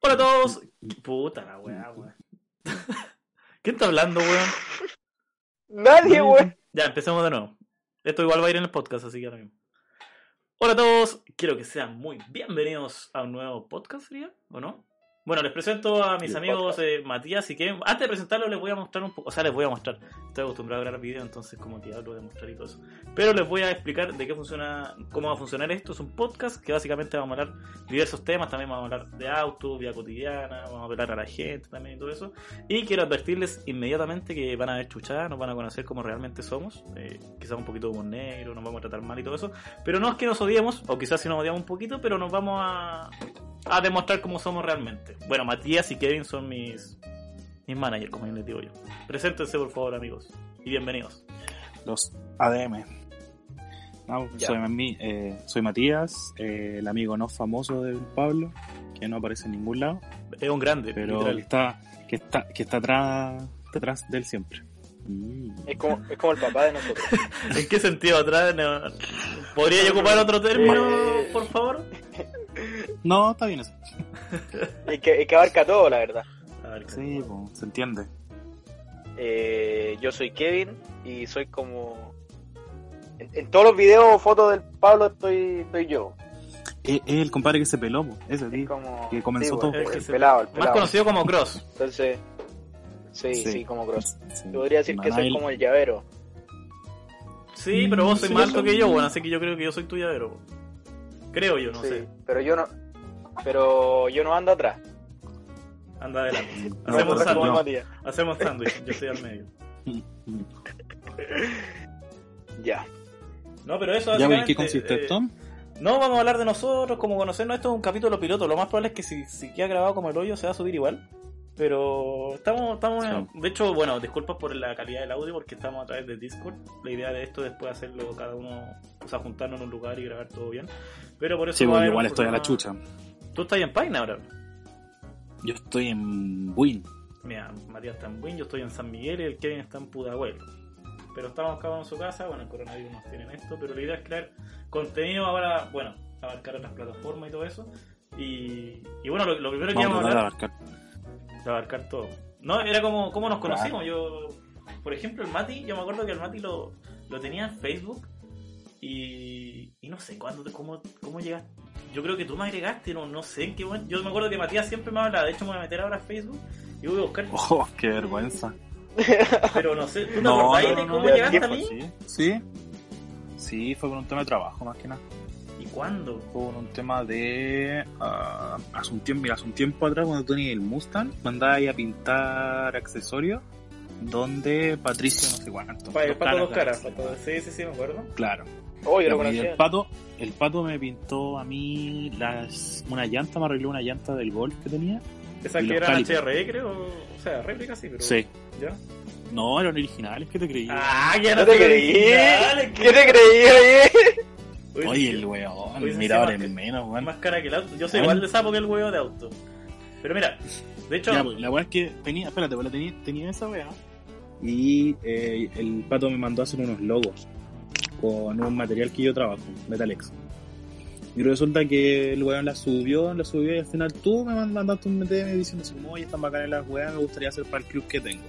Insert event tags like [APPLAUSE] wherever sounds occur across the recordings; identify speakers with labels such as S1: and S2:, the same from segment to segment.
S1: Hola a todos. Puta la weá, weón. [LAUGHS] ¿Quién está hablando, weón?
S2: Nadie, weón.
S1: Ya, empecemos de nuevo. Esto igual va a ir en el podcast, así que ahora mismo. Hola a todos. Quiero que sean muy bienvenidos a un nuevo podcast, ¿sería? ¿O no? Bueno, les presento a mis
S2: El
S1: amigos
S2: podcast.
S1: eh, Matías y Kevin. Antes de presentarlo les voy a mostrar un poco, o sea, les voy a mostrar. Estoy acostumbrado a grabar video, entonces como que hablo de mostrar y todo eso. Pero les voy a explicar de qué funciona, cómo va a funcionar esto. Es un podcast que básicamente vamos a hablar diversos temas, también vamos a hablar de auto, vida cotidiana, vamos a hablar a la gente también y todo eso. Y quiero advertirles inmediatamente que van a ver chuchadas, nos van a conocer como realmente somos, eh, quizás un poquito como negro, nos vamos a tratar mal y todo eso. Pero no es que nos odiemos, o quizás sí nos odiamos un poquito, pero nos vamos a, a demostrar cómo somos realmente. Bueno, Matías y Kevin son mis, mis managers, como yo les digo yo. Preséntense por favor amigos y bienvenidos.
S3: los ADM. No, pues,
S2: Ya.
S3: soy, Mami- eh, soy Matías, eh, el amigo no famoso de Pablo, que no aparece en ningún lado,
S1: Es un grande,
S3: pero que [LAUGHS]
S1: literal.
S3: está, que está, que está atrás, está atrás de él siempre. Mm.
S2: Es como, es como el papá de nosotros.
S1: ¿En qué sentido atrás? No. ¿Podría yo ocupar otro término,
S2: Eh.
S1: por favor?
S3: No, está bien eso.
S2: Es que, es que abarca todo, la verdad.
S1: A ver,
S3: Sí, po, se entiende.
S2: Eh, yo soy Kevin y soy como. En, en todos los videos o fotos del Pablo estoy, estoy yo.
S3: Es, es el compadre que se peló, po, ese
S2: Es
S3: tío.
S2: como.
S3: que comenzó
S2: sí, bueno,
S3: todo.
S2: El,
S1: Es que se-
S2: pelado, el
S1: Más
S2: pelado.
S1: conocido como Cross.
S2: Entonces. Sí, sí,
S3: Sí.
S2: como Cross.
S3: Sí.
S2: Yo podría decir que soy
S3: Manuel-
S2: como el llavero.
S1: Sí, pero vos
S3: Sí,
S1: sois más alto
S3: eso.
S1: que yo, bueno, así que yo creo que yo soy tu llavero. po. Creo yo, no
S2: sí,
S1: sé.
S2: pero yo no. Pero yo no ando atrás.
S1: Anda adelante.
S3: No,
S2: Ando
S1: Hacemos
S2: atrás como
S1: sándwich.
S2: el Matías.
S1: Hacemos sándwich, yo estoy al medio.
S2: Ya. [LAUGHS]
S1: No, pero eso
S3: ¿Ya
S1: básicamente,
S3: en qué consiste
S1: eh,
S3: esto? pues,
S1: No, vamos a hablar de nosotros, como conocernos. Esto es un capítulo piloto. Lo más probable es que si, si queda grabado como el hoyo, se va a subir igual. Pero estamos, estamos en- De hecho, bueno, disculpas por la calidad del audio porque estamos a través de Discord. La idea de esto es después hacerlo cada uno, o sea, juntarnos en un lugar y grabar todo bien. Pero por eso.
S3: Sí,
S1: va a
S3: po,
S1: haber
S3: igual
S1: un
S3: estoy a la
S1: programa-
S3: chucha.
S1: Tú estás en Paine ahora.
S3: Yo estoy en Win.
S1: Mira, Matías está en Buin, yo estoy en San Miguel y el Kevin está en Pudahuel. Pero estamos cada uno en su casa, bueno, el coronavirus nos tiene en esto, pero la idea es crear contenido ahora, bueno, abarcar otras plataformas y todo eso. Y, y bueno, lo, lo primero que
S3: Vamos a
S1: íbamos a
S3: tratar de
S1: hablar
S3: abarcar. [LAUGHS]
S1: de abarcar todo. No, era como cómo nos conocimos. Yo, por ejemplo, el Mati, yo me acuerdo que el Mati lo, lo tenía en Facebook y, y no sé cuándo, te- cómo, cómo llegaste. Yo creo que tú me agregaste, no, no sé en qué momento. Yo me acuerdo que Matías siempre me hablaba, de hecho me voy a meter ahora a Facebook y voy a buscar
S3: Oh, qué vergüenza.
S1: Pero no sé, ¿tú te
S3: No,
S1: acordás
S3: no,
S1: de
S3: no,
S1: cómo
S2: no.
S1: llegaste a mí?
S3: Sí, sí. Sí, fue por un tema de trabajo más que nada.
S1: ¿Y cuándo?
S3: Fue por un tema de. ah, hace, un tiempo, mira, hace un tiempo atrás, cuando tú tenías el Mustang, mandabas ahí a pintar accesorios donde Patricio no sé cuánto.
S1: el pato dos caras.
S3: García.
S1: Pato- Sí, sí, sí, me acuerdo.
S3: Claro.
S2: Oh, yo
S3: Ya,
S2: lo
S3: pues, y
S2: conocía.
S3: el pato, el pato me pintó a mí las una llanta, me arregló una llanta del golf que tenía.
S1: Esa
S3: Y
S1: que
S3: los
S1: era
S3: calipers.
S1: HRE, creo. O sea, réplica sí, pero.
S3: Sí.
S1: ¿Ya?
S3: No, eran originales, ¿qué te creí?
S1: ¡Ah, ya
S2: No te creí.
S1: Dale,
S2: ¿Qué te creí, oye?
S1: Oye,
S3: Oye, el
S1: oye,
S3: weón,
S1: sí,
S3: mira ahora
S1: sí,
S3: en menos,
S1: es
S3: weón.
S1: más cara que el auto. Yo soy
S3: Bueno.
S1: igual de sapo que el huevo de auto. Pero mira, de hecho,
S3: Ya, pues, la weá es que tenía, espérate, pues, la tenía, tenía esa weá. Y eh, el pato me mandó a hacer unos logos con un material que yo trabajo, Metalex. Y resulta que el weón la subió, la subió y al final tú me mand- mandaste un DM diciendo así como, oye, están bacanas las weas, me gustaría hacer para el club que tengo.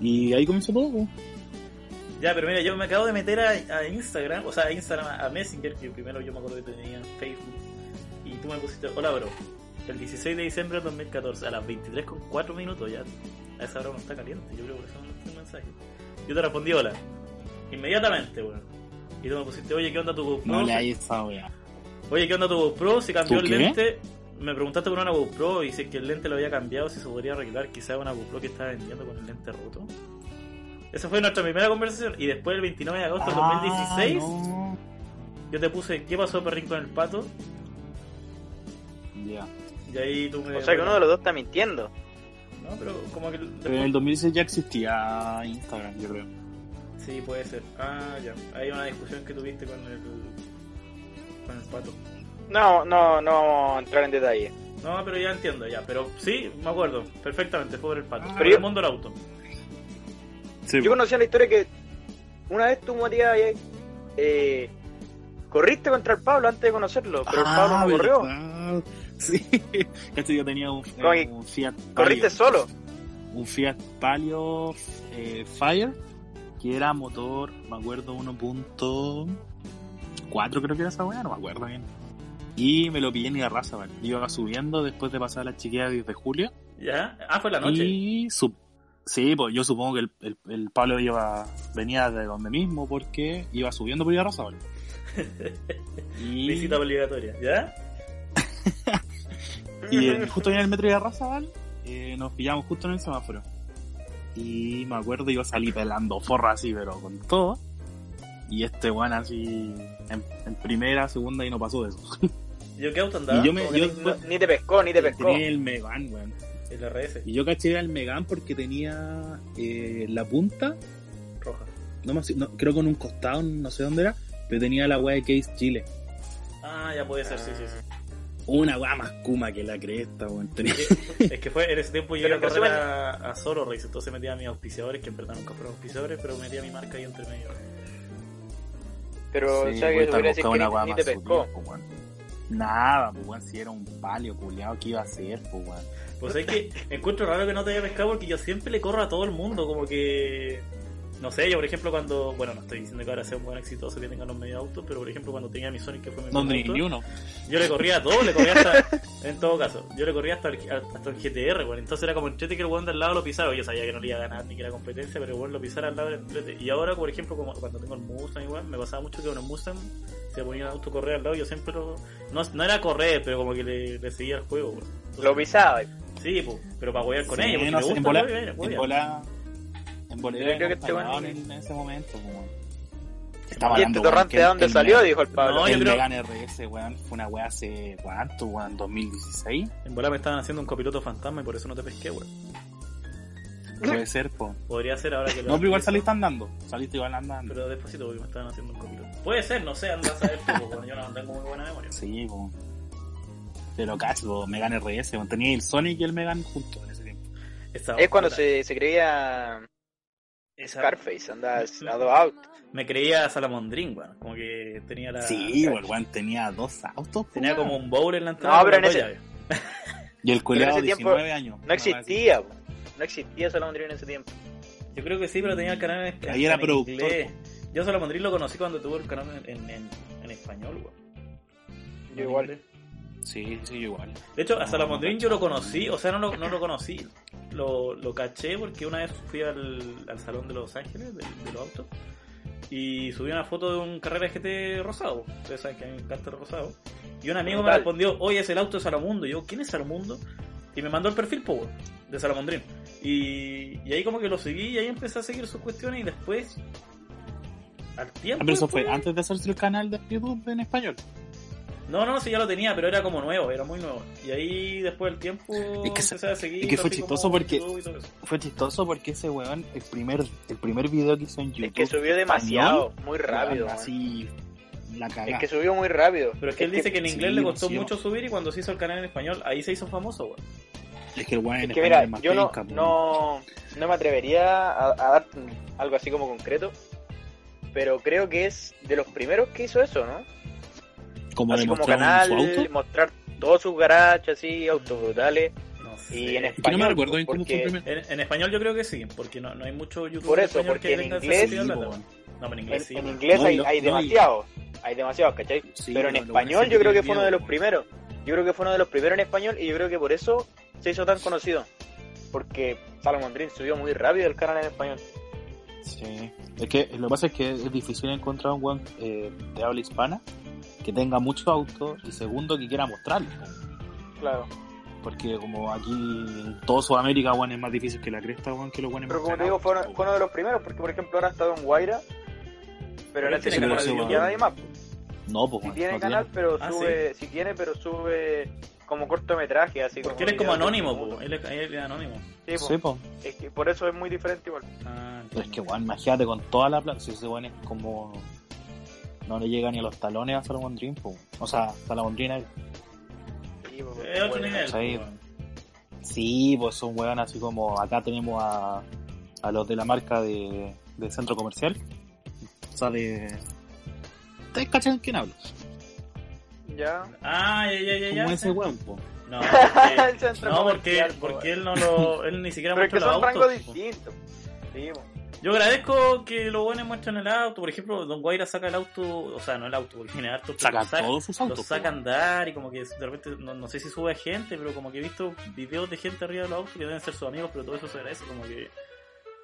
S3: Y ahí comenzó todo, pues. po.
S1: ya, pero mira, yo me acabo de meter a, a Instagram, o sea, a Instagram, a Messenger, que primero yo me acuerdo que tenía en Facebook. Y tú me pusiste, hola, bro. El 16 de diciembre de 2014, a las 23 con 4 minutos ya. A esa hora uno está caliente, yo creo que por eso mandaste un mensaje. Yo te respondí hola. Inmediatamente, weón. Y tú me pusiste, oye, ¿qué onda tu GoPro?
S3: No le hay esa wea.
S1: Oye, ¿qué onda tu GoPro? Si cambió
S3: ¿Tú
S1: el
S3: qué?
S1: lente. Me preguntaste por una GoPro y si es que el lente lo había cambiado, si se podría arreglar quizá una GoPro que estaba vendiendo con el lente roto. Esa fue nuestra primera conversación. Y después, el 29 de agosto de 2016,
S3: Ah, no.
S1: yo te puse ¿Qué pasó, perrín, con el pato?
S3: Ya.
S1: Y ahí tú me.
S2: O sea que uno de los dos está mintiendo.
S1: No, pero como que.
S3: Pero en el 2006 ya existía Instagram, yo creo.
S1: Sí, puede ser. Ah, ya. Hay una discusión que tuviste con el. con el pato.
S2: No, no, no vamos a entrar en detalle.
S1: No, pero ya entiendo, ya. Pero sí, me acuerdo perfectamente, fue por el pato.
S3: Ah.
S1: pero el mundo del auto.
S3: Sí,
S2: Yo conocía la historia que una vez tú, Matías, eh, eh, corriste contra el Pablo antes de conocerlo, pero
S3: Ah,
S2: el Pablo no corrió.
S3: corrió. [LAUGHS] Sí, Cacho, yo tenía un, eh,
S2: Como que
S3: un Fiat.
S2: Corriste
S3: Palio.
S2: solo.
S3: un Fiat Palio eh, Fire que era motor, me acuerdo 1.4 creo que era esa weá, no me acuerdo bien. Y me lo pillé en la raza, ¿vale? Iba subiendo después de pasar la chiquilla 10 de julio.
S1: ¿Ya? Ah, fue en la noche.
S3: Y su- sí, pues yo supongo que el, el, el Pablo iba, venía de donde mismo porque iba subiendo por la
S2: [LAUGHS]
S3: raza, ¿vale? Y-
S1: Visita obligatoria, ¿ya?
S2: [LAUGHS]
S3: Y en- justo en el metro de Razabal eh, nos pillamos justo en el semáforo. Y me acuerdo, yo salí pelando forra así, pero con todo. Y este weón así en, en primera, segunda y no pasó de eso.
S1: ¿Yo qué auto andaba?
S3: Y yo me-
S1: Como que
S3: yo-
S1: tengo
S2: No, ni te pescó, ni te pescó.
S3: Tenía el Megan, weón.
S1: El RS,
S3: Y yo caché al Megan porque tenía eh, la punta,
S1: roja.
S3: no, me- no, creo con un costado, no sé dónde era, pero tenía la weá de Case Chile.
S1: Ah, ya puede ser, sí, sí, sí.
S3: Una weá más kuma que la cresta, weón. Tenía-
S1: Es que fue en ese tiempo yo
S2: Pero
S1: iba a
S2: en
S1: correr
S2: resumen-
S1: a, a Solo Race, entonces metía a mis auspiciadores, que en verdad nunca fueron auspiciadores, pero metía mi marca ahí entre medio.
S2: Pero, o
S3: Sí,
S2: sea que
S3: güey,
S2: te
S3: tampoco
S2: podría decir
S3: es
S2: que
S3: una
S2: ni,
S3: weá
S2: ni
S3: más
S2: te
S3: sutil,
S2: pescó.
S3: po, weón. Nada, pues weón, si era un palio culiado que iba a ser, pues weón.
S1: Pues es que encuentro raro que no te haya pescado porque yo siempre le corro a todo el mundo, como que... No sé, yo por ejemplo cuando... Bueno, no estoy diciendo que ahora sea un buen exitoso que tenga los medios autos, pero por ejemplo cuando tenía mi Sonic, que fue mi
S3: No,
S1: primer
S3: ni,
S1: auto,
S3: ni uno.
S1: Yo le corría a todo, le corría hasta. [LAUGHS] en todo caso, yo le corría hasta el, hasta el GTR, weón. Entonces era como el chete que el weón del lado lo pisara. Yo sabía que no le iba a ganar ni que era competencia, pero el weón lo pisara al lado del entrete. Y ahora, por ejemplo, como cuando tengo el Mustang, igual, me pasaba mucho que con el Mustang se ponía el auto a correr al lado. Yo siempre lo. No, no era correr, pero como que le, le seguía el juego, weón. Entonces,
S2: Lo pisaba.
S1: Sí, po, pero para huear con
S3: Sí,
S1: ella, porque
S3: no
S1: me
S3: sé,
S1: gusta
S3: en bola,
S1: la wea,
S3: en
S1: wea.
S3: bola, en bola
S2: Yo
S3: era
S2: creo que este
S3: acompañado
S2: weón-
S3: en ese momento, pues,
S2: ¿Y
S3: weón.
S2: este
S3: hablando, weón,
S2: torrante
S3: que
S2: de dónde
S3: el
S2: salió?
S3: Megan-
S2: Dijo el Pablo.
S1: No, yo
S3: el
S1: creo-
S3: Megan RS, weón, fue una weá hace cuánto, weón, 2016,
S1: En bola me estaban haciendo un copiloto fantasma y por eso no te pesqué, weón.
S3: puede ser, po.
S1: Podría ser ahora que lo.
S3: No, pero igual
S1: pienso.
S3: saliste andando, saliste igual andando.
S1: Pero despacito porque me estaban haciendo un copiloto. Puede ser, no sé, anda a saber tú, porque yo no tengo muy buena memoria.
S3: Sí, po. Pero cacho, Megan RS, weón, tenía el Sonic y el Megan juntos en ese tiempo.
S1: Esa-
S2: Es cuando
S1: puta,
S2: se, se creía
S1: esa-
S2: Scarface, andaba a dos autos.
S1: me creía Salamondrín, weón. Como que
S2: Ah,
S1: tenía la.
S3: sí, weón, weón, tenía dos autos, po,
S1: Tenía
S3: weón.
S1: como un bowl en la entrada.
S2: No, pero
S1: con las
S2: en
S1: dos
S2: ese-
S1: llaves.
S3: Y el culiado
S2: ese tiempo
S3: 19 años.
S2: No existía, po. no existía Salamandrín en ese tiempo.
S1: Yo creo que sí, pero tenía el canal en español.
S3: Ahí era productor,
S1: Yo Salamondrín lo conocí cuando tuvo el canal en, en, en- en español, weón.
S2: Yo igual.
S1: En inglés.
S3: Sí, sí, igual.
S1: De hecho, a
S3: No,
S1: Salamondrín
S3: no
S1: yo lo
S3: cachaba.
S1: conocí, o sea, no lo, no lo conocí. Lo, lo caché porque una vez fui al, al Salón de Los Ángeles, de, de los autos, y subí una foto de un carrera GT rosado. Ustedes saben que a mí me encanta el rosado. Y un amigo me
S2: Brutal.
S1: respondió, oye, es el auto de Salamundo. Y yo, ¿quién es Salamundo? Y me mandó el perfil, po, weón, de Salamondrín. Y, y ahí como que lo seguí y ahí empecé a seguir sus cuestiones y después, al tiempo...
S3: Ah, Pero eso
S1: después-
S3: fue antes de hacerse el canal de YouTube en español.
S1: No, no, sí, ya lo tenía, pero era como nuevo, era muy nuevo. Y ahí después del tiempo
S3: Es que se-
S1: empecé a seguir.
S3: es que fue
S1: así como
S3: chistoso porque-
S1: YouTube y todo eso.
S3: Fue chistoso porque ese weón, el primer, el primer video que hizo en YouTube.
S2: Es que subió demasiado, muy
S3: español,
S2: rápido.
S3: weón,
S2: man.
S3: Así, la cagada.
S2: Es que subió muy rápido.
S1: Pero es que él dice que en
S3: sí,
S1: inglés le costó
S3: sí.
S1: mucho subir y cuando se hizo el canal en español, ahí se hizo famoso, güey.
S3: el weón en
S2: Es que
S3: español
S2: mira,
S3: es más
S2: yo no,
S3: penca, po.
S2: no, no me atrevería a, a dar algo así como concreto, pero creo que es de los primeros que hizo eso, ¿no?
S3: Como
S2: así
S3: le
S2: como
S3: mostraron
S2: canal,
S3: su auto.
S2: mostrar todos sus garages así, autos brutales,
S1: No
S2: y en
S3: Es que no
S2: español.
S3: me recuerdo bien cómo fue el
S2: porque
S3: primer.
S1: En, en español yo creo que sí, porque no, no hay mucho YouTube
S2: Por eso,
S1: español
S2: porque en
S1: tenga esa
S2: inglés-
S1: cantidad de
S3: Sí,
S1: plata.
S3: po,
S1: No, pero en inglés sí.
S2: en, en
S1: güey.
S2: inglés
S3: No, y
S2: hay,
S3: lo-
S2: hay
S3: no, y-
S2: demasiado, hay demasiado, ¿cachai?
S3: Sí,
S2: pero en
S3: lo- lo bueno
S2: español
S3: es
S2: yo creo que
S3: tiene pues.
S2: fue uno de
S3: miedo,
S2: los
S3: weón.
S2: primeros. Yo creo que fue uno de los primeros en español y yo creo que por eso se hizo tan conocido. Porque Salomon Dream subió muy rápido el canal en español.
S3: Sí. Es que lo que pasa es que es difícil encontrar un weón eh, de habla hispana que tenga mucho auto y segundo que quiera mostrarlo. po.
S2: Claro.
S3: Porque como aquí en todo Sudamérica, weón, es más difícil que la cresta, weón, que los weones
S2: Pero como
S3: muestren
S2: te digo,
S3: autos,
S2: fue uno,
S3: po,
S2: fue uno de los primeros, porque por ejemplo ahora está Don Guaira, pero
S1: Pero
S2: en
S1: él
S2: este
S1: tiene
S2: tiene
S3: canal,
S2: canal
S3: sí,
S2: ya
S3: bueno.
S2: nadie más.
S3: No, pues
S2: Si
S3: weón,
S2: tiene
S3: no
S2: canal, pero
S1: Ah,
S2: sube, si tiene, pero sube como cortometraje, así como.
S1: Porque él es como
S2: video de
S1: anónimo,
S2: minutos.
S1: po. Él es, él es anónimo.
S2: Sí, po.
S3: Sí, po.
S2: Es que por eso es muy diferente igual.
S1: Ah,
S3: Pero es que, weón, imagínate con toda la plata. Si ese weón es como. No le llega ni a los talones a Salomon Dream, po. O sea, Salomon Dream es-
S2: Sí, po,
S1: es eh, otro
S2: bueno.
S1: nivel.
S3: sí.
S1: po, weón.
S3: Sí, pues son weón así como. Acá tenemos a, a los de la marca de, de centro comercial. Sale. ¿Ustedes cachan quién hablo?
S2: Ya.
S1: Ah, ya, ya, ya. ya.
S3: Como ese weón, po.
S1: No, porque,
S2: [LAUGHS] El centro
S1: Eh, no, porque,
S2: comercial, po,
S1: porque
S2: weón.
S1: él no lo. Él ni siquiera
S2: Pero es que
S1: muestra los
S2: son
S1: autos.
S2: rangos
S1: po.
S2: distintos. Sí, po.
S1: Yo agradezco que los buenos muestran el auto. Por ejemplo, Don Guaira saca el auto, o sea, no el auto, porque tiene harto.
S3: Sacan
S1: pero
S3: todos sus
S1: Lo
S3: autos. po.
S1: saca a andar y como que de repente, no, no sé si sube gente, pero como que he visto videos de gente arriba de los autos que deben ser sus amigos, pero todo eso se agradece. Como que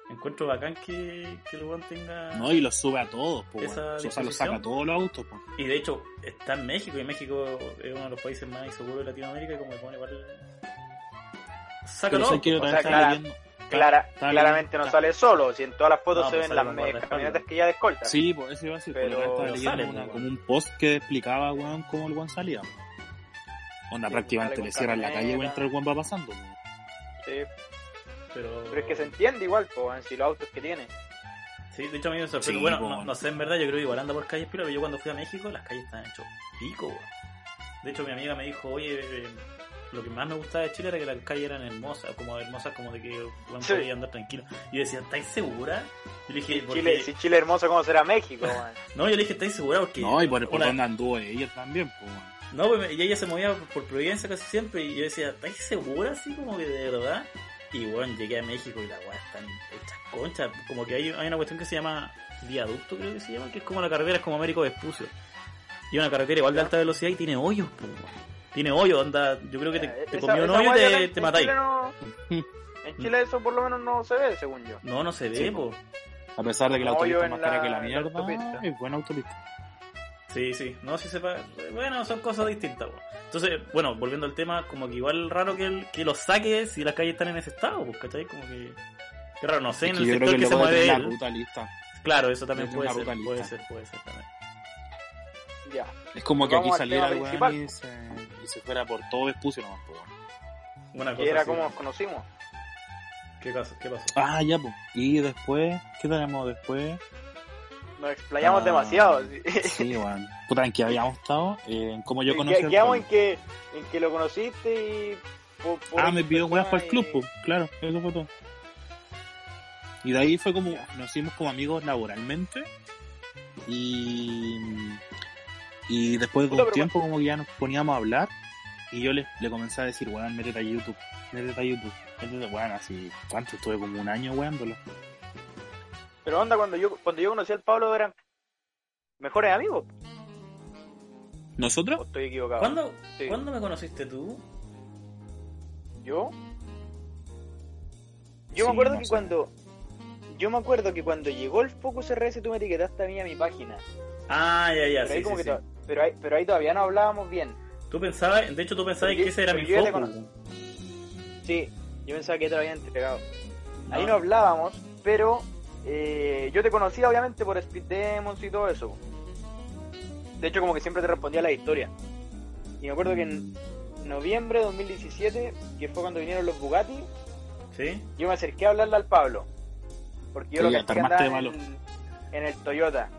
S1: encuentro bacán que, que el weón tenga.
S3: No, y los sube a todos, po.
S1: Esa
S3: weón. O sea, los
S1: disposición.
S3: saca a todos los autos, po.
S1: Y de hecho, está en México, y México es uno de los países más inseguros de Latinoamérica, y como que pone igual. Saca
S3: Pero
S1: los
S3: sé
S1: autos.
S3: que yo
S2: o
S3: también
S2: sea,
S3: estaba
S2: clara-
S3: leyendo.
S2: Clara,
S3: está
S2: claramente
S3: bien,
S2: no
S3: está.
S2: sale solo, si en todas las fotos
S1: No,
S2: se
S1: pues
S2: ven
S1: sale
S2: las
S1: con
S2: medias
S1: guardaespaldas.
S2: camionetas que ya descoltan.
S3: Sí, pues eso iba a decir,
S2: Pero-
S3: pero estaba
S1: pero
S3: leyendo
S1: sale,
S3: una-
S1: pues,
S3: como un post que explicaba, weón, cómo el weón salía. Onda,
S2: Sí,
S3: prácticamente
S2: sale
S3: le
S2: con
S3: cierran la calle
S2: camioneta.
S3: mientras el weón va pasando.
S2: Sí,
S1: Pero...
S2: Pero es que se entiende igual, po, weón, si los autos que tiene.
S1: Sí, de hecho a mí me sorprende.
S3: Sí,
S1: bueno,
S3: po,
S1: no,
S3: bueno.
S1: no sé, en verdad, yo creo que igual anda por calles, pero yo cuando fui a México las calles estaban hechos pico, weón. De hecho, mi amiga me dijo, oye, eh, lo que más me gustaba de Chile era que las calles eran hermosas, como hermosas, como de que uno
S2: Sí.
S1: podía andar tranquilo. Y yo decía, ¿estáis segura? Yo le dije, porque...
S2: Chile, si Chile es hermoso, ¿cómo será México, weón?
S1: No, yo le dije, ¿estáis segura? Porque...
S3: No, y por, por
S1: Hola.
S3: donde anduvo ella también, pues. weón.
S1: No, pues, y ella se movía por Providencia casi siempre y yo decía, ¿estáis segura así como que de verdad? Y bueno, llegué a México y la weá están hechas conchas. Como que hay, hay una cuestión que se llama viaducto, creo que se llama, que es como la carretera, es como Américo Vespucio. Y una carretera igual de alta velocidad y tiene hoyos, pues. weón. Tiene hoyos, onda, yo [LAUGHS] creo que te, te
S2: Eh, Esa-
S1: comió un
S2: esa
S1: hoyo y
S2: weá ya
S1: te,
S2: en-
S1: te
S2: en
S1: matáis. [LAUGHS]
S2: Chile no- En Chile eso por lo menos no se ve, según yo.
S1: No, no se ve,
S3: Sí,
S1: po.
S3: A pesar de que la
S2: No, yo
S3: autopista es
S2: en
S3: más cara
S2: la-
S3: que la
S2: en la
S3: mierda,
S2: autopista.
S3: es buena autopista.
S1: Sí, sí, no, sí se pa- Bueno, son cosas distintas, po. Entonces, bueno, volviendo al tema, como que igual raro que, el, que los saque si las calles están en ese estado, pues, ¿cachai? Como que. Qué raro, no sé, en
S3: Es
S1: el
S3: que yo creo
S1: sector
S3: que
S1: que,
S3: el
S1: se
S3: loco debe
S1: mueve
S3: tener
S1: él.
S3: la ruta lista.
S1: Claro, eso también
S3: debe tener
S1: puede ser,
S3: una ruta
S1: puede
S3: lista.
S1: ser, puede ser también.
S2: Ya.
S3: Es como que
S2: Vamos
S3: aquí
S2: al
S3: saliera el
S2: tema
S3: weón y se, y se fuera por todo Vespucio nomás, pues. weón.
S1: Una
S2: Que era
S1: así.
S2: como nos conocimos.
S1: ¿Qué, pasó? ¿Qué pasó?
S3: Ah, ya, pues. Y después, ¿qué tenemos [LAUGHS] después?
S2: Nos explayamos
S3: Ah.
S2: demasiado. [LAUGHS] sí.
S3: Sí, weón. Puta, ¿en qué habíamos estado? Eh, En cómo yo
S2: Que-
S3: conocí al
S2: Quedamos
S3: Pablo.
S2: en que, en que lo conociste y. por- por
S3: Ah,
S2: X
S3: me pidió
S2: persona
S3: weas para el
S2: y-
S3: club, po. claro, eso fue todo. Y de ahí fue como, nos hicimos como amigos laboralmente. Y, y después de
S2: Puta,
S3: un
S2: pero
S3: tiempo como que ya nos poníamos a hablar. Y yo le, le comencé a decir, weón, métete a YouTube, métete a YouTube. Métete, weón, así, ¿cuánto? Estuve como un año weándolo.
S2: Pero onda, cuando yo, cuando yo conocí al Pablo eran mejores amigos. ¿O
S3: ¿Nosotros?
S2: estoy equivocado?
S1: ¿Cuándo,
S2: Ah, Sí.
S1: ¿Cuándo me conociste tú?
S2: ¿Yo? Yo
S3: Sí,
S2: me acuerdo
S3: más
S2: que
S3: o
S2: cuando. Yo me acuerdo que cuando llegó el Focus RS tú me etiquetaste a mí a mi página.
S1: Ah, ya, ya,
S2: pero, ahí
S1: sí,
S2: como
S1: sí,
S2: que
S1: sí.
S2: to- pero, ahí, pero ahí todavía no hablábamos bien.
S1: Tú pensabas, de hecho tú pensabas
S2: Pero yo-
S1: que ese era
S2: pero
S1: mi
S2: yo ya te
S1: foco.
S2: Sí, yo pensaba que ya te lo habían entregado.
S1: No.
S2: Ahí no hablábamos, pero eh, yo te conocía obviamente por Speed Demons y todo eso. De hecho, como que siempre te respondía la historia. Y me acuerdo que en noviembre de 2017, que fue cuando vinieron los Bugatti,
S1: ¿Sí?
S2: yo me acerqué a hablarle al Pablo. Porque yo
S3: Sí,
S2: lo
S3: ya
S2: caché
S3: te
S2: que
S3: armaste
S2: andaba
S3: de
S2: en, en el
S3: [LAUGHS]
S2: Toyota.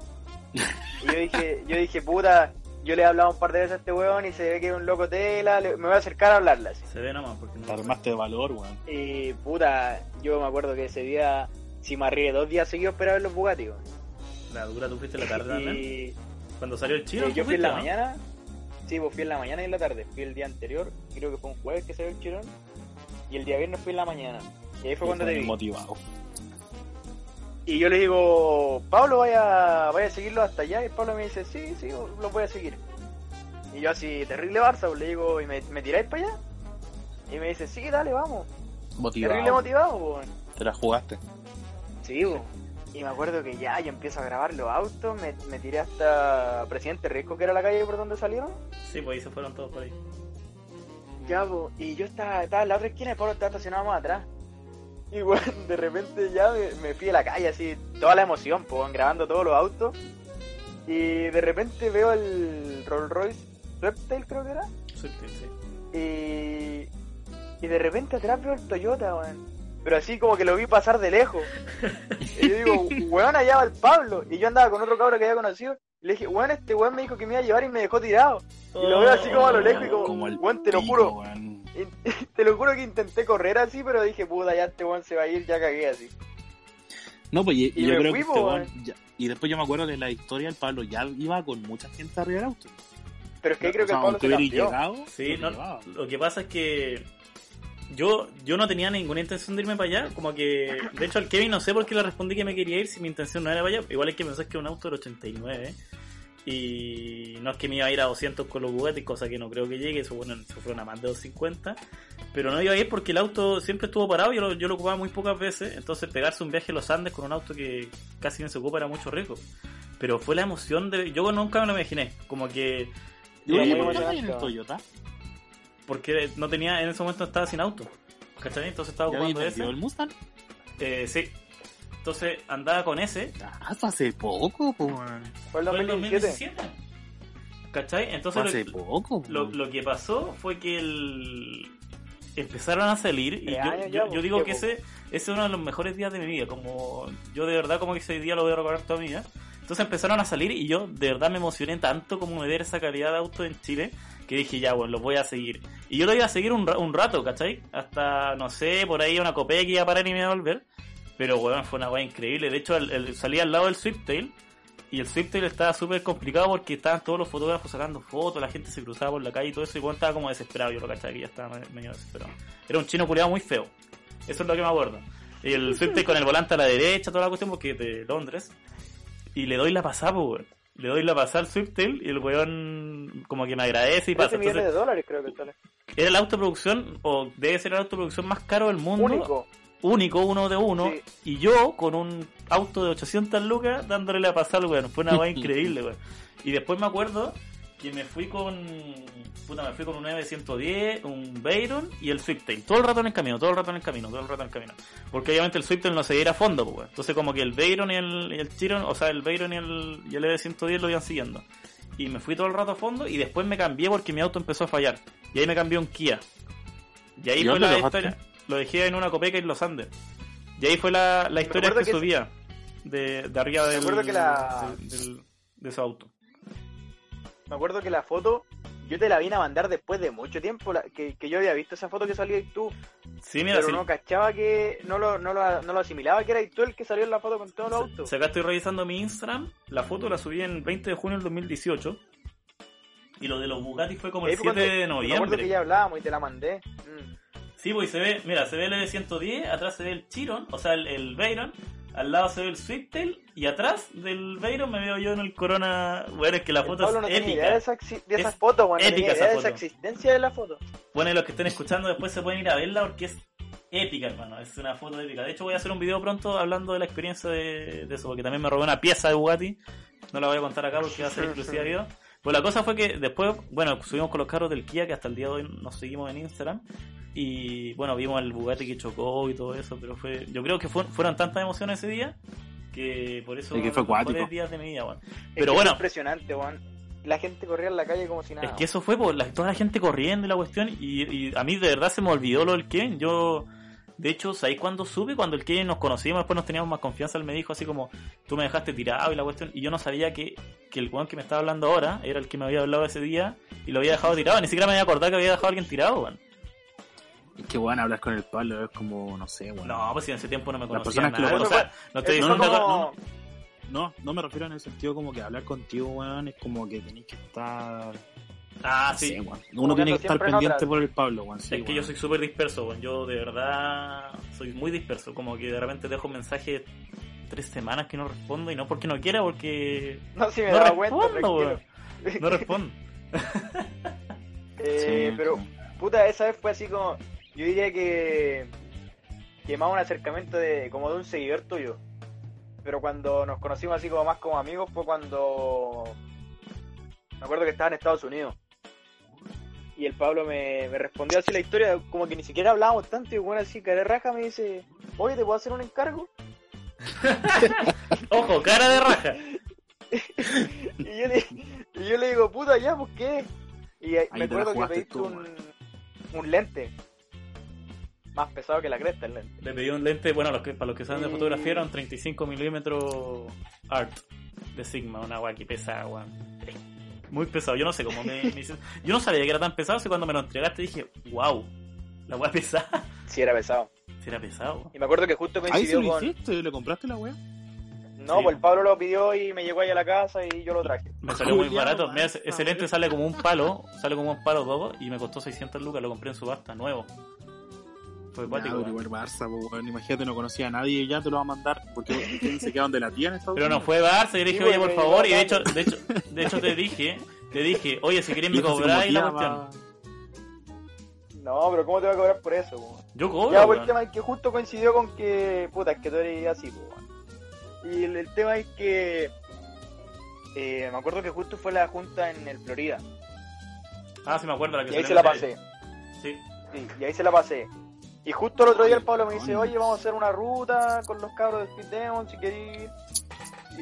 S2: Y yo dije, yo dije, puta, yo le he hablado un par de veces a este weón y se ve que es un loco tela, le- me voy a acercar a hablarle así.
S1: Se ve nomás, porque no.
S3: Te armaste de valor, weón.
S2: Y puta, yo me acuerdo que ese día, si me arriesgué dos días seguidos para ver los Bugatti. weón.
S1: La dura, tú fuiste en la tarde también.
S2: Y
S1: Cuando salió el chino,
S2: eh, yo
S1: tú
S2: fui en la
S1: fuiste, ¿no?
S2: mañana, sí, pues fui en la mañana y en la tarde. Fui el día anterior, creo que fue un jueves que salió el chirón. Y el día viernes fui en la mañana. Y ahí fue cuando te
S3: Estoy
S2: vi.
S3: motivado.
S2: Y yo le digo, Pablo, vaya, vaya a seguirlo hasta allá. Y Pablo me dice, sí, sí, lo voy a seguir. Y yo así, terrible Barça, pues, le digo, ¿y me, me tiráis para allá? Y me dice, sí, dale, vamos. Terrible
S3: Motivado.
S2: motivado, pues. weón.
S3: Te la jugaste.
S2: Sí, bo. y me acuerdo que ya yo empiezo a grabar los autos, me, me tiré hasta Presidente Riesgo, que era la calle por donde salieron.
S1: Sí, pues ahí se fueron todos por ahí.
S2: Ya, bo. y yo estaba, estaba en la otra esquina y Pablo estaba estacionado más atrás. Y bueno, [LAUGHS] de repente ya me, me fui a la calle, así, toda la emoción, pues, grabando todos los autos. Y de repente veo el Rolls Royce Reptile, creo que era,
S1: Sí, sí, sí.
S2: y Y, y de repente atrás veo el Toyota, weón. Pero así como que lo vi pasar de lejos. Y yo digo, weón, allá va el Pablo. Y yo andaba con otro cabro que había conocido. Y le dije, weón, este weón me dijo que me iba a llevar y me dejó tirado. Y lo veo así como a lo lejos y como,
S3: Como el
S2: weón, te lo
S3: pico,
S2: juro.
S3: weón.
S2: Y- te lo juro que intenté correr así, pero dije, puta, ya este weón se va a ir, ya cagué así.
S3: No, pues y,
S2: Y
S3: yo
S2: me
S3: creo
S2: fui,
S3: que
S2: po,
S3: este weón ya- y después yo me acuerdo de la historia del Pablo ya iba con mucha gente arriba del auto.
S2: Pero es que ahí creo
S3: O
S2: que
S3: sea,
S2: el Pablo
S3: aunque
S2: se
S3: hubiera
S2: cambió.
S3: llegado,
S1: Sí,
S3: lo
S1: no,
S3: llevaba.
S1: lo que pasa es que yo, yo no tenía ninguna intención de irme para allá. Como que, de hecho, al Kevin no sé por qué le respondí que me quería ir si mi intención no era para allá. Igual es que pensás que es un auto del 89 y no es que me iba a ir a 200 con los Bugatti, cosa que no creo que llegue. Eso, bueno, eso fueron a más de 250. Pero no iba a ir porque el auto siempre estuvo parado. Yo lo, yo lo ocupaba muy pocas veces. Entonces, pegarse un viaje a los Andes con un auto que casi no se ocupa era mucho riesgo. Pero fue la emoción de. Yo nunca me lo imaginé. Como que.
S3: Yo
S2: Sí,
S3: dije,
S1: eh,
S3: ¿por qué
S2: sí,
S3: andas
S2: sí.
S3: en el Toyota?
S1: porque no tenía, en ese momento estaba sin auto. ¿Cachai? Entonces estaba
S3: ¿Ya había
S1: ocupando ese.
S3: vendido el Mustang?
S1: Eh, sí. Entonces andaba con ese.
S3: Ah, fue hace poco, po, weón.
S2: Fue el
S1: Fue el
S2: 2017.
S1: 2017. ¿Cachai?
S3: Fue
S1: Entonces
S3: hace
S1: lo,
S3: poco. po.
S1: lo, lo que pasó fue que el... empezaron a salir y
S2: Eh,
S1: yo,
S2: años
S1: yo-
S2: ya,
S1: yo
S2: pues,
S1: digo
S2: qué
S1: que
S2: poco.
S1: ese, ese es uno de los mejores días de mi vida. Como yo de verdad como que ese día lo voy a recordar toda mi vida. Entonces empezaron a salir y yo de verdad me emocioné tanto como de ver esa calidad de auto en Chile que dije ya, bueno, los voy a seguir. Y yo lo iba a seguir un, ra- un rato, ¿cachai? Hasta, no sé, por ahí una copia que iba a parar y me iba a volver. Pero, weón, fue una weá increíble. De hecho, el- el- salí al lado del Swiftail y el Swiftail estaba súper complicado porque estaban todos los fotógrafos sacando fotos, la gente se cruzaba por la calle y todo eso. Y weón estaba como desesperado. Yo lo cachaba que ya estaba me- medio desesperado. Era un chino culeado muy feo. Eso es lo que me acuerdo. Y el Swiftail con el volante a la derecha, toda la cuestión, porque es de Londres. Y le doy la pasada, pues, weón. Le doy la pasada al Swiftail y el weón como que me agradece y
S2: 13
S1: pasa.
S2: millones de
S1: Entonces,
S2: dólares creo que sale.
S1: era la autoproducción, o debe ser la autoproducción más caro del mundo
S2: Único.
S1: único, uno de uno,
S2: Sí.
S1: y yo con un auto de 800 lucas dándole la pasada al weón. Fue una weá increíble, weón. Y después me acuerdo que me fui con. Puta, me fui con un 910, un Veyron y el Swiftail. Todo el rato en el camino, todo el rato en el camino, todo el rato en el camino. Porque obviamente el Swiftail no se iba a ir a fondo, pues, weón. Entonces, como que el Veyron y el, y el Chiron, o sea, el Veyron y el, y el E EV110 lo iban siguiendo. Y me fui todo el rato a fondo y después me cambié porque mi auto empezó a fallar. Y ahí me cambié a un Kia. Y ahí
S3: ¿Y
S1: fue
S3: dónde
S1: la
S3: lo dejaste?
S1: historia. Lo dejé en una copeca en los Andes. Y ahí fue la, la historia
S2: acuerdo
S1: que,
S2: que-
S1: subía de, de arriba del,
S2: acuerdo que la-
S1: de, del- de su auto.
S2: Me acuerdo que la foto yo te la vine a mandar después de mucho tiempo, la- que, que yo había visto esa foto que salía tú,
S1: Sí, mira,
S2: pero
S1: sí.
S2: no cachaba que no lo, no, lo, no lo asimilaba que eras tú el que salió en la foto con todos los autos.
S1: Si acá estoy revisando mi Instagram, la foto la subí en 20 de junio del 2018. Y lo de los Bugatti fue como
S2: Y ahí
S1: el
S2: fue
S1: 7
S2: cuando-
S1: de
S2: Me acuerdo que
S1: noviembre.
S2: ya hablábamos y te la mandé. Mm.
S1: Sí, pues y se ve, mira, se ve el EV110, atrás se ve el Chiron, o sea, el, el Veyron, al lado se ve el Swiftail, y atrás del Veyron me veo yo en el Corona. Bueno, es que la
S2: El
S1: foto
S2: Pablo
S1: es
S2: no tenía idea
S1: épica.
S2: de esa, exi- de esa
S1: Es
S2: foto, bueno, no
S1: épica
S2: tenía
S1: esa
S2: idea de esa
S1: foto.
S2: existencia de la foto.
S1: Bueno, y los que estén escuchando después se pueden ir a verla porque es épica, hermano. Es una foto épica. De hecho, voy a hacer un video pronto hablando de la experiencia de, de eso, porque también me robé una pieza de Bugatti. No la voy a contar acá porque va a ser exclusiva de video. Pues la cosa fue que después, bueno, subimos con los carros del Kia, que hasta el día de hoy nos seguimos en Instagram. Y bueno, vimos el Bugatti que chocó y todo eso, pero fue. Yo creo que fue- fueron tantas emociones ese día que por eso.
S3: Es que
S1: uno
S3: fue
S1: de los mejores
S3: cuático.
S1: días de mi vida, weón.
S2: Es que
S1: Pero
S2: fue
S1: bueno,
S2: Impresionante, weón. La gente corría en la calle como si nada.
S1: es que eso fue por la- toda la gente corriendo y la cuestión. Y, y a mí de verdad se me olvidó lo del Kevin. Yo, de hecho, ¿sabéis cuando supe? Cuando el Kevin nos conocimos, después nos teníamos más confianza. Él me dijo así como, tú me dejaste tirado y la cuestión. Y yo no sabía que, que el weón que me estaba hablando ahora era el que me había hablado ese día y lo había dejado tirado. Ni siquiera me había acordado que había dejado a alguien tirado, weón.
S3: Es que, weón, hablar con el Pablo es como, no sé, weón.
S1: No, pues si en ese tiempo no me conocía
S3: personas que lo
S1: nada. O sea, no estoy
S2: Eso
S1: diciendo
S2: fue
S1: que-
S2: como-
S3: No, no me refiero en el sentido como que hablar contigo, weón, es como que tenés que estar.
S1: Ah,
S3: no
S1: sí.
S3: sé, weón.
S2: Como
S3: Uno tiene que
S2: que ando
S3: estar
S2: siempre en
S3: pendiente
S2: otras.
S3: por el Pablo, weón. sí,
S1: es que yo
S3: weón.
S1: soy súper disperso, weón. Yo de verdad soy muy disperso. Como que de repente dejo mensajes tres semanas que no respondo y no porque no quiera, porque
S2: [LAUGHS] No, si me
S1: no
S2: daba cuenta,
S1: respondo, weón.
S2: tranquilo.
S1: No respondo.
S2: Eh,
S3: Sí,
S2: pero,
S3: sí.
S2: puta, esa vez fue así como. Yo diría que. Que más un acercamiento de como de un seguidor tuyo. Pero cuando nos conocimos así como más como amigos fue cuando. Me acuerdo que estaba en Estados Unidos. Y el Pablo me, me respondió así la historia, como que ni siquiera hablábamos tanto. Y bueno, así, cara de raja, me dice: Oye, ¿te puedo hacer un encargo?
S1: Ojo, cara de raja.
S2: Y yo le, y yo le digo: Puta, ya, ¿por qué? Y ahí-
S3: Ahí
S2: me
S3: te la
S2: acuerdo que
S3: jugaste
S2: pediste
S3: tú,
S2: un. un lente. Más pesado que la cresta el lente.
S1: Le pedí un lente, bueno, a los que, para los que saben de
S2: Y-
S1: fotografía, era un 35 milímetros art de Sigma, una agua que pesa, agua. Muy pesado, yo no sé cómo me, me hice- Yo no sabía que era tan pesado, así cuando me lo entregaste dije, wow, la agua [LAUGHS] pesada.
S2: Sí, era pesado.
S1: Si era pesado.
S2: Y me acuerdo que justo
S3: Ahí se
S2: coincidió
S3: lo
S2: con.
S3: hiciste, le compraste la weá.
S2: No,
S1: Sí.
S2: pues el Pablo lo pidió y me llegó ahí a la casa y yo lo traje.
S1: Me salió muy
S3: Julián,
S1: barato.
S3: man,
S1: Mira, ese-
S3: por
S1: ese
S3: favor.
S1: lente sale como un palo, sale como un palo todo y me costó 600 lucas, lo compré en subasta, nuevo. Fue
S3: Ya,
S1: cuático.
S3: pero
S1: weón.
S3: igual Barça, po, weón. imagínate, no conocía a nadie y ya te lo va a mandar [LAUGHS] porque ¿quién se quedan de la tía en Estados
S1: Pero no
S3: Unidos?
S1: fue Barça, y le dije,
S2: Sí,
S1: oye, por
S2: porque
S1: favor, y de hecho,
S2: igual
S1: de hecho, de hecho te dije, te dije, oye, si quieren
S3: Y
S1: me
S3: es así
S1: cobráis
S3: como,
S1: la
S3: tía,
S1: cuestión.
S3: va-
S2: No, pero ¿cómo te va a cobrar por eso? po?
S1: Yo
S2: Ya,
S1: cobro.
S2: pues el
S1: weón.
S2: tema es que justo coincidió con que, puta, es que tú eres así, pues, weón. Y el, el tema es que, eh, me acuerdo que justo fue la junta en el Florida,
S1: Ah, sí me acuerdo la que
S2: y ahí
S1: salió
S2: se la
S1: en tele.
S2: pasé,
S1: Sí.
S2: sí, y ahí se la pasé. Y justo el otro día el Pablo me dice, oye, vamos a hacer una ruta con los cabros de Speed Demon, si queréis. ir".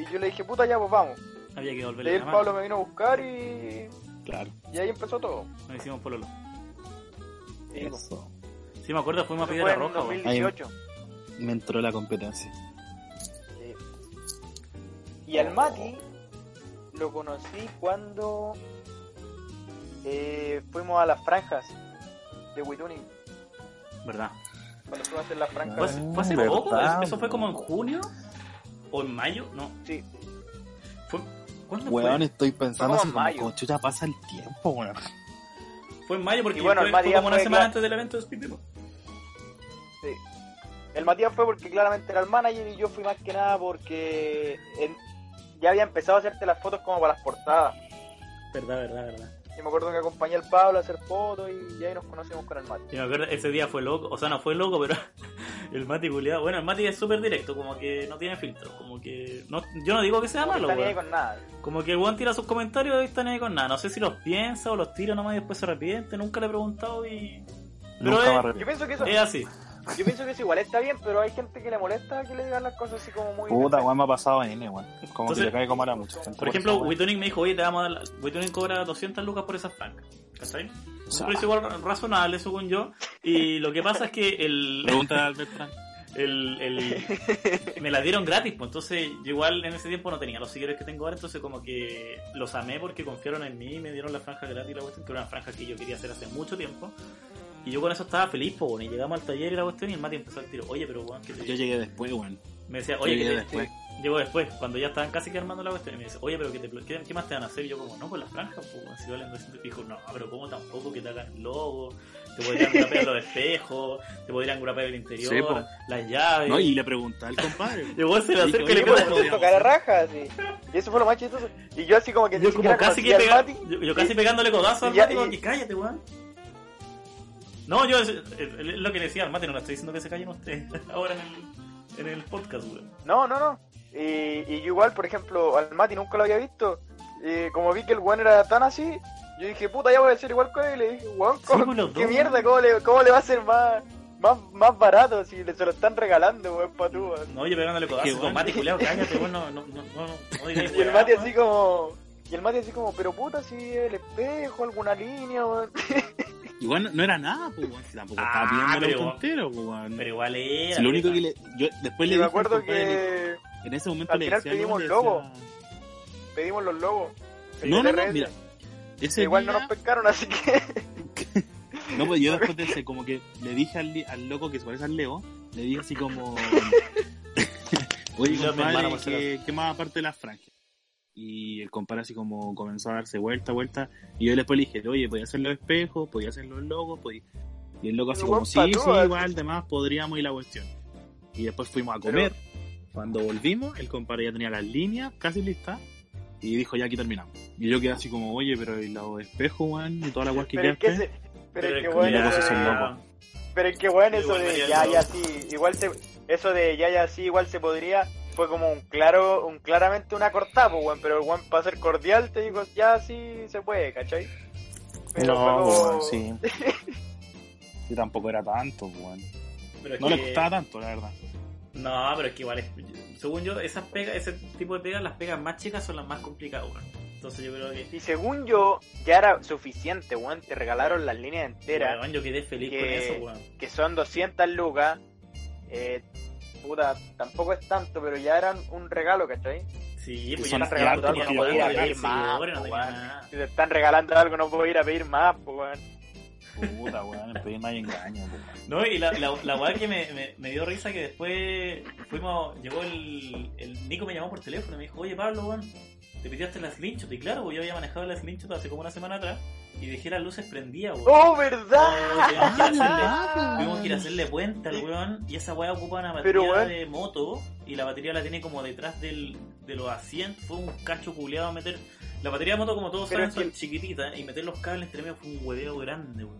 S2: Y yo le dije, puta, ya, pues vamos.
S1: Había que
S2: Y
S1: volverle
S2: ahí el
S1: la
S2: Pablo
S1: mano.
S2: me vino a buscar y,
S3: Claro,
S2: y ahí empezó todo.
S1: Nos hicimos pololo.
S2: Y, pues,
S3: eso.
S1: Sí me acuerdo, fuimos a
S2: eso
S1: Piedra
S2: fue en
S1: Roja, pues. weón.
S2: 2018.
S3: Me entró la competencia.
S2: Sí. Y
S1: Oh.
S2: al Mati lo conocí cuando eh, fuimos a las franjas de Wituning.
S1: ¿Verdad?
S2: Cuando fuimos a hacer las franjas.
S1: ¿Fue, hace- fue hace
S3: ¿verdad,
S1: poco? ¿Es- ¿Eso
S3: weón?
S1: fue como en junio? ¿O en mayo? No.
S2: Sí.
S1: Fue... ¿Cuándo
S3: Weón,
S1: fue?
S3: estoy pensando
S2: Fue como
S3: así
S2: en
S3: como,
S2: mayo.
S3: como chucha pasa el tiempo, weón.
S1: Fue en mayo porque
S2: Y bueno,
S1: fue,
S2: el Matías
S1: fue como una
S2: fue,
S1: semana
S2: claro.
S1: antes del evento de Speed Demon.
S2: sí. El Matías fue porque claramente era el manager y yo fui más que nada porque él ya había empezado a hacerte las fotos como para las portadas.
S1: Verdad, verdad, verdad.
S2: Y me acuerdo que acompañé al Pablo a hacer fotos y, y ahí nos conocimos con el Mati.
S1: Y me acuerdo, ese día fue loco, o sea, no fue loco, pero [LAUGHS] el Mati culiado. Bueno, el Mati es súper directo, como que no tiene filtro, como que. No, yo no digo que sea
S2: No
S1: malo,
S2: está ni ahí
S1: weón.
S2: con nada.
S1: Como que el weón tira sus comentarios y está ni ahí con nada. No sé si los piensa o los tira nomás y después se arrepiente. Nunca le he preguntado y. Pero
S3: Nunca
S1: es-
S3: me
S2: Yo
S3: arrepiento.
S2: pienso que eso,
S1: Es así.
S2: yo pienso que eso igual está bien, pero hay gente que le molesta que le digan las cosas así como muy [LAUGHS]
S3: Puta, weón, me ha pasado en N, weón. Como
S1: Entonces-
S3: que le cae como a mucha gente.
S1: Por ejemplo, Wituning me dijo, oye, te vamos a dar. la- Wituning cobra 200 lucas por esas francas. ¿Cachai?
S3: O
S1: Un
S3: sea,
S1: precio igual razonable, según yo. Y lo que pasa es que el. [LAUGHS]
S3: Pregunta a Albert Frank.
S1: el, el- me la dieron gratis, pues entonces yo igual en ese tiempo no tenía los seguidores que tengo ahora, entonces como que los amé porque confiaron en mí y me dieron la franja gratis, la cuestión, que era una franja que yo quería hacer hace mucho tiempo. Y yo con eso estaba feliz, pues, bueno, y llegamos al taller y la cuestión y el Mati empezó el tiro, oye, pero weón, que te-
S3: Yo llegué después, weón.
S1: me decía,
S3: Yo
S1: oye, que
S3: llegué
S1: te-
S3: después.
S1: Llegó después, cuando ya estaban casi que armando la cuestión, y me dice, oye, pero que te, ¿qué, qué más te van a hacer? Y yo como, no, con las franjas, pues, weón, si valen 200. Y dijo, no, pero ¿cómo tampoco que te hagan el logo? Te podrían grapear los espejos, te podrían grapear el interior,
S3: Sí, po.
S1: las llaves.
S3: No, y le pregunté
S1: [LAUGHS]
S3: al compadre.
S1: Llegó, se le
S3: Y
S1: acerca y
S3: que
S1: le
S3: oye,
S1: queda...
S3: ¿cómo
S2: Podíamos tocar a rajas, sí. Y eso fue lo más chistoso. Y yo así como que ni
S1: Yo como
S2: siquiera
S1: casi que
S2: conocía al
S1: pega-
S2: Mati.
S1: yo, yo casi pegándole codazo al
S2: Ya,
S1: Mati,
S2: y-
S1: weón, y cállate, weón. No, yo es, es- es lo que le decía al Mati, no le estoy diciendo que se callen ustedes [LAUGHS] ahora en el, en el podcast, weón.
S2: No, no, no. Y, y yo igual, por ejemplo, al Mati nunca lo había visto. Y como vi que el weón era tan así, yo dije, puta, ya voy a ser igual con él. Y le dije, weón,
S1: Sí,
S2: ¿cómo-
S1: pues, los
S2: ¿qué
S1: dos,
S2: mierda?
S1: weón.
S2: ¿Cómo le, ¿Cómo le va a ser más, más, más barato si le, se lo están regalando, weón, pa' tú, weón?
S1: No, yo pegándole codazo
S3: weón.
S1: con Mati, culiao, cállate, weón, no, no, no, no, no digáis,
S2: [LAUGHS] Y el
S1: weón,
S2: Mati
S3: pues.
S1: weón.
S2: así como... Y el Mati así como, pero puta, si el espejo, alguna línea, weón.
S3: Igual no, no era nada, pues, weón. Si tampoco
S1: Ah,
S3: estaba pidiendo
S1: pero-
S3: el auto entero, pues, weón.
S1: Pero igual era.
S3: Si lo único
S1: weón.
S3: que le. Yo después le
S2: Y me
S3: dije al
S2: acuerdo
S3: compadre, le-
S2: que
S3: En ese momento
S2: Al
S3: le
S2: final
S3: decía,
S2: pedimos
S3: le
S2: lobo.
S3: decía-
S2: pedimos los logos. El
S3: No, no, no,
S2: TRS.
S3: mira. Ese
S2: Igual
S3: día-
S2: no nos pescaron, así que...
S3: No, pues yo después de ese, como que le dije al, li- al loco que se parece al Leo, le dije así
S2: [LAUGHS]
S3: como. Oye,
S1: Yo me
S3: compadre,
S1: hermano, por si
S3: ¿qué, qué más aparte de las franjas? Y el compadre así como comenzó a darse vuelta, vuelta. Y yo después le dije, oye, podía hacer los espejos, podía hacer los logos, podía. Y el loco así
S2: Pero
S3: como,
S2: buen
S3: sí, sí,
S2: patúa".
S3: igual, demás, podríamos ir la cuestión. Y después fuimos a comer. Cuando volvimos, el compadre ya tenía las líneas casi listas. Y dijo, ya aquí terminamos. Y yo quedé así como, oye, pero el lado de espejo, weón, y toda la guas que
S2: Pero es que,
S3: quedaste.
S2: ese- pero es que
S1: el
S2: bueno,
S3: culiao
S1: culiao
S3: se
S2: eh,
S3: hizo loco.
S1: era-
S2: pero es que bueno, eso
S1: Igual
S2: de
S1: María
S2: ya
S1: no.
S2: ya sí, igual se, eso de ya ya sí, igual se podría, fue como un claro, un claramente una cortada, pues, weón, pero el weón para ser cordial te digo ya sí se puede, ¿cachai? Pero fue
S3: No, pues,
S2: como-
S3: weón, sí. Y tampoco era tanto, weón.
S1: pero es
S3: No le
S1: que-
S3: costaba tanto, la verdad.
S1: No, pero es que igual, es- según yo, esas pegas, ese tipo de pegas, las pegas más chicas son las más complicadas, weón. Entonces yo creo que.
S2: Y según yo, ya era suficiente, weón. Te regalaron las líneas enteras,
S1: Weón, yo quedé feliz
S2: que-
S1: con eso, weón.
S2: que son 200 lucas. Eh, puta, tampoco es tanto, pero ya eran un regalo, ¿cachai?
S1: Sí, pues
S3: son
S1: yo no
S2: regalos
S1: tenía-
S2: porque
S1: no tenía nada,
S2: no podía
S1: seguidores,
S2: ir más,
S1: no tenía
S2: weón.
S1: nada.
S2: Si te están regalando algo, no puedo ir a pedir más, pues, weón.
S3: Puta, weón, el pedir no hay engaño, po.
S1: No, y la, la, la weá que me, me, me dio risa que después fuimos, llegó el, el Nico me llamó por teléfono y me dijo, oye Pablo, weón, te pidiste la Slingshot. Y claro, weón, yo había manejado la Slingshot hace como una semana atrás y dejé las luces prendidas, weón.
S2: ¡Oh, verdad!
S1: Tuvimos que hacerle- tuvimos que ir a hacerle puente al weón y esa weá ocupa una batería
S2: Pero, weón.
S1: de moto y la batería la tiene como detrás del, de los asientos. Fue un cacho culeado meter. La batería de moto, como todos saben,
S2: Pero es que-
S1: son chiquititas y meter los cables entre medio fue un hueveo grande, weón.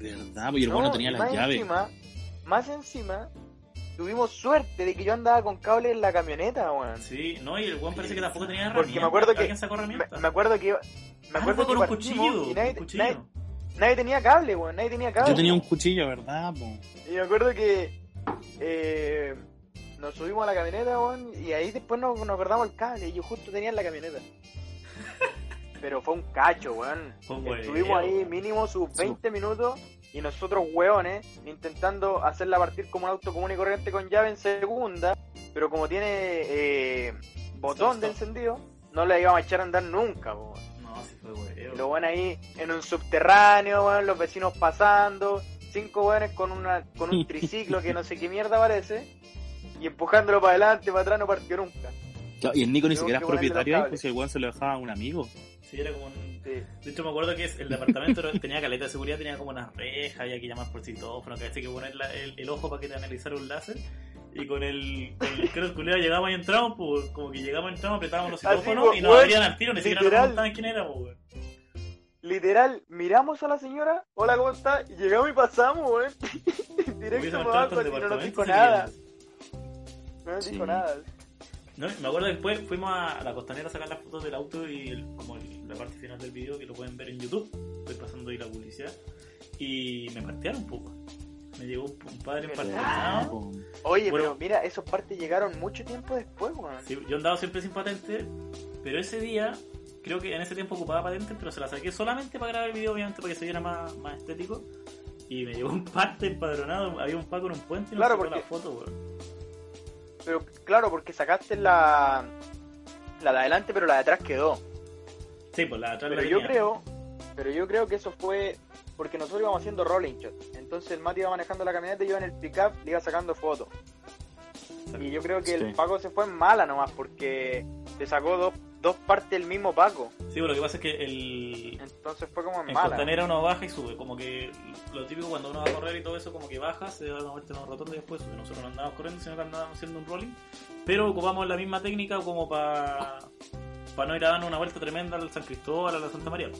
S3: De verdad, pues, y el
S2: No,
S3: bueno tenía
S2: y
S3: las
S2: más
S3: llaves.
S2: Encima, más encima, tuvimos suerte de que yo andaba con cables en la camioneta, weón.
S1: Sí, no, y el weón parece que tampoco tenía herramientas.
S2: Porque me acuerdo que-
S1: ¿Alguien sacó
S2: Me,
S1: herramientas?
S2: me acuerdo que iba- me
S1: Ah,
S2: acuerdo
S1: fue
S2: que
S1: con un
S2: partimos
S1: cuchillo.
S2: y nadie,
S1: un cuchillo.
S2: nadie- nadie tenía cable, weón, nadie tenía cable.
S3: Yo tenía un cuchillo, ¿verdad? po?
S2: Y me acuerdo que eh, nos subimos a la camioneta, weón, y ahí después nos, nos acordamos el cable, y yo justo tenía en la
S1: [LAUGHS]
S2: camioneta. Pero fue un cacho, weón.
S1: Fue un
S2: Estuvimos
S1: hueveo.
S2: ahí mínimo sus
S3: Sí.
S2: 20 minutos y nosotros, hueones, intentando hacerla partir como un auto común y corriente con llave en segunda, pero como tiene eh, botón de
S1: Stop,
S2: encendido, no la íbamos a echar a andar nunca, po, weón.
S1: No, sí fue hueveo.
S2: Los weones ahí en un subterráneo, weón, los vecinos pasando, cinco weones con una con
S1: [LAUGHS]
S2: un triciclo que no sé qué mierda parece, y empujándolo para adelante, para atrás no partió nunca.
S3: Claro, y el Nico ni
S2: Tengo
S3: siquiera
S2: que
S3: es
S2: ponerle los
S3: propietario ahí,
S2: cables.
S3: pues el weón se lo dejaba a un amigo.
S1: Sí, era como un...
S2: Sí.
S1: De hecho, me acuerdo que es- el departamento era- tenía caleta de seguridad, tenía como unas rejas, había que llamar por citófono, que había que poner la- el, el ojo para que te analizara un láser. Y con el, con el creo culeado llegábamos y entrábamos, pues, como que llegábamos, entrábamos, apretábamos los
S2: Así,
S1: citófonos
S2: pues,
S1: y nos
S2: weón,
S1: abrían al tiro, ni siquiera nos
S2: literal.
S1: preguntaban quién era, pues, weón.
S2: Literal, miramos a la señora, hola, ¿cómo está? Y llegamos y pasamos, weón. [LAUGHS] Directo
S1: Hubiésemos
S2: para
S1: entrado hasta
S2: abajo,
S1: el
S2: y no nos
S1: departamento,
S2: dijo
S1: si
S2: nada.
S1: queríamos.
S2: No nos dijo
S3: Sí.
S2: nada.
S1: No, me acuerdo que después fuimos a a la costanera a sacar las fotos del auto y el- como el- la parte final del video que lo pueden ver en YouTube. Estoy pasando ahí la publicidad. Y me partearon un poco. Me llegó un un padre
S2: ¿Verdad?
S1: parteado.
S3: Po.
S2: Oye,
S1: Bueno.
S2: pero mira, esos partes llegaron mucho tiempo después, weón.
S1: Sí, yo andaba siempre sin patente, pero ese día, creo que en ese tiempo ocupaba patente, pero se la saqué solamente para grabar el video, obviamente para que se viera más, más estético. Y me llegó un parte empadronado, había un paco en un puente y me
S2: Claro,
S1: sacó
S2: porque-
S1: la foto, weón.
S2: Pero claro, porque sacaste la, la de adelante, pero la de atrás quedó.
S1: Sí, pues la de atrás
S2: Pero
S1: la
S2: yo
S1: tenía.
S2: creo, pero yo creo que eso fue porque nosotros íbamos haciendo rolling shot. Entonces el Mati iba manejando la camioneta y yo en el pickup le iba sacando fotos. Y yo creo que
S3: Sí.
S2: el Paco se fue en mala nomás porque te sacó dos, dos partes del mismo Paco.
S1: Sí, pues lo que pasa es que el,
S2: Entonces fue como en,
S1: En
S2: mala.
S1: Costanera uno baja y sube, como que lo típico cuando uno va a correr y todo eso, como que baja, se da una vuelta en un rotondo y después sube. Nosotros no andábamos corriendo, sino que andábamos haciendo un rolling, pero ocupamos la misma técnica como para no ir a darnos una vuelta tremenda al San Cristóbal, a la Santa María.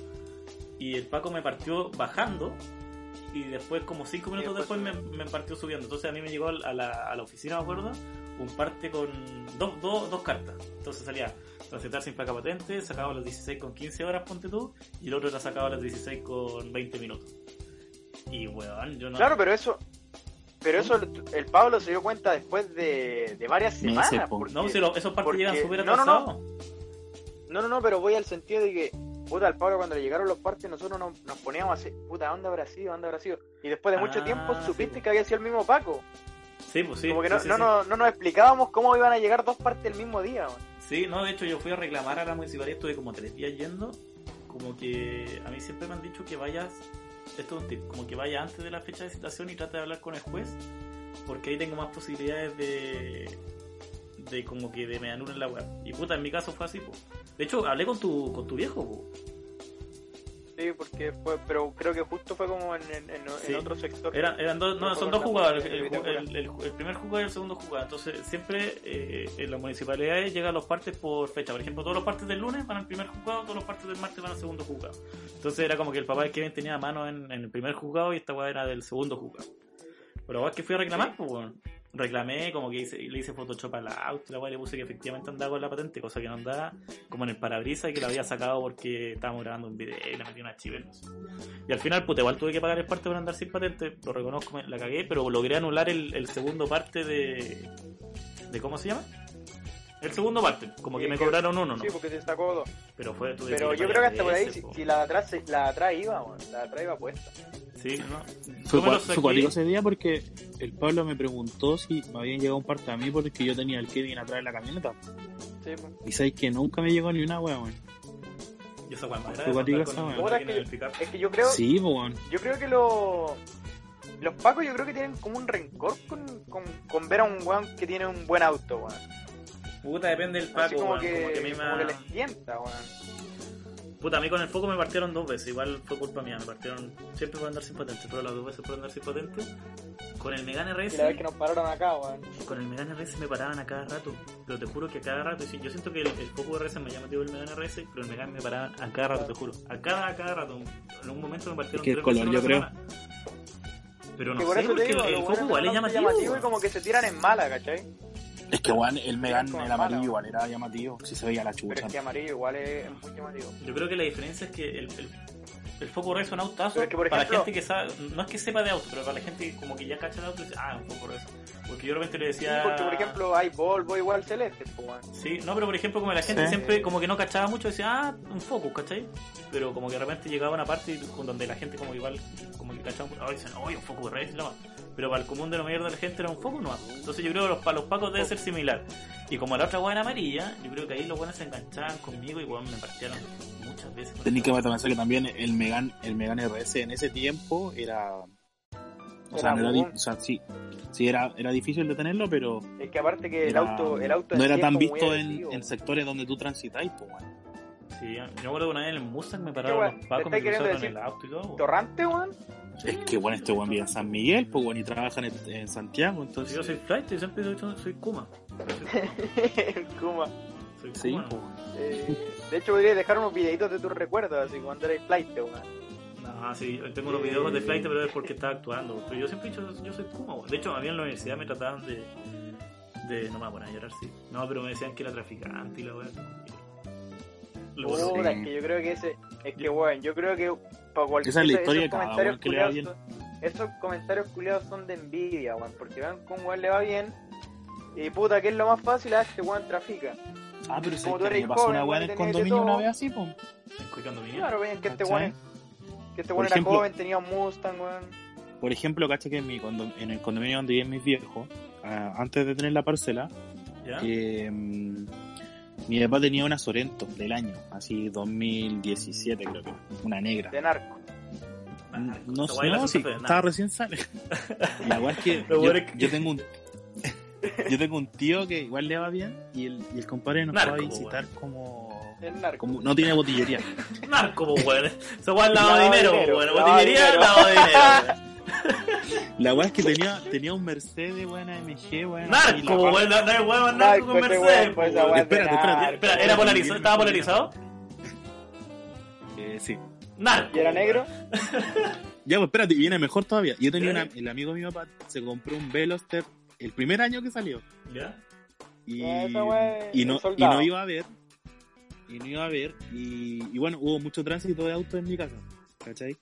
S1: Y el Paco me partió bajando y después, como cinco minutos
S2: Y
S1: después,
S2: después
S1: me, me partió subiendo. Entonces a mí me llegó a la, a la oficina, me acuerdo, un parte con dos, dos, dos cartas. Entonces salía transitar sin placa patente, sacaba las 16 con 15 horas, ponte tú, y el otro la sacaba las 16 con 20 minutos. Y weón, yo no.
S2: Claro, pero eso. Pero eso el, el Pablo se dio cuenta después de, de varias
S3: Me dice,
S2: semanas.
S3: po.
S2: porque-
S1: No, si lo- esos partes
S2: porque-
S1: llegan súper
S2: no, no,
S1: atrasados.
S2: no. No, no, no, pero voy al sentido de que, puta, al Pablo cuando le llegaron los partes, nosotros nos, nos poníamos así, puta, onda habrá sido, onda habrá sido. Y después de mucho
S1: Ah,
S2: tiempo
S1: sí,
S2: supiste
S1: pues.
S2: que había sido el mismo Paco.
S1: Sí, pues sí.
S2: Como que
S1: sí,
S2: no,
S1: sí,
S2: no,
S1: sí.
S2: nos- no nos explicábamos cómo iban a llegar dos partes el mismo día, weón.
S1: Sí, no, de hecho yo fui a reclamar a la municipalidad, estuve como tres días yendo, como que a mí siempre me han dicho que vayas, esto es un tip, como que vaya antes de la fecha de citación y trate de hablar con el juez, porque ahí tengo más posibilidades de, de como que de me anulen la web. Y puta, en mi caso fue así, po. De hecho, hablé con tu, con tu viejo, po.
S2: Sí, porque fue, pero creo que justo fue como en, en- en- en
S1: Sí.
S2: otro sector.
S1: Eran, eran dos, no,
S2: No
S1: son
S2: puedo
S1: dos
S2: hablar
S1: jugadores,
S2: de-
S1: el,
S2: de
S1: ju- el- el- el primer jugador y el segundo jugador. Entonces, siempre eh, en las municipalidades llegan los partes por fecha. Por ejemplo, todos los partes del lunes van al primer juzgado, todos los partes del martes van al segundo juzgado. Entonces, era como que el papá de Kevin tenía mano en, en el primer juzgado y esta weá era del segundo juzgado. Pero la es que fui a reclamar, pues bueno, reclamé, como que hice- le hice Photoshop al auto, y la weá le puse que efectivamente andaba con la patente, cosa que no andaba como en el parabrisas y que la había sacado porque estábamos grabando un video y le metí una chiva. no sé. Y al final, puta, igual tuve que pagar el parte por andar sin patente, lo reconozco, me- la cagué, pero logré anular el, el segundo parte de. ¿De cómo se llama? El segundo parte, como
S2: Sí,
S1: que me
S2: que-
S1: cobraron uno, ¿no?
S2: Eh, Sí, porque se sacó dos.
S1: Pero fue tuve
S2: Pero
S1: que ir
S2: yo creo que
S1: varias
S2: hasta por ahí, si,
S1: veces, po.
S2: si la de atrás, se- la de atrás iba, weón, la de atrás iba puesta.
S1: Sí, no.
S3: Fue,
S1: Yo me
S3: cua-
S1: lo
S3: fue
S1: saqué.
S3: cuático ese día porque el Pablo me preguntó si me habían llegado un parte a mí porque yo tenía el Kevin atrás de la camioneta.
S2: Sí, pues.
S3: Y sabéis que nunca me llegó ni una wea, weón.
S1: Y esa weá es más
S3: Fue
S1: grave,
S3: cuático
S1: andar
S3: esa
S1: con
S3: weá.
S1: la
S2: Ahora
S1: máquina
S2: que-
S1: del pick-up.
S2: Es que yo creo,
S3: Sí, po, weón.
S2: yo creo que los los pacos yo creo que tienen como un rencor con, con, con ver a un weón que tiene un buen auto, weón.
S1: Puta, depende del
S2: Así
S1: paco,
S2: como
S1: Ah, pues, weón,
S2: que,
S1: como que a mí me
S2: como que
S1: ha-
S2: les tienta, weón.
S1: Puta, a mí con el foco me partieron dos veces, igual fue culpa mía, me partieron siempre por andar sin patente, pero las dos veces por andar sin patente. Con el Megane
S2: Y
S1: RS,
S2: la vez que nos pararon acá, weón.
S1: con el Megane RS me paraban a cada rato, pero te juro que a cada rato, y sí, yo siento que el, el foco RS me había metido el Megane RS, pero el Megane me paraban a cada rato, te juro, a cada, a cada rato, en un momento me partieron
S3: Es que el
S1: tres veces
S3: color,
S1: en una
S3: yo creo.
S1: semana. Pero no
S2: Que por
S1: sé,
S2: eso te
S1: porque
S2: digo,
S1: el,
S2: los
S1: el foco
S2: weones
S1: igual es
S2: son
S1: llamativo.
S2: y como que se tiran en mala, ¿cachai?
S3: Es que, weón, el Megan,
S2: Como
S3: el
S2: mala,
S3: amarillo
S2: weón.
S3: igual era llamativo. Si se veía la
S2: Pero
S3: chucha.
S2: es que amarillo igual es muy llamativo.
S1: Yo creo que la diferencia es que el, el, el Foco Res es un autazo
S2: Pero es que, por
S1: para la
S2: ejemplo-
S1: gente que sabe, no es que sepa de auto, pero para la gente que como que ya cacha de auto dice, ah, un Foco Res. Porque yo de repente le
S2: Sí,
S1: decía...
S2: porque por ejemplo hay Volvo igual celeste, pues, weón.
S1: Sí, no, pero por ejemplo como la gente
S3: Sí.
S1: siempre como que no cachaba mucho, decía, ah, un Focus, ¿cachai? Pero como que de repente llegaba una parte y- con donde la gente como que igual, como que cachaba, ah, dicen, oye, un Focus Res, no. Pero para el común de la mayoría de la gente era un Focus, no. Entonces yo creo que los, para los pacos debe ser similar. Y como la otra buena amarilla, yo creo que ahí los buenos se enganchaban conmigo y bueno, me partieron muchas veces. con
S3: Tenéis
S1: esa
S3: que pensar que también el Megan, el Megan RS en ese tiempo era. O sea,
S2: Era
S3: no era,
S2: bobón.
S3: di- o sea sí, sí era, era difícil de tenerlo, pero
S2: Es que aparte que el
S3: era-
S2: auto, el auto
S3: no
S2: en
S3: era
S2: sí es
S3: tan
S2: como muy
S3: visto en,
S2: agresivo.
S3: en sectores donde tú transitáis, pues, weón.
S1: Sí, yo me acuerdo que una vez en el Mustang me pararon
S2: weón?
S1: los
S2: ¿Te
S1: pacos, me
S2: estás queriendo
S1: cruzaron
S2: decir
S1: el auto y todo. weón.
S2: Torrante, weón. [LAUGHS]
S3: Es que, bueno, este weón vive en San Miguel, pues, weón, y trabaja en, en Santiago,
S1: Si
S3: entonces.
S1: Yo soy flight, yo siempre he dicho soy Kuma. Soy Kuma,
S2: El Kuma.
S1: soy
S3: Sí,
S1: Kuma,
S3: pues,
S1: no.
S3: weón.
S2: Eh, de hecho, podrías dejar unos videitos de tus recuerdos, así cuando eres flight, weón.
S1: No, Ah, sí, yo tengo los videos de flight, pero es porque estaba actuando. Pero yo siempre he dicho, yo soy Kuma. weón. De hecho, a mí en la universidad me trataban de... de no me voy a poner a llorar, sí. No, pero me decían que era traficante y la weá. Luego,
S3: Oh,
S2: Puta,
S3: sí.
S2: es que yo creo que ese. Es que, weón, yo creo que. Para cualquier,
S3: Esa es la historia de
S2: esos
S3: cada
S2: comentarios
S3: weón que le va
S2: culiados son- Esos comentarios culiados son de envidia, weón. Porque vean cómo un weón le va bien. Y puta, que es lo más fácil, a este weón trafica.
S3: Ah, pero sí,
S2: Como tú
S3: que me
S2: eres
S3: pasó una
S2: joven,
S3: weá
S2: weón,
S3: en
S2: tenés
S3: el
S2: de
S3: condominio
S2: todo.
S3: una vez así, pues.
S1: estoy condominio.
S2: Claro, vean que este
S3: ¿Cachai?
S2: weón. Que este
S3: Por
S2: weón era
S3: ejemplo-
S2: joven, tenía un Mustang, weón.
S3: Por ejemplo, caché que en, mi condo- en el condominio donde viven mis viejos, ah, antes de tener la parcela,
S1: ¿Ya?
S3: que, mm, mi papá tenía una Sorento del año, así 2017 creo que, una negra. Mm,
S2: De narco.
S1: Ah,
S3: No
S1: esa
S3: sé,
S1: weá la
S3: no, sí,
S1: sufre de nada.
S3: estaba
S1: [LAUGHS]
S3: recién sale. La weá es que
S1: Lo
S3: yo,
S1: bueno es que- [LAUGHS]
S3: yo tengo un yo tengo un tío que igual le va bien y el, y el compadre nos
S1: Narco,
S3: fue a visitar como,
S2: Es narco.
S3: como no tiene botillería.
S1: Narco, pues, weón. Esa weá es lavado
S2: [LAUGHS]
S1: de
S2: Lavado de
S1: dinero,
S2: dinero,
S1: weón.
S2: lavado de
S1: Botillería,
S2: dinero.
S1: lavado de dinero, weón.
S3: La weá es que tenía, tenía un Mercedes, buena MG, buena. y la
S1: Narco,
S3: weá-
S1: weón. No no hay huevo, narco
S2: Narco,
S1: con
S2: este weón,
S1: Mercedes,
S2: pues
S1: pues,
S2: esa
S1: weón.
S2: weón.
S3: Espérate, espérate.
S1: Espera, ¿era polarizado? ¿Estaba polarizado?
S3: Eh, sí.
S1: Narco.
S2: ¿Y era negro?
S3: Ya, pues espérate, y viene mejor todavía. Yo tenía una,
S1: ¿Eh?
S3: el amigo de mi papá se compró un Veloster el primer año que salió.
S1: ¿Ya?
S3: Y,
S2: Ya, esa weá es
S3: y no,
S2: un
S3: y no
S2: soldado.
S3: iba a ver. Y no iba a ver. Y, y bueno, hubo mucho tránsito de autos en mi casa. ¿Cachai?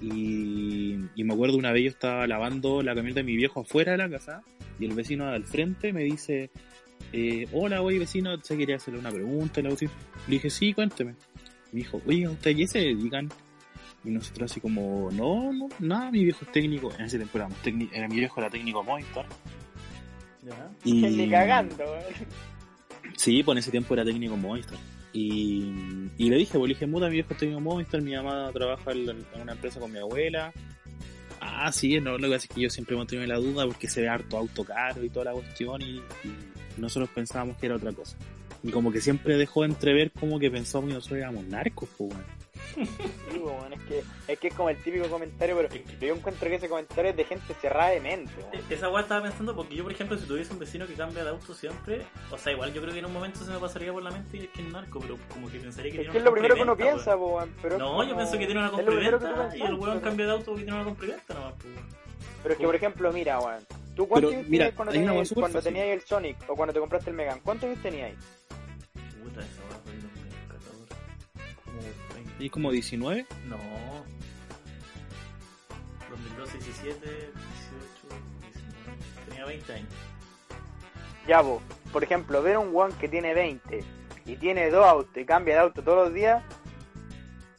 S3: Y, y me acuerdo una vez yo estaba lavando la camioneta de mi viejo afuera de la casa. Y el vecino al frente me dice: eh, Hola, oye vecino, te quería hacerle una pregunta. y la cuestión. Le dije: Sí, cuénteme. Me dijo: Oye, ¿a ustedes ya se dedican? Y nosotros así como, no, no, nada, mi viejo es técnico. En ese tiempo éramos técnico, era mi viejo era técnico Movistar.
S1: ¿Ya?
S2: [LAUGHS]
S3: Y,
S2: Ni cagando, weón.
S3: Sí, pues en ese tiempo era técnico Movistar. Y, y le dije, pues le dije, muta, mi viejo es técnico Movistar, mi mamá trabaja en en una empresa con mi abuela. Ah, sí, no, lo que pasa es que yo siempre mantengo la duda porque se ve harto auto caro y toda la cuestión y, y nosotros pensábamos que era otra cosa. Y como que siempre dejó de entrever como que pensábamos que nosotros éramos narcos, pues bueno.
S2: Sí, po, weón, es que es que es como el típico comentario, pero yo encuentro que ese comentario es de gente cerrada de mente.
S1: Eh,
S2: weón.
S1: Esa weá estaba pensando porque yo, por ejemplo, si tuviese un vecino que cambia de auto siempre, o sea, igual yo creo que en un momento se me pasaría por la mente que es narco, pero como que pensaría que
S2: Es
S1: tiene
S2: que es
S1: una
S2: lo primero que uno
S1: compra y venta,
S2: piensa, po, weón,
S1: weón.
S2: pero es
S1: No, yo
S2: como-
S1: pienso que tiene una
S2: es lo primero que tú
S1: complementa y el
S2: pensás,
S1: weón
S2: pero-
S1: cambia de auto porque tiene una complementa nomás, pues, weón.
S2: Pero es que, por ejemplo, mira, weón, ¿tú cuántos
S3: Pero,
S2: años
S3: mira,
S2: tenías cuando,
S3: hay una
S2: tenías,
S3: weá súper
S2: cuando
S3: fácil.
S2: tenías el Sonic o cuando te compraste el Megan? ¿Cuántos años tenías?
S1: Puta, esa weá fue el 2014. Como 20.
S3: Y como 19,
S1: No. 2012, 17, 18, 19. Tenía 20 años.
S2: Ya, vos. por ejemplo, ver a un weón que tiene 20 y tiene dos autos y cambia de auto todos los días,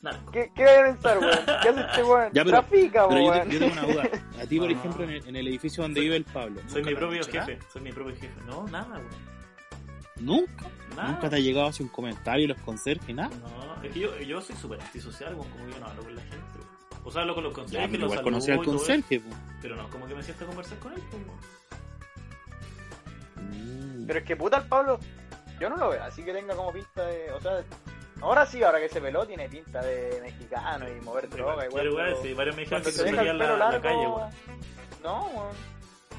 S1: Narco.
S2: ¿qué, qué vaya a pensar, weón? ¿Qué hace este weón?
S3: Ya, pero-
S2: Trafica,
S3: Pero yo,
S2: weón.
S3: te- yo tengo una duda. A ti, por
S1: Ah.
S3: ejemplo, en el, en el edificio donde
S1: Soy-
S3: vive el Pablo.
S1: Soy
S3: ¿nunca
S1: mi
S3: te
S1: propio
S3: han hecho
S1: jefe, soy mi propio jefe. No, nada, weón.
S3: nada? ¿Nunca?
S1: Nada.
S3: ¿Nunca te ha llegado así un comentario, los conserjes, nada?
S1: No, es que yo, yo soy súper antisocial, weón, como yo no hablo con la gente. weón. O sea, hablo con los
S3: Ya,
S1: consejos,
S3: pero
S1: los
S3: igual conocer al
S1: saludo y todo eso,
S3: conserje, pues. po.
S1: Pero no, como que me siento a conversar con él, pues, weón.
S3: Mm.
S2: Pero es que puta el Pablo, yo no lo veo, así que tenga como pinta de. O sea, ahora sí, ahora que se peló, tiene pinta de mexicano y mover droga y
S1: Pero,
S2: weón,
S1: weón,
S2: pero
S1: sí, varios me dijeron
S2: Cuando
S1: que
S2: se
S1: se
S2: deja
S1: veía
S2: el
S1: en la,
S2: pelo
S1: la
S2: largo. ah.
S1: calle, weón.
S2: No, weón.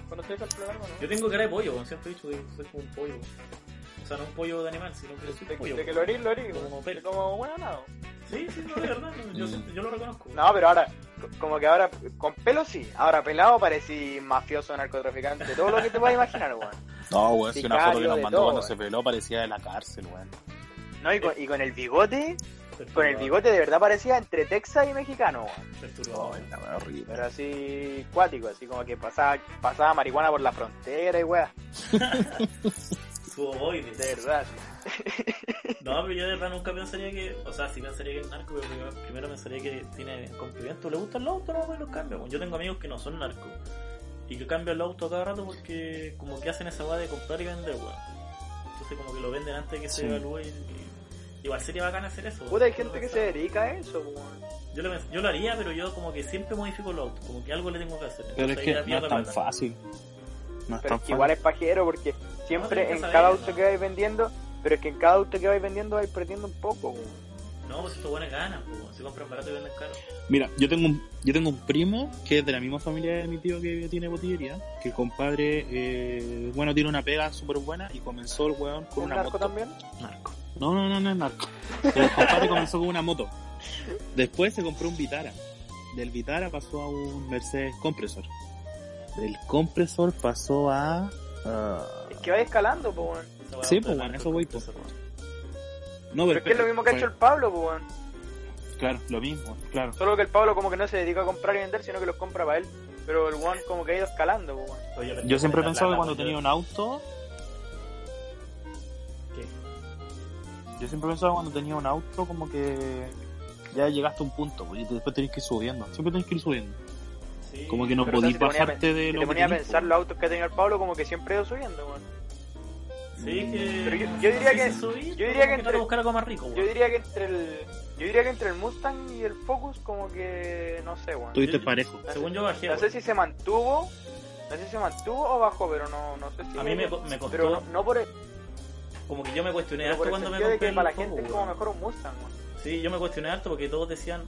S2: Cuando se deja el pelo largo, no.
S1: Yo tengo cara de pollo, weón, siempre he dicho que soy como un pollo. weón. O sea, no un pollo de animal, sino que soy
S2: De,
S1: un pollo.
S2: de que
S1: weón.
S2: lo herís, lo herís.
S1: Como
S2: weón.
S1: pelo.
S2: Como bueno, no.
S1: Sí, sí, no, de verdad, no,
S3: Mm.
S1: yo, siento- yo lo reconozco.
S2: No, pero ahora, co- como que ahora, con pelo sí. Ahora pelado parecí mafioso, narcotraficante, todo lo que te puedas imaginar, weón.
S4: No, weón, si una foto que
S2: Sicario
S4: nos
S2: de
S4: mandó
S2: todo,
S4: cuando
S2: weón.
S4: se peló parecía de la cárcel, weón.
S2: No, y con, y con el bigote,
S1: weón.
S2: con el bigote de verdad parecía entre Texas y mexicano, weón.
S1: Perturbador.
S4: Ay, la weá horrible.
S2: Pero así, cuático, así como que pasaba, pasaba marihuana por la frontera y weón.
S1: Su ovoide.
S2: De verdad, sí.
S1: No, pero yo de verdad nunca pensaría que. O sea, sí pensaría que es narco, pero primero, primero pensaría que tiene cumplimiento. ¿Le gustan los autos? No, pues los cambios. Yo tengo amigos que no son narcos y que cambian los autos cada rato porque, como que hacen esa weá de comprar y vender, weón. Entonces, como que lo venden antes de que se
S3: Sí.
S1: evalúe. y- y- Igual sería bacán hacer eso.
S2: Puta, hay
S1: Yo
S2: gente
S1: lo
S2: que se
S1: pensaba.
S2: dedica a eso, pues, weón.
S1: Yo lo, pens- yo lo haría, pero yo como que siempre modifico los autos, como que algo le tengo que hacer.
S3: Pero es
S1: Entonces,
S3: que
S1: ahí la
S3: no es
S1: mierda
S3: tan
S1: me mata.
S3: fácil. No
S2: Pero
S3: es tan
S2: es que igual
S3: fácil.
S2: es pajero porque siempre
S1: tenés que
S2: en
S1: saber,
S2: cada auto
S1: ¿no?
S2: que vais vendiendo, pero es que en cada auto que vais vendiendo vais perdiendo un poco. weón.
S1: No, pues estos buenas ganas, pues. Se compran barato y venden caro.
S3: Mira, yo tengo, un, yo tengo un primo que es de la misma familia de mi tío que tiene botillería, que el compadre, eh, bueno, tiene una pega súper buena y comenzó el weón
S2: ¿Un
S3: con una
S2: narco
S3: moto.
S2: también?
S3: Narco. No, no, no, no es narco. Pero el compadre comenzó con una moto. Después se compró un Vitara. Del Vitara pasó a un Mercedes Compressor. Del Compressor pasó a... ah,
S2: Es que va escalando, po, weón.
S1: Esa weá
S3: Sí,
S1: de
S3: pues,
S1: narco,
S3: bueno, eso voy, pues.
S1: entonces, weón.
S3: no,
S2: Pero es que es lo mismo que ha hecho el Pablo, po, weón.
S3: Claro, lo mismo, claro.
S2: Solo que el Pablo como que no se dedica a comprar y vender, sino que los compra para él. Pero el weón como que ha ido escalando, po, weón.
S1: Oye, pero
S3: Yo siempre he
S1: la
S3: pensado que
S1: plata,
S3: cuando
S1: pues, yo-
S3: tenía un auto...
S1: ¿Qué?
S3: Yo siempre he pensado que cuando tenía un auto como que ya llegaste a un punto pues, y después tenés que ir subiendo. Siempre tenés que ir subiendo.
S1: Sí.
S3: Como que no
S2: Pero, o sea,
S3: podís
S2: si te ponía a
S3: bajarte de
S2: Si
S3: lo
S2: te
S3: que
S2: ponía a
S3: tenés,
S2: pensar
S3: pues.
S2: los autos que ha tenido el Pablo como que siempre ha ido subiendo, weón.
S1: Sí, que.
S2: Pero yo- yo diría que-
S1: Subir,
S2: yo
S1: pero
S2: diría que
S1: como
S2: entre-
S1: no buscar algo más rico, pues.
S2: Yo
S1: weón.
S2: diría que entre el... Yo diría que entre el Mustang y el Focus como que... No sé, weón.
S3: Tuviste
S1: Yo-
S3: parejo.
S1: Según yo bajé.
S2: No sé
S1: weón.
S2: si se mantuvo, no sé si se mantuvo o bajó, pero no, no sé si.
S1: A mí me, co- me costó.
S2: Pero no, no por el,
S1: Como que yo me cuestioné
S2: pero por
S1: harto
S2: el
S1: cuando me
S2: sentido de
S1: compré
S2: que
S1: el
S2: para la
S1: Focus,
S2: gente es como
S1: weón.
S2: mejor un Mustang, weón.
S1: Sí, yo me cuestioné harto porque todos decían.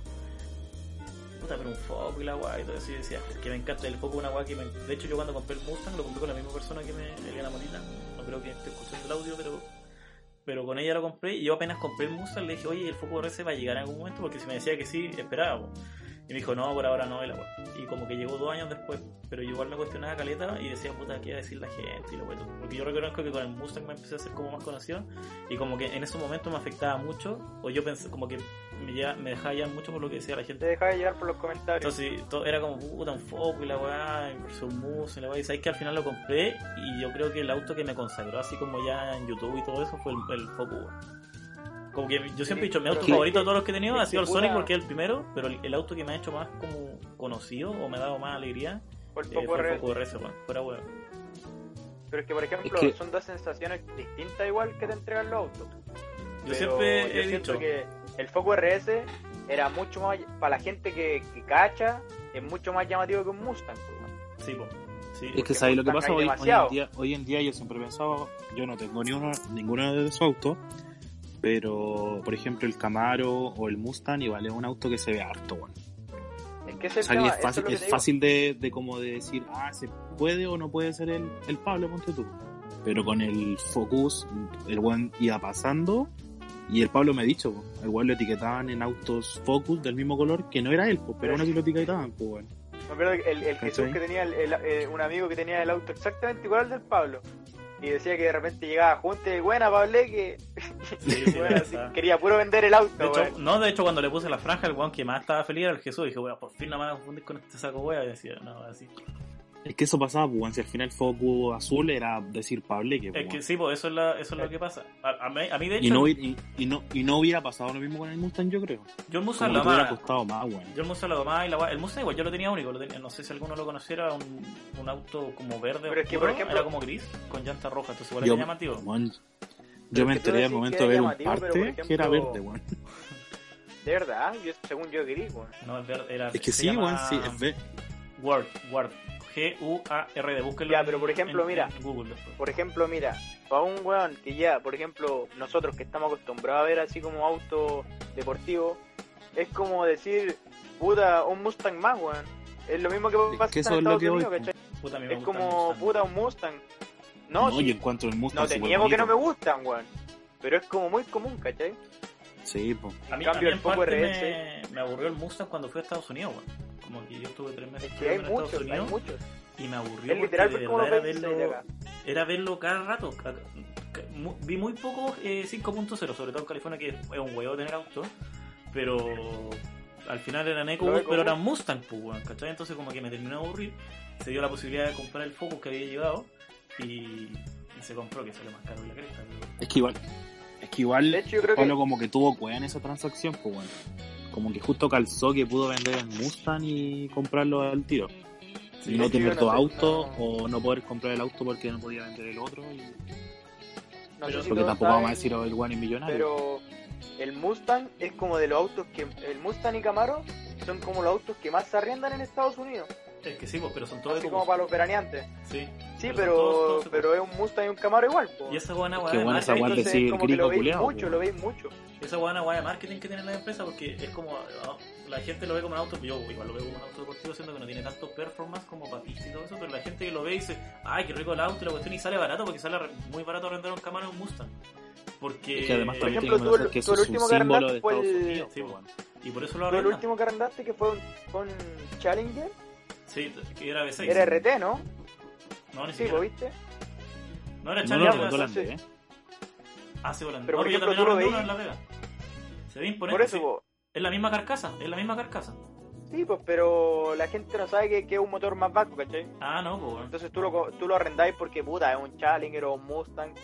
S1: Puta, pero un foco y la guay y todo eso. Y yo decía, que me encanta el foco, una guay que me. De hecho, yo cuando compré el Mustang lo compré con la misma persona que me. Eliana Molina. No creo que esté escuchando el audio, pero. Pero con ella lo compré y yo apenas compré el Mustang le dije, oye, el foco RS va a llegar en algún momento porque si me decía que sí, esperaba. po. Y me dijo, no, por ahora no, y la guay. Y como que llegó dos años después, pero yo igual me cuestionaba caleta y decía, puta, ¿qué iba a decir la gente? Y la guay, todo. Porque yo reconozco que con el Mustang me empecé a hacer como más conocido y como que en ese momento me afectaba mucho, o yo pensé, como que me, lleva- me dejaba llevar mucho por lo que decía la
S2: Te
S1: gente.
S2: dejaba llevar por los comentarios.
S1: Entonces todo, era como puta, un foco y la weá, versus un mus y la weá. Y sabéis que al final lo compré y yo creo que el auto que me consagró, así como ya en YouTube y todo eso, fue el, el foco, Como que yo siempre he dicho, mi auto
S2: Pero-
S1: favorito de todos los que he tenido ha sido el
S2: Puta.
S1: Sonic porque es el primero, pero el, el auto que me ha hecho más como conocido o me ha dado más alegría
S2: por el
S1: eh,
S2: poco
S1: fue el
S2: RS.
S1: foco RS, weón. Fuera weón.
S2: Pero es que, por ejemplo,
S3: Es que-
S2: son dos sensaciones distintas igual que te entregan los autos.
S1: Yo
S2: Pero
S1: siempre
S2: yo
S1: he
S2: siento
S1: dicho,
S2: que el foco RS era mucho más. Para la gente que, que cacha, es mucho más llamativo que un Mustang, weón.
S1: sí, po, sí,
S3: Es
S2: porque
S3: que sabes lo que
S2: Mustang
S3: pasa
S2: hay
S3: hoy, hoy en
S2: demasiado.
S3: día, hoy en día yo siempre pensaba, yo no tengo ni uno, ninguno de esos autos, pero por ejemplo el Camaro o el Mustang igual es un auto que se ve harto, bueno.
S2: Es que ese
S3: O sea que
S2: tema,
S3: es
S2: eso
S3: fácil,
S2: lo que
S3: es
S2: te digo.
S3: fácil de, de como de decir, ah, se puede o no puede ser el, el Pablo, ponte tú. Pero con el Focus, el one iba pasando, y el Pablo me ha dicho, po, el one lo etiquetaban en autos Focus del mismo color, que no era él, po, pero aún así lo etiquetaban, pues bueno.
S2: Me acuerdo que el, el Jesús
S3: ¿Cachai?
S2: que tenía el- el- eh, un amigo que tenía el auto exactamente igual al del Pablo. Y decía que de repente llegaba junto y buena Pablo que
S1: sí, sí,
S2: bueno,
S1: la
S2: así,
S1: verdad.
S2: quería puro vender el auto,
S1: Ah. De
S2: weón.
S1: hecho, no, de hecho, cuando le puse la franja, el weón que más estaba feliz era el Jesús. Dije, weón, por fin no me van a confundir con este saco weón. Y decía, no, así.
S3: Es que eso pasaba, pues, weón, si al final Focus Azul era decir Pableque, pues,
S1: Es que
S3: weón.
S1: sí, pues eso es, la- eso es lo que pasa. A, a mí, a mí, de hecho,
S3: y, no, hubiera- y, y no, y no hubiera pasado lo mismo con el Mustang, yo creo.
S1: yo el Musa
S3: Como
S1: la
S3: que hubiera
S1: amaba.
S3: costado más, weón.
S1: Yo el Musa lo amaba y la guay- El Musa igual, yo lo tenía único. lo tenía- no sé si alguno lo conociera, un, un auto como verde
S2: Pero es que, por
S1: oscuro,
S2: ejemplo-
S1: era como gris, con llanta roja, entonces igual
S3: Yo-
S1: era llamativo.
S3: Weón, yo me
S2: es que tú
S3: enteré al
S2: decís
S3: momento
S2: que
S3: de
S2: era
S3: ver un
S2: llamativo, pero,
S3: parte
S2: por
S3: que era
S2: ejemplo,
S3: verde, weón.
S2: De verdad, ah, yo, según yo gris, weón.
S1: No, es verde, era...
S3: Es que
S1: se
S3: sí,
S1: llama
S3: weón, sí, es ver-
S1: Word, Word. G-U-A-R-D, búsquenlo
S2: Ya,
S1: en-
S2: pero por ejemplo,
S1: en-
S2: mira.
S1: en Google después.
S2: Por ejemplo, mira, para un weón que ya, por ejemplo, nosotros que estamos acostumbrados a ver así como auto deportivo, es como decir, puta, un Mustang más, weón. Es lo mismo que pasa
S3: que eso
S2: en
S3: es lo
S2: Estados
S3: que voy,
S2: Unidos,
S3: po.
S2: ¿cachai?
S1: Puta, a mí me
S2: Es
S1: gusta el
S2: como,
S1: Mustang.
S2: puta, un Mustang. No,
S3: No,
S2: sí,
S3: yo encuentro el Mustang
S2: no te
S3: súper
S2: niego que no me
S3: bonito.
S2: gustan, weón. Pero es como muy común, ¿cachai?
S3: Sí, pues.
S1: A mí,
S2: En cambio,
S1: a mí en
S2: el Poco
S1: parte
S2: RS.
S1: me, me aburrió el Mustang cuando fui a Estados Unidos, weón. Como que yo estuve tres meses
S2: Es que hay
S1: viviendo en
S2: muchos,
S1: Estados
S2: hay
S1: Unidos
S2: muchos.
S1: y me aburrió
S2: Es
S1: porque
S2: literal,
S1: de
S2: pues como los
S1: verdad era
S2: 26 de
S1: verlo,
S2: acá.
S1: era verlo cada rato. ca- ca- mu- vi muy poco eh, 5.0, sobre todo en California, que es un huevo tener auto. Pero al final eran
S2: Lo
S1: EcoBoost,
S2: EcoBoost.
S1: pero eran Mustang, pues, weón, ¿cachai? Entonces como que me terminó de aburrir. Se dio la posibilidad de comprar el Focus que había llegado y y se compró, que sale más caro que la cresta. pero-
S3: Es que igual. Es que igual.
S2: De hecho, yo creo
S3: Pablo
S2: que
S3: como que tuvo cueva en esa transacción, pues bueno. Como que justo calzó que pudo vender el Mustang y comprarlo al tiro.
S2: Sí,
S3: no
S2: sí,
S3: tener
S2: yo
S3: dos
S2: no sé,
S3: autos
S2: no.
S3: o no poder comprar el auto porque no podía vender el otro. y-
S2: no
S1: pero-
S2: sé si
S3: Porque
S2: todos
S3: tampoco vamos
S2: saben,
S3: a decir "Oh, el one es millonario.
S2: pero el Mustang es como de los autos que el Mustang y Camaro son como los autos que más se arriendan en Estados Unidos,
S1: Es que sí, pues, pero son todos
S2: así como
S1: EcoBoost.
S2: para los veraneantes.
S1: Sí. Pero
S2: Sí,
S1: son
S2: pero
S1: todos- todos se
S2: pero es un Mustang y un Camaro igual. po.
S1: Y esa buena
S3: Es que
S1: weá de
S3: bueno, esa
S1: marketing-
S3: weá
S2: Entonces,
S3: decir
S2: como que
S3: gringo
S2: lo veis
S3: culiao,
S2: mucho,
S3: po.
S2: lo veis mucho.
S1: esa buena guay de marketing que tiene la empresa porque es como ah, la gente lo ve como un auto yo igual lo veo como un auto deportivo siendo que no tiene tanto performance como papista y todo eso pero la gente que lo ve dice ay qué rico el auto y la cuestión y sale barato porque sale re- muy barato rentar un Camaro en un Mustang porque
S3: Es que además
S2: eh, Por
S3: también
S2: ejemplo,
S3: tenemos que
S2: tú
S3: hacer
S2: el- tú
S3: que eso
S2: el
S3: es un
S2: último que
S3: símbolo de
S2: arrancaste fue
S3: Estados
S2: el-
S3: Unidos.
S1: Sí,
S3: pues,
S1: bueno. y por eso lo
S2: Pero el
S1: arreglan
S2: último que arrendaste que fue un, con Challenger,
S1: sí que era V6
S2: era RT, ¿no?
S1: no ni
S2: Sí,
S1: siquiera
S2: ¿lo viste?
S1: no era
S3: No lo
S1: Challenger
S3: arregló
S1: era-
S3: la
S2: entonces-
S3: Andrés, ¿eh?
S1: ah sí volando
S2: Pero,
S1: no
S2: por
S1: pero yo también
S2: ejemplo, tú lo
S1: arrendé uno
S2: veis.
S1: en La Vega se ve imponente
S2: Por eso,
S1: sí.
S2: po.
S1: es la misma carcasa es la misma carcasa
S2: sí, pues, pero la gente no sabe que, que es un motor más bajo, ¿cachai?
S1: ah no pues bueno.
S2: Entonces tú lo, co- tú lo arrendáis porque, puta, es un Challenger o un Mustang.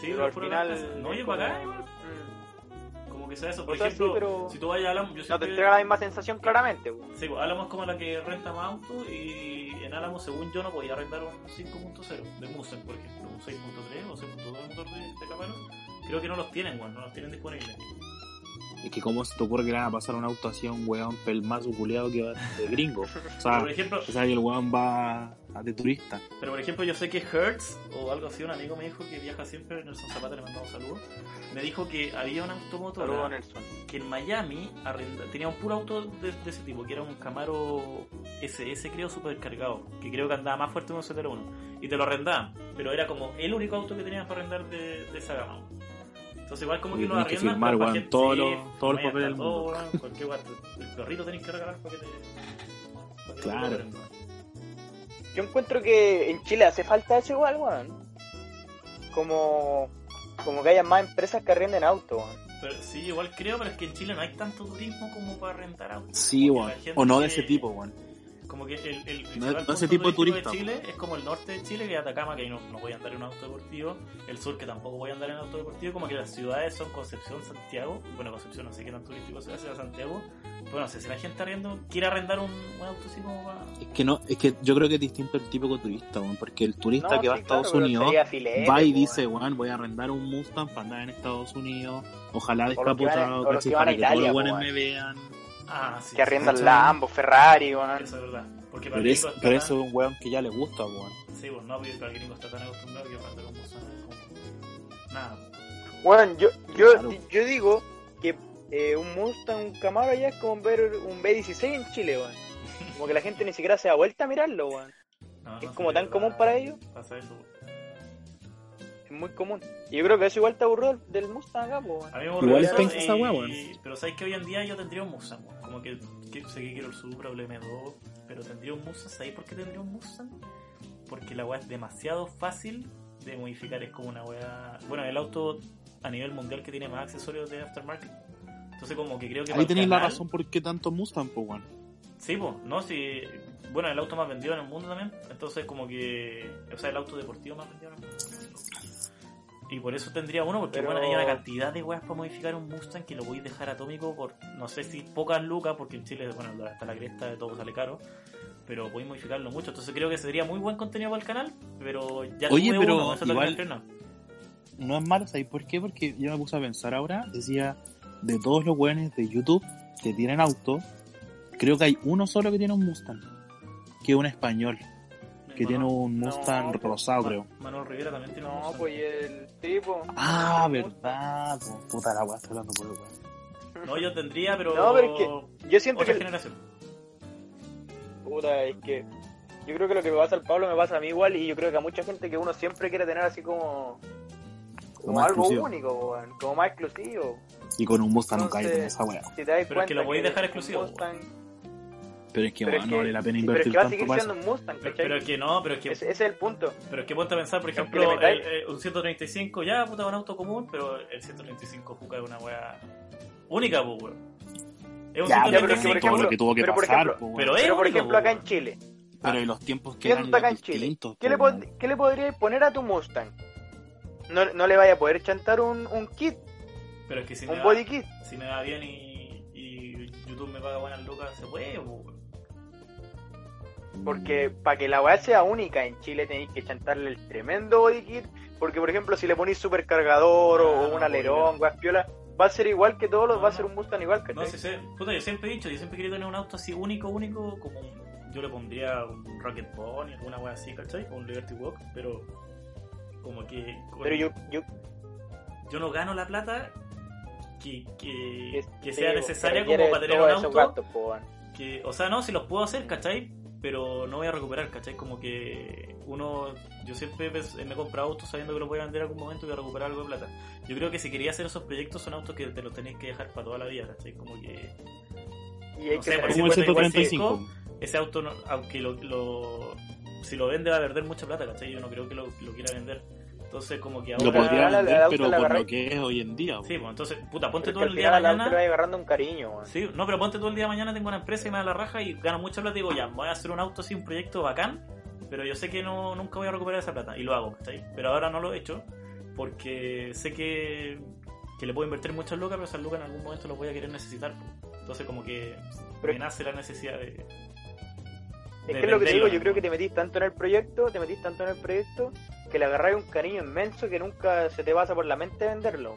S1: sí
S2: pero al
S1: pura
S2: final
S1: carcasa. no
S2: es
S1: y es
S2: como-
S1: bacán igual.
S2: Mm.
S1: Como que sea eso. Por
S2: O sea,
S1: ejemplo,
S2: sí, pero-
S1: si tú vas a Álamo, yo
S2: No te
S1: siempre...
S2: entrega la misma sensación claramente, po.
S1: Sí, pues, Álamo es como la que renta más autos y en Álamo, según yo, no podía rentar un 5.0 de Mustang, por ejemplo, un 6.3 o 6.2 de motor de, de Camaro. Creo que no los tienen, weón, no los tienen disponibles.
S3: Es que cómo se te ocurre que le van a pasar un auto así a un weón pelmazo culeado que va de gringo. O
S1: Pero
S3: sea,
S1: por, ejemplo,
S3: Ah, o sea, que el weón va a- de turista.
S1: pero por ejemplo, yo sé que Hertz o algo así, un amigo me dijo que viaja siempre, Nelson Zapata le mandaba un saludo, me dijo que había un automotor
S2: Saludos, Nelson.
S1: que en Miami arrenda- tenía un puro auto de, de ese tipo, que era un Camaro SS, creo, supercargado, que creo que andaba más fuerte que un ZR1, y te lo arrendaban, pero era como el único auto que tenías para arrendar de, de esa gama. Entonces, igual como
S3: Y
S1: que lo
S3: tenés
S1: arrendan
S3: que firmar,
S1: pero para
S3: weón,
S1: gente-
S3: todos
S1: sí,
S3: los- todos los
S1: firmáis hasta
S3: papeles del
S1: todo,
S3: mundo.
S1: weón, cualquier weón, el perrito tenés que regalar para que te. para que te
S3: Claro.
S1: lo compren, weón.
S2: Yo encuentro que en Chile hace falta eso igual, weón. Como, como que haya más empresas que arrienden autos, weón.
S1: Pero sí, igual creo, pero es que en Chile no hay tanto turismo como para rentar autos.
S3: Sí,
S1: Como que
S3: weón.
S1: la gente-
S3: O no de ese tipo, weón.
S1: Como que el, el, el
S3: No-
S1: principal
S3: no ese
S1: punto
S3: tipo de
S1: turístico
S3: turista,
S1: de Chile es como el norte de Chile, que es Atacama, que ahí no, no voy a andar en un auto deportivo. El sur, que tampoco voy a andar en auto deportivo. Como que las ciudades son Concepción, Santiago. Bueno, Concepción no sé qué tan turístico sea, será Santiago. Pero no sé si la gente arriendo, quiere arrendar un, un auto así como para...
S3: Es que no, es que yo creo que es distinto el típico turista, weón, porque el turista
S2: No,
S3: que va
S2: sí,
S3: a Estados
S2: claro, pero
S3: Unidos
S2: sería filete,
S3: va y
S2: po,
S3: dice,
S2: weón.
S3: weón, voy a arrendar un Mustang para andar en Estados Unidos, ojalá
S2: los que van-
S3: descapotado,
S2: o los
S3: ¿cachai?
S2: que van
S3: para
S2: a
S3: que todos los
S2: Italia, po,
S3: weones
S2: weón.
S3: me vean.
S1: Ah, sí.
S2: que arriendan
S3: ¿cachai?
S2: la ambos, Ferrari, weón.
S1: Eso es verdad. Porque para
S3: Pero,
S1: el
S3: es,
S1: gringo está
S3: pero
S1: tan-
S3: eso es un weón que ya le gusta, weón.
S1: Sí, pues no, pero el gringo está tan acostumbrado que arrendar un bus como... Nada.
S2: Bueno, yo, yo,
S3: Claro.
S2: yo digo que eh, un Mustang, un Camaro allá es como ver un B16 en Chile, weón. Como que la gente ni siquiera se da vuelta a mirarlo, weón.
S1: No,
S2: Es
S1: no,
S2: como
S1: sí,
S2: tan
S1: verdad,
S2: común para ellos.
S1: Pasa eso, pues.
S2: Es muy común. Y yo creo que eso igual te aburrió del- del Mustang acá, po, weón.
S1: A mí me
S3: Igual
S1: aburrió
S3: es
S1: eso
S3: penca esa
S1: y-
S3: wea, weón.
S1: Pero sabes que hoy en día yo tendría un Mustang, weón. Como que, que sé que quiero el Supra o el M2, pero tendría un Mustang. ¿Sabéis por qué tendría un Mustang? Porque la weá es demasiado fácil de modificar. Es como una weá. Bueno, el auto a nivel mundial que tiene más accesorios de aftermarket. Entonces, como que creo que. para
S3: Ahí
S1: el
S3: tenéis la
S1: canal-
S3: razón por qué tanto Mustang, pues, weón.
S1: Sí, pues, no, si bueno, el auto más vendido en el mundo también. Entonces, como que. O sea, el auto deportivo más vendido en el mundo. Y por eso tendría uno, porque
S2: Pero-
S1: bueno, hay una cantidad de weas para modificar un Mustang que lo voy a dejar atómico por no sé si pocas lucas, porque en Chile, bueno, hasta la cresta de todo sale caro. Pero voy a modificarlo mucho. Entonces, creo que sería muy buen contenido para el canal. Pero ya
S3: Oye,
S1: tuve
S3: pero
S1: uno, eso es lo que me
S3: igual-
S1: frena.
S3: No es malo, ¿sabes por qué? Porque yo me puse a pensar ahora, decía, de todos los weones de YouTube que tienen auto, creo que hay uno solo que tiene un Mustang, que es un español, que tiene
S1: Manuel-
S3: un Mustang
S2: no,
S3: rosado, creo.
S1: Eh, Manuel Rivera también tiene un
S2: No,
S1: Mustang.
S2: pues y el tipo.
S3: Ah, verdad, po. puta la weá, estoy hablando por el weón.
S1: No, yo tendría, pero.
S2: No, pero es que- Yo siento
S1: Otra
S2: que.
S1: generación.
S2: Puta, es que. Yo creo que lo que me pasa al Pablo me pasa a mí igual y yo creo que a mucha gente que uno siempre quiere tener así como. Como
S3: más
S2: algo
S3: exclusivo.
S2: único, weón, como más exclusivo.
S3: Y con un Mustang no
S2: Entonces-
S3: cae en esa weá.
S2: Si te das
S1: Pero es que
S2: cuenta
S1: lo podéis dejar
S2: un
S1: exclusivo,
S2: Mustang-
S3: Pero es que,
S2: Pero
S3: weón,
S2: es
S3: no
S2: que-
S3: vale la pena
S2: sí, pero es
S3: invertir
S2: que va a
S3: tanto
S2: seguir
S3: para
S2: siendo un Mustang,
S1: Pero,
S2: ¿cachai?
S1: pero es que no, pero es que.
S2: Ese, ese es el punto.
S1: Pero es que ponte a pensar, por
S2: Pero es que
S1: ejemplo,
S2: le metáis-
S1: el- el- un 135, ya, puta, un auto común, pero el 135 Juca es una wea única, pues, weón. Es un
S2: pero
S3: Ya, pero es que
S1: 135,
S3: por
S1: pero,
S3: todo lo que tuvo que
S2: pero por
S3: pasar,
S2: ejemplo-
S3: po, weón.
S1: pero es
S2: Pero por
S1: único,
S2: ejemplo acá
S1: pues,
S2: en Chile,
S3: Pero los tiempos que
S2: ¿Qué
S3: eran
S2: onda acá en Chile?
S3: distintos.
S2: ¿qué le,
S3: po,
S2: pod- ¿qué le podrías poner a tu Mustang? No, no le vaya a poder chantar un, un kit,
S1: weón. pero es que si me,
S2: un
S1: va,
S2: body kit.
S1: si me va bien y, y YouTube me paga buenas lucas, se puede, pues, weón.
S3: weón.
S2: Porque para que la weá sea única en Chile tenéis que chantarle el tremendo body kit. Porque por ejemplo si le ponéis supercargador
S1: Ah,
S2: o
S1: no,
S2: un alerón, weá piola, va a ser igual que todos los, va a ser un Mustang igual,
S1: No,
S2: ¿cachai?
S1: si sé, puta, yo siempre he dicho, yo siempre quería tener un auto así único, único, como un- yo le pondría un Rocket Pony, alguna wea así, ¿cachai? O un Liberty Walk, pero como que... con-
S2: Pero yo, yo
S1: yo no gano la plata que, que, que
S2: sí,
S1: sea
S2: bo,
S1: necesaria
S2: requiere
S1: como para tener
S2: todos
S1: un
S2: esos
S1: auto.
S2: gastos, po, weón.
S1: Que, o sea, no, si los puedo hacer, ¿cachai? Pero no voy a recuperar, ¿cachai? Como que uno, yo siempre pens- me he comprado autos sabiendo que los voy a vender en algún momento y voy a recuperar algo de plata. Yo creo que si quería hacer esos proyectos son autos que te los tenéis que dejar para toda la vida, ¿cachai? Como que
S2: Y hay
S1: No
S2: que
S1: sé,
S2: tener
S1: por
S3: Como
S1: 135.
S3: el 135.
S1: ese auto, no- aunque lo, lo- si lo vende va a perder mucha plata, ¿cachai? Yo no creo que lo, lo quiera vender. Entonces como que ahora...
S3: Lo podría
S2: al- al
S3: vender,
S2: auto
S3: pero
S2: le
S3: por
S2: agarráis.
S3: lo que es hoy en día.
S1: Sí,
S3: po.
S1: pues entonces, puta, ponte
S2: Pero
S1: tú
S2: que
S1: el
S2: al
S1: día de
S2: final al auto
S1: mañana...
S2: le vas agarrando un cariño, weón.
S1: Sí, no, pero ponte todo el día de mañana, tengo una empresa y me da la raja y gano mucha plata y digo, ya, voy a hacer un auto así, un proyecto bacán, pero yo sé que no, nunca voy a recuperar esa plata y lo hago, ¿cachai? Pero ahora no lo he hecho porque sé que, que le puedo invertir muchas lucas, pero esas lucas en algún momento las voy a querer necesitar. po. Entonces como que
S2: Pero-
S1: me nace la necesidad de...
S2: Es
S1: de
S2: que es lo que te digo,
S1: venderlo,
S2: yo
S1: ¿no?
S2: creo que te metís tanto en el proyecto, te metís tanto en el proyecto, que le agarráis un cariño inmenso que nunca se te pasa por la mente venderlo.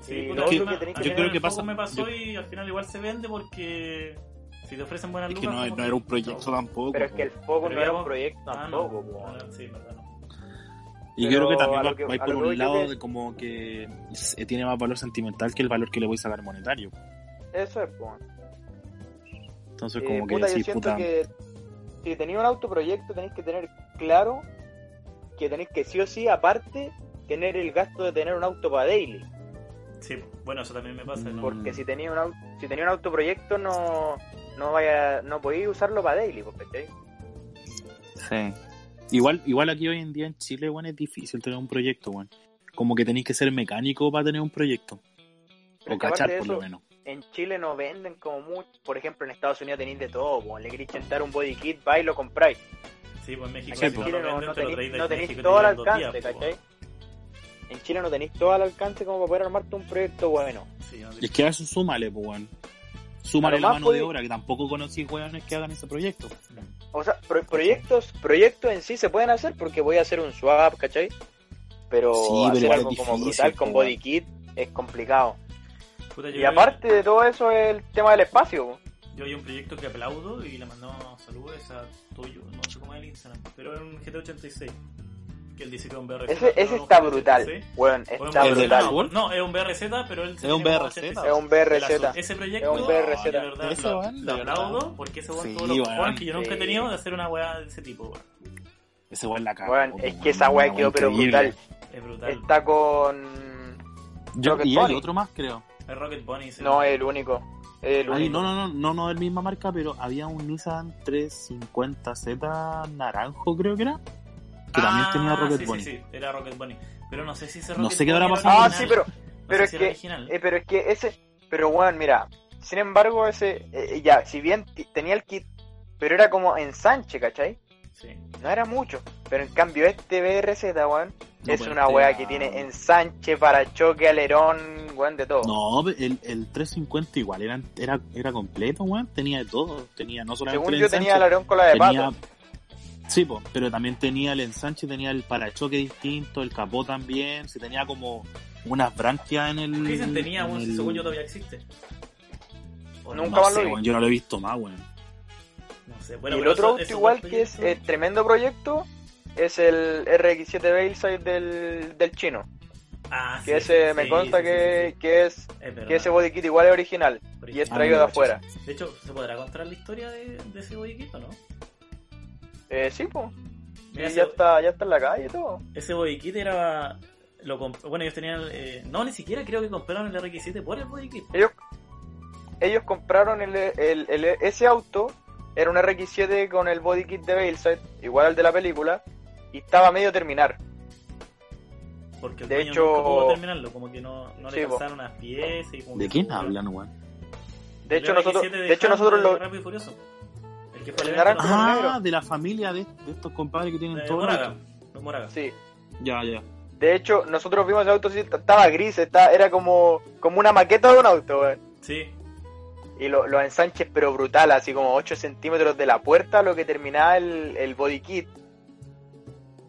S1: Sí,
S2: y
S1: puta,
S2: lo
S1: a mí
S2: otro
S1: me-
S2: que tenés
S1: a
S3: que
S1: mí
S3: yo creo
S1: en el
S3: que
S1: Focus
S3: pasa-
S1: me pasó
S3: yo-
S1: y al final igual se vende porque si te ofrecen buenas
S3: Es
S1: lucas...
S3: que no,
S1: como
S3: no era un proyecto tampoco.
S2: Pero es
S3: po.
S2: que el foco
S1: Pero
S2: no era
S1: ya
S2: un
S1: vos-
S2: proyecto
S1: Ah, no.
S2: tampoco, po.
S1: Ah, sí, en verdad, no.
S3: Y
S2: Pero
S3: creo que
S2: a
S3: también
S2: lo
S3: va,
S2: que-
S3: va
S2: a
S3: por
S2: lo que voy
S3: un
S2: yo
S3: lado
S2: que-
S3: de como que se- tiene más valor sentimental que el valor que le voy a sacar monetario.
S2: Eso es, po.
S3: Entonces,
S2: Eh,
S3: como que
S2: puta, yo
S3: decís,
S2: siento
S3: puta,
S2: que si tenéis un autoproyecto tenéis que tener claro que tenéis que sí o sí, aparte, tener el gasto de tener un auto para daily.
S1: Sí, bueno, eso también me pasa. ¿no?
S2: Porque
S3: Mm.
S2: si tenéis un, au- si tenéis un autoproyecto no, no, vaya, no podéis usarlo para daily, po, ¿cachai?
S3: Sí. Igual, igual aquí hoy en día en Chile, weón, es difícil tener un proyecto, weón. Como que tenéis que ser mecánico para tener un proyecto.
S2: Pero
S3: O
S2: es que aparte
S3: cachar,
S2: de
S3: por
S2: eso,
S3: lo menos.
S2: en Chile no venden como mucho. Por ejemplo, en Estados Unidos tenéis de todo. po. Le queréis chantar un body kit, vais y lo compráis.
S1: Sí, pues en México
S2: Aquí en
S1: si no lo
S2: Chile no,
S1: venden,
S2: no
S1: te lo
S2: tenéis
S1: traes de
S2: no
S1: México
S2: tenéis
S1: y te
S2: todo al
S1: llegan dos
S2: alcance,
S1: días, pues. po,
S2: ¿cachai? En Chile no tenéis todo al alcance como para poder armarte un proyecto bueno.
S1: Sí, no
S3: Y es
S1: tenéis-
S3: que a eso súmale, pues, weón. Súmale la
S2: Además,
S3: mano de
S2: podéis-
S3: obra, que tampoco conocí weones que hagan ese proyecto.
S2: O sea, pro- proyectos, proyectos en sí se pueden hacer porque voy a hacer un swap, ¿cachai? Pero
S3: Sí, pero
S2: hacer
S3: igual
S2: algo
S3: es
S2: como
S3: difícil,
S2: brutal con
S3: po,
S2: body kit es complicado.
S1: Puta, yo
S2: Y
S1: creo-
S2: aparte de todo eso el tema del espacio. po.
S1: yo hay un proyecto que aplaudo y le mandamos saludos a Toyo, no sé cómo es el Instagram, pero era un GT86. Que él dice que es un BRZ.
S2: Ese,
S1: pero
S2: ese
S1: Pues no,
S2: está
S1: un
S2: brutal,
S1: GT86.
S2: weón,
S1: O
S2: está
S3: ¿Es del
S2: brutal.
S3: álbum?
S1: No, no, es un BRZ, pero él se
S3: Es un
S1: llama
S3: BRZ.
S1: 86.
S2: Es un
S1: El azul.
S2: BRZ.
S1: Ese proyecto,
S2: Es un BRZ.
S1: de verdad,
S3: Ese
S1: lo-
S3: weón, de
S1: lo
S3: verdad.
S1: aplaudo porque ese weón
S3: Sí,
S1: tuvo los
S3: weón.
S1: weón que yo nunca he
S2: Sí.
S1: tenido de hacer una weá de ese tipo, weón.
S3: Ese weón la caga.
S2: Weón,
S3: pues,
S2: es que esa weá
S3: una
S2: quedó pero
S3: increíble.
S2: brutal.
S1: Es brutal.
S2: Está con.
S3: Yo,
S2: Rocket
S3: y hay
S2: Bunny.
S3: otro más, creo.
S1: Es Rocket Bunny. ese
S2: No,
S1: weón.
S2: el único. El
S3: Ay,
S2: único.
S3: no, no, no, no, no, del misma marca, pero había un Nissan 350Z naranjo, creo que era. Que también
S1: Ah,
S3: tenía este Rocket
S1: sí,
S3: Bunny.
S1: Sí, sí, era Rocket Bunny. Pero no sé si ese
S3: No
S1: Rocket
S3: sé qué habrá
S1: Bunny era
S3: pasado.
S2: Ah,
S1: original.
S2: sí, pero,
S1: No
S2: pero
S1: sé
S2: es
S1: si era
S2: que-
S1: original.
S2: eh, pero es que ese. Pero weón, mira. Sin embargo, ese. eh, ya, si bien t- tenía el kit, pero era como ensanche, ¿cachai?
S1: Sí.
S2: No era mucho. Pero en cambio este BRZ, weón,
S3: No,
S2: es
S3: pero
S2: una
S3: este
S2: weá
S3: era-
S2: que tiene ensanche, parachoque, alerón, weón, de todo.
S3: No, el, el 350 igual era, era, era completo, weón. Tenía de todo. Tenía no solamente
S2: Según
S3: el
S2: yo tenía
S3: ensanche,
S2: alerón con la de
S3: tenía-
S2: pato.
S3: Sí, po, pero también tenía el ensanche, tenía el parachoque distinto, el capó también. Se tenía como unas branquias en el.
S1: Dicen tenía,
S3: en
S1: bueno,
S3: el-
S1: si según yo todavía existe. O
S2: Nunca
S3: no
S2: más lo
S3: sé,
S2: vi.
S3: weón, yo no lo he visto más, weón.
S1: No sé. Bueno,
S2: y el
S1: pero
S2: otro
S1: eso-
S2: auto
S1: esos
S2: igual
S1: dos
S2: que es eh,
S1: proyectos-
S2: tremendo proyecto es el RX7 Bayside del, del chino.
S1: Ah, sí,
S2: Que ese
S1: sí,
S2: me
S1: sí,
S2: consta
S1: sí, sí,
S2: que,
S1: sí.
S2: que es
S1: Es verdad.
S2: que ese body kit igual es original y es
S3: Ah,
S2: traído de
S3: no,
S2: afuera.
S1: De hecho, ¿se podrá contar la historia de, de ese bodyquito, no?
S2: Eh, sí, pues.
S1: Mira, ese,
S2: ya está, ya está en la calle y todo.
S1: ese bodyquit era... Lo comp- bueno, ellos tenían... eh, no, ni siquiera creo que compraron el RX-7 por el bodyquit.
S2: Ellos, ellos compraron el, el- el- ese auto, era un RX7 con el body kit de Bayside, igual al de la película, y estaba a medio terminar.
S1: Porque el
S2: de
S1: dueño
S2: hecho-
S1: nunca pudo terminarlo. Como que no, no
S2: Sí,
S1: le
S2: po.
S1: pasaron las piezas. Y como
S3: ¿De
S1: que
S3: quién
S1: se aburrió.
S3: hablan, weón?
S2: De
S1: El
S2: hecho, nosotros,
S1: RX-7
S2: de hecho
S1: Han
S2: nosotros
S1: de
S2: lo,
S1: Rápido y Furioso. El que fue al
S2: El
S1: evento
S2: naranja
S1: nosotros-
S2: con
S3: Ah,
S2: negro.
S3: de la familia de, de estos compadres que tienen
S1: de
S3: todo.
S1: Moraga. de Moraga.
S2: sí.
S3: Ya, ya.
S2: De hecho, nosotros vimos el auto, sí, t- estaba gris, está, era como, como una maqueta de un auto, weón.
S1: Sí.
S2: Y lo- los ensanches, pero brutal, así como 8 centímetros de la puerta, lo que terminaba el, el body kit.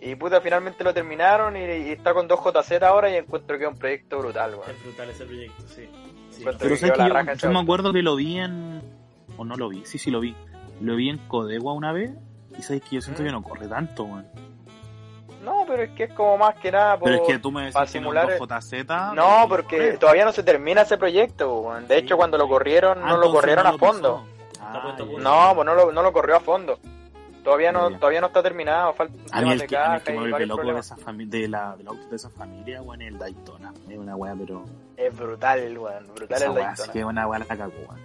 S2: Y puta, finalmente lo terminaron y, y está con 2JZ ahora y encuentro que es un proyecto brutal, weón.
S1: Es brutal ese proyecto, sí. Sí,
S2: Cuatro.
S3: Pero
S2: Pero
S1: no sé.
S3: sabes
S2: quedó
S3: que
S2: la
S3: yo,
S2: raja ese
S3: yo me
S2: auto.
S3: acuerdo que lo vi en. O no lo vi, sí, sí lo vi. Lo vi en Codegua una vez. Y sabes que yo siento
S2: Mm.
S3: que no corre tanto, weón.
S2: No, pero es que es como más que nada por...
S3: Pero es que tú me
S2: para
S3: decís que no
S2: simular-
S3: JZ.
S2: No, porque todavía no se termina ese proyecto. weón. De hecho,
S3: Ah, Sí.
S2: cuando lo corrieron,
S3: Ah,
S2: no lo
S3: entonces
S2: corrieron
S3: no
S2: a fondo.
S3: pisó.
S1: Está puesto
S3: ya.
S1: por-
S2: No, pues no lo, no lo corrió a fondo. Todavía
S3: Ya,
S2: no,
S3: ya.
S2: todavía no está terminado, falta
S3: A mí
S2: temas
S3: el
S2: de
S3: que, a mí el que
S2: caja
S3: me
S2: y
S3: vuelve
S2: varios
S3: loco de,
S2: problemas.
S3: esa fami- de, la, del auto de esa familia, weón, es el Daytona. Es una weá, pero.
S2: Es brutal, weón, brutal
S3: Esa
S2: el
S3: weá, sí
S2: Daytona.
S3: que es una weá la cagó, weón.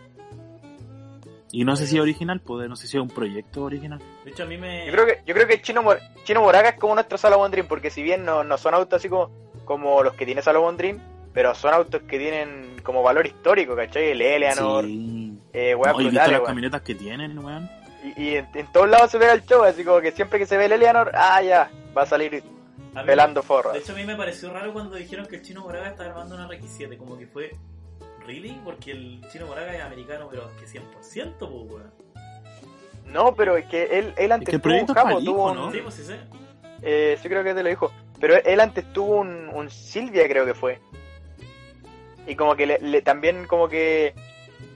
S3: Y no sé si es original, pues, no sé si es un proyecto original.
S1: De hecho, a mí me.
S2: Yo creo que, yo creo que Chino, Mor- Chino Moraga es como nuestro Salomon Dream, porque si bien no, no son autos así como, como los que tiene Salomon Dream, pero son autos que tienen como valor histórico, ¿cachai? El Eleanor,
S3: Sí.
S2: eh, weas
S3: No, y viste
S2: brutales,
S3: las
S2: weón.
S3: camionetas que tienen, weón.
S2: Y, y en, en todos lados se ve el show, así como que siempre que se ve el Eleanor, ah, ya, va a salir
S1: a mí-
S2: pelando forra.
S1: De hecho, a mí me pareció raro cuando dijeron que el chino Moraga estaba armando una RX7. Como que fue. ¿Really? Porque el chino Moraga es americano, pero que 100%, pues, weón.
S2: No, pero es que él, él antes
S3: que el
S2: tuvo un
S3: proyecto es
S2: capo,
S3: para el
S2: tuvo
S3: hijo,
S2: un-
S3: ¿no?
S1: Sí, pues sí sé.
S2: eh, sí creo que te lo dijo, pero él antes tuvo un, un Silvia, creo que fue. Y como que le, le- también como que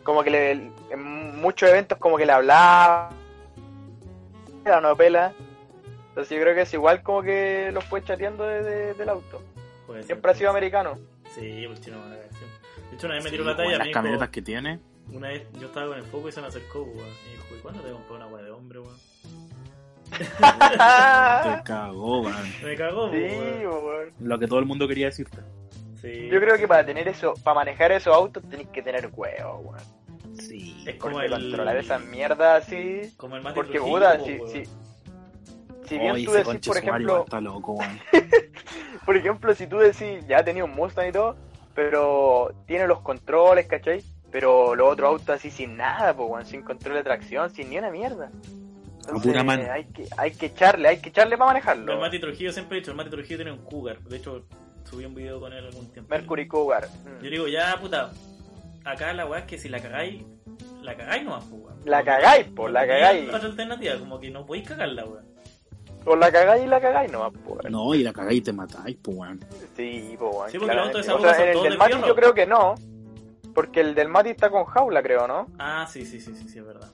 S2: como que le, en muchos eventos como que le hablaba la novela. Entonces yo creo que es igual como que lo fue chateando de- de- del auto.
S1: Puede ser,
S2: Siempre ha sido
S1: puede [LAUGHS]
S2: americano.
S1: ser. Sí, pues el chino Moraga. siempre. De hecho, una vez me tiró
S3: Sí,
S1: la
S3: weón,
S1: talla.
S3: Las
S1: me dijo-
S3: camionetas que tiene.
S1: Una vez yo estaba con el foco y se me acercó, weón. Y me dijo, ¿y cuándo te compré una weá de hombre, weón?
S2: Ah.
S3: Te cagó, weón.
S1: Me cagó,
S2: Sí,
S1: weón.
S2: pues, weón.
S5: Lo que todo el mundo quería decirte.
S1: Sí.
S2: Yo creo que para tener eso, para manejar esos autos tenéis que tener huevo, weón.
S5: Sí.
S1: es como
S2: Porque
S1: el.
S2: controlar esas mierdas así.
S1: Como el Mati
S2: Porque
S1: Trujillo,
S2: puta,
S1: po,
S2: si,
S1: weón.
S2: si, si bien
S3: Oy,
S2: tú
S3: ese
S2: decís,
S3: conche
S2: por
S3: su madre,
S2: ejemplo,
S3: igual está loco, weón.
S2: [LAUGHS] por ejemplo, si tú decís, ya tenía un Mustang y todo, pero tiene los controles, ¿cachai? Pero los otros autos así sin nada, pues, weón, sin control de tracción, sin ni una mierda. Entonces, eh,
S3: pura mano.
S2: Hay que, hay que echarle, hay que echarle para
S1: El
S2: manejarlo.
S1: Mati Trujillo siempre he dicho, el Mati Trujillo tiene un cougar. De hecho, subí un video con él algún tiempo.
S2: Mercury Cougar.
S1: Yo
S2: Mm.
S1: digo, ya puta, acá la weá es que si la cagáis, la cagáis nomás, po, weón.
S2: La
S1: Porque
S2: cagáis, po,
S1: no
S2: la
S1: tenéis
S2: cagáis.
S1: Otra alternativa, como que no podéis cagarla, weón.
S2: O la cagáis y la cagáis nomás, pues, weón.
S3: No, y la cagáis y te matáis, pues, weón.
S2: Sí, po, weón,
S1: Sí, porque los autos de
S2: claramente.
S1: esa
S2: O sea,
S1: época son
S2: en el
S1: todos
S2: del
S1: de
S2: Mati
S1: fierro.
S2: yo creo que no. Porque el del Mati está con jaula, creo, ¿no?
S1: Ah, sí, sí, sí, sí, sí, es verdad.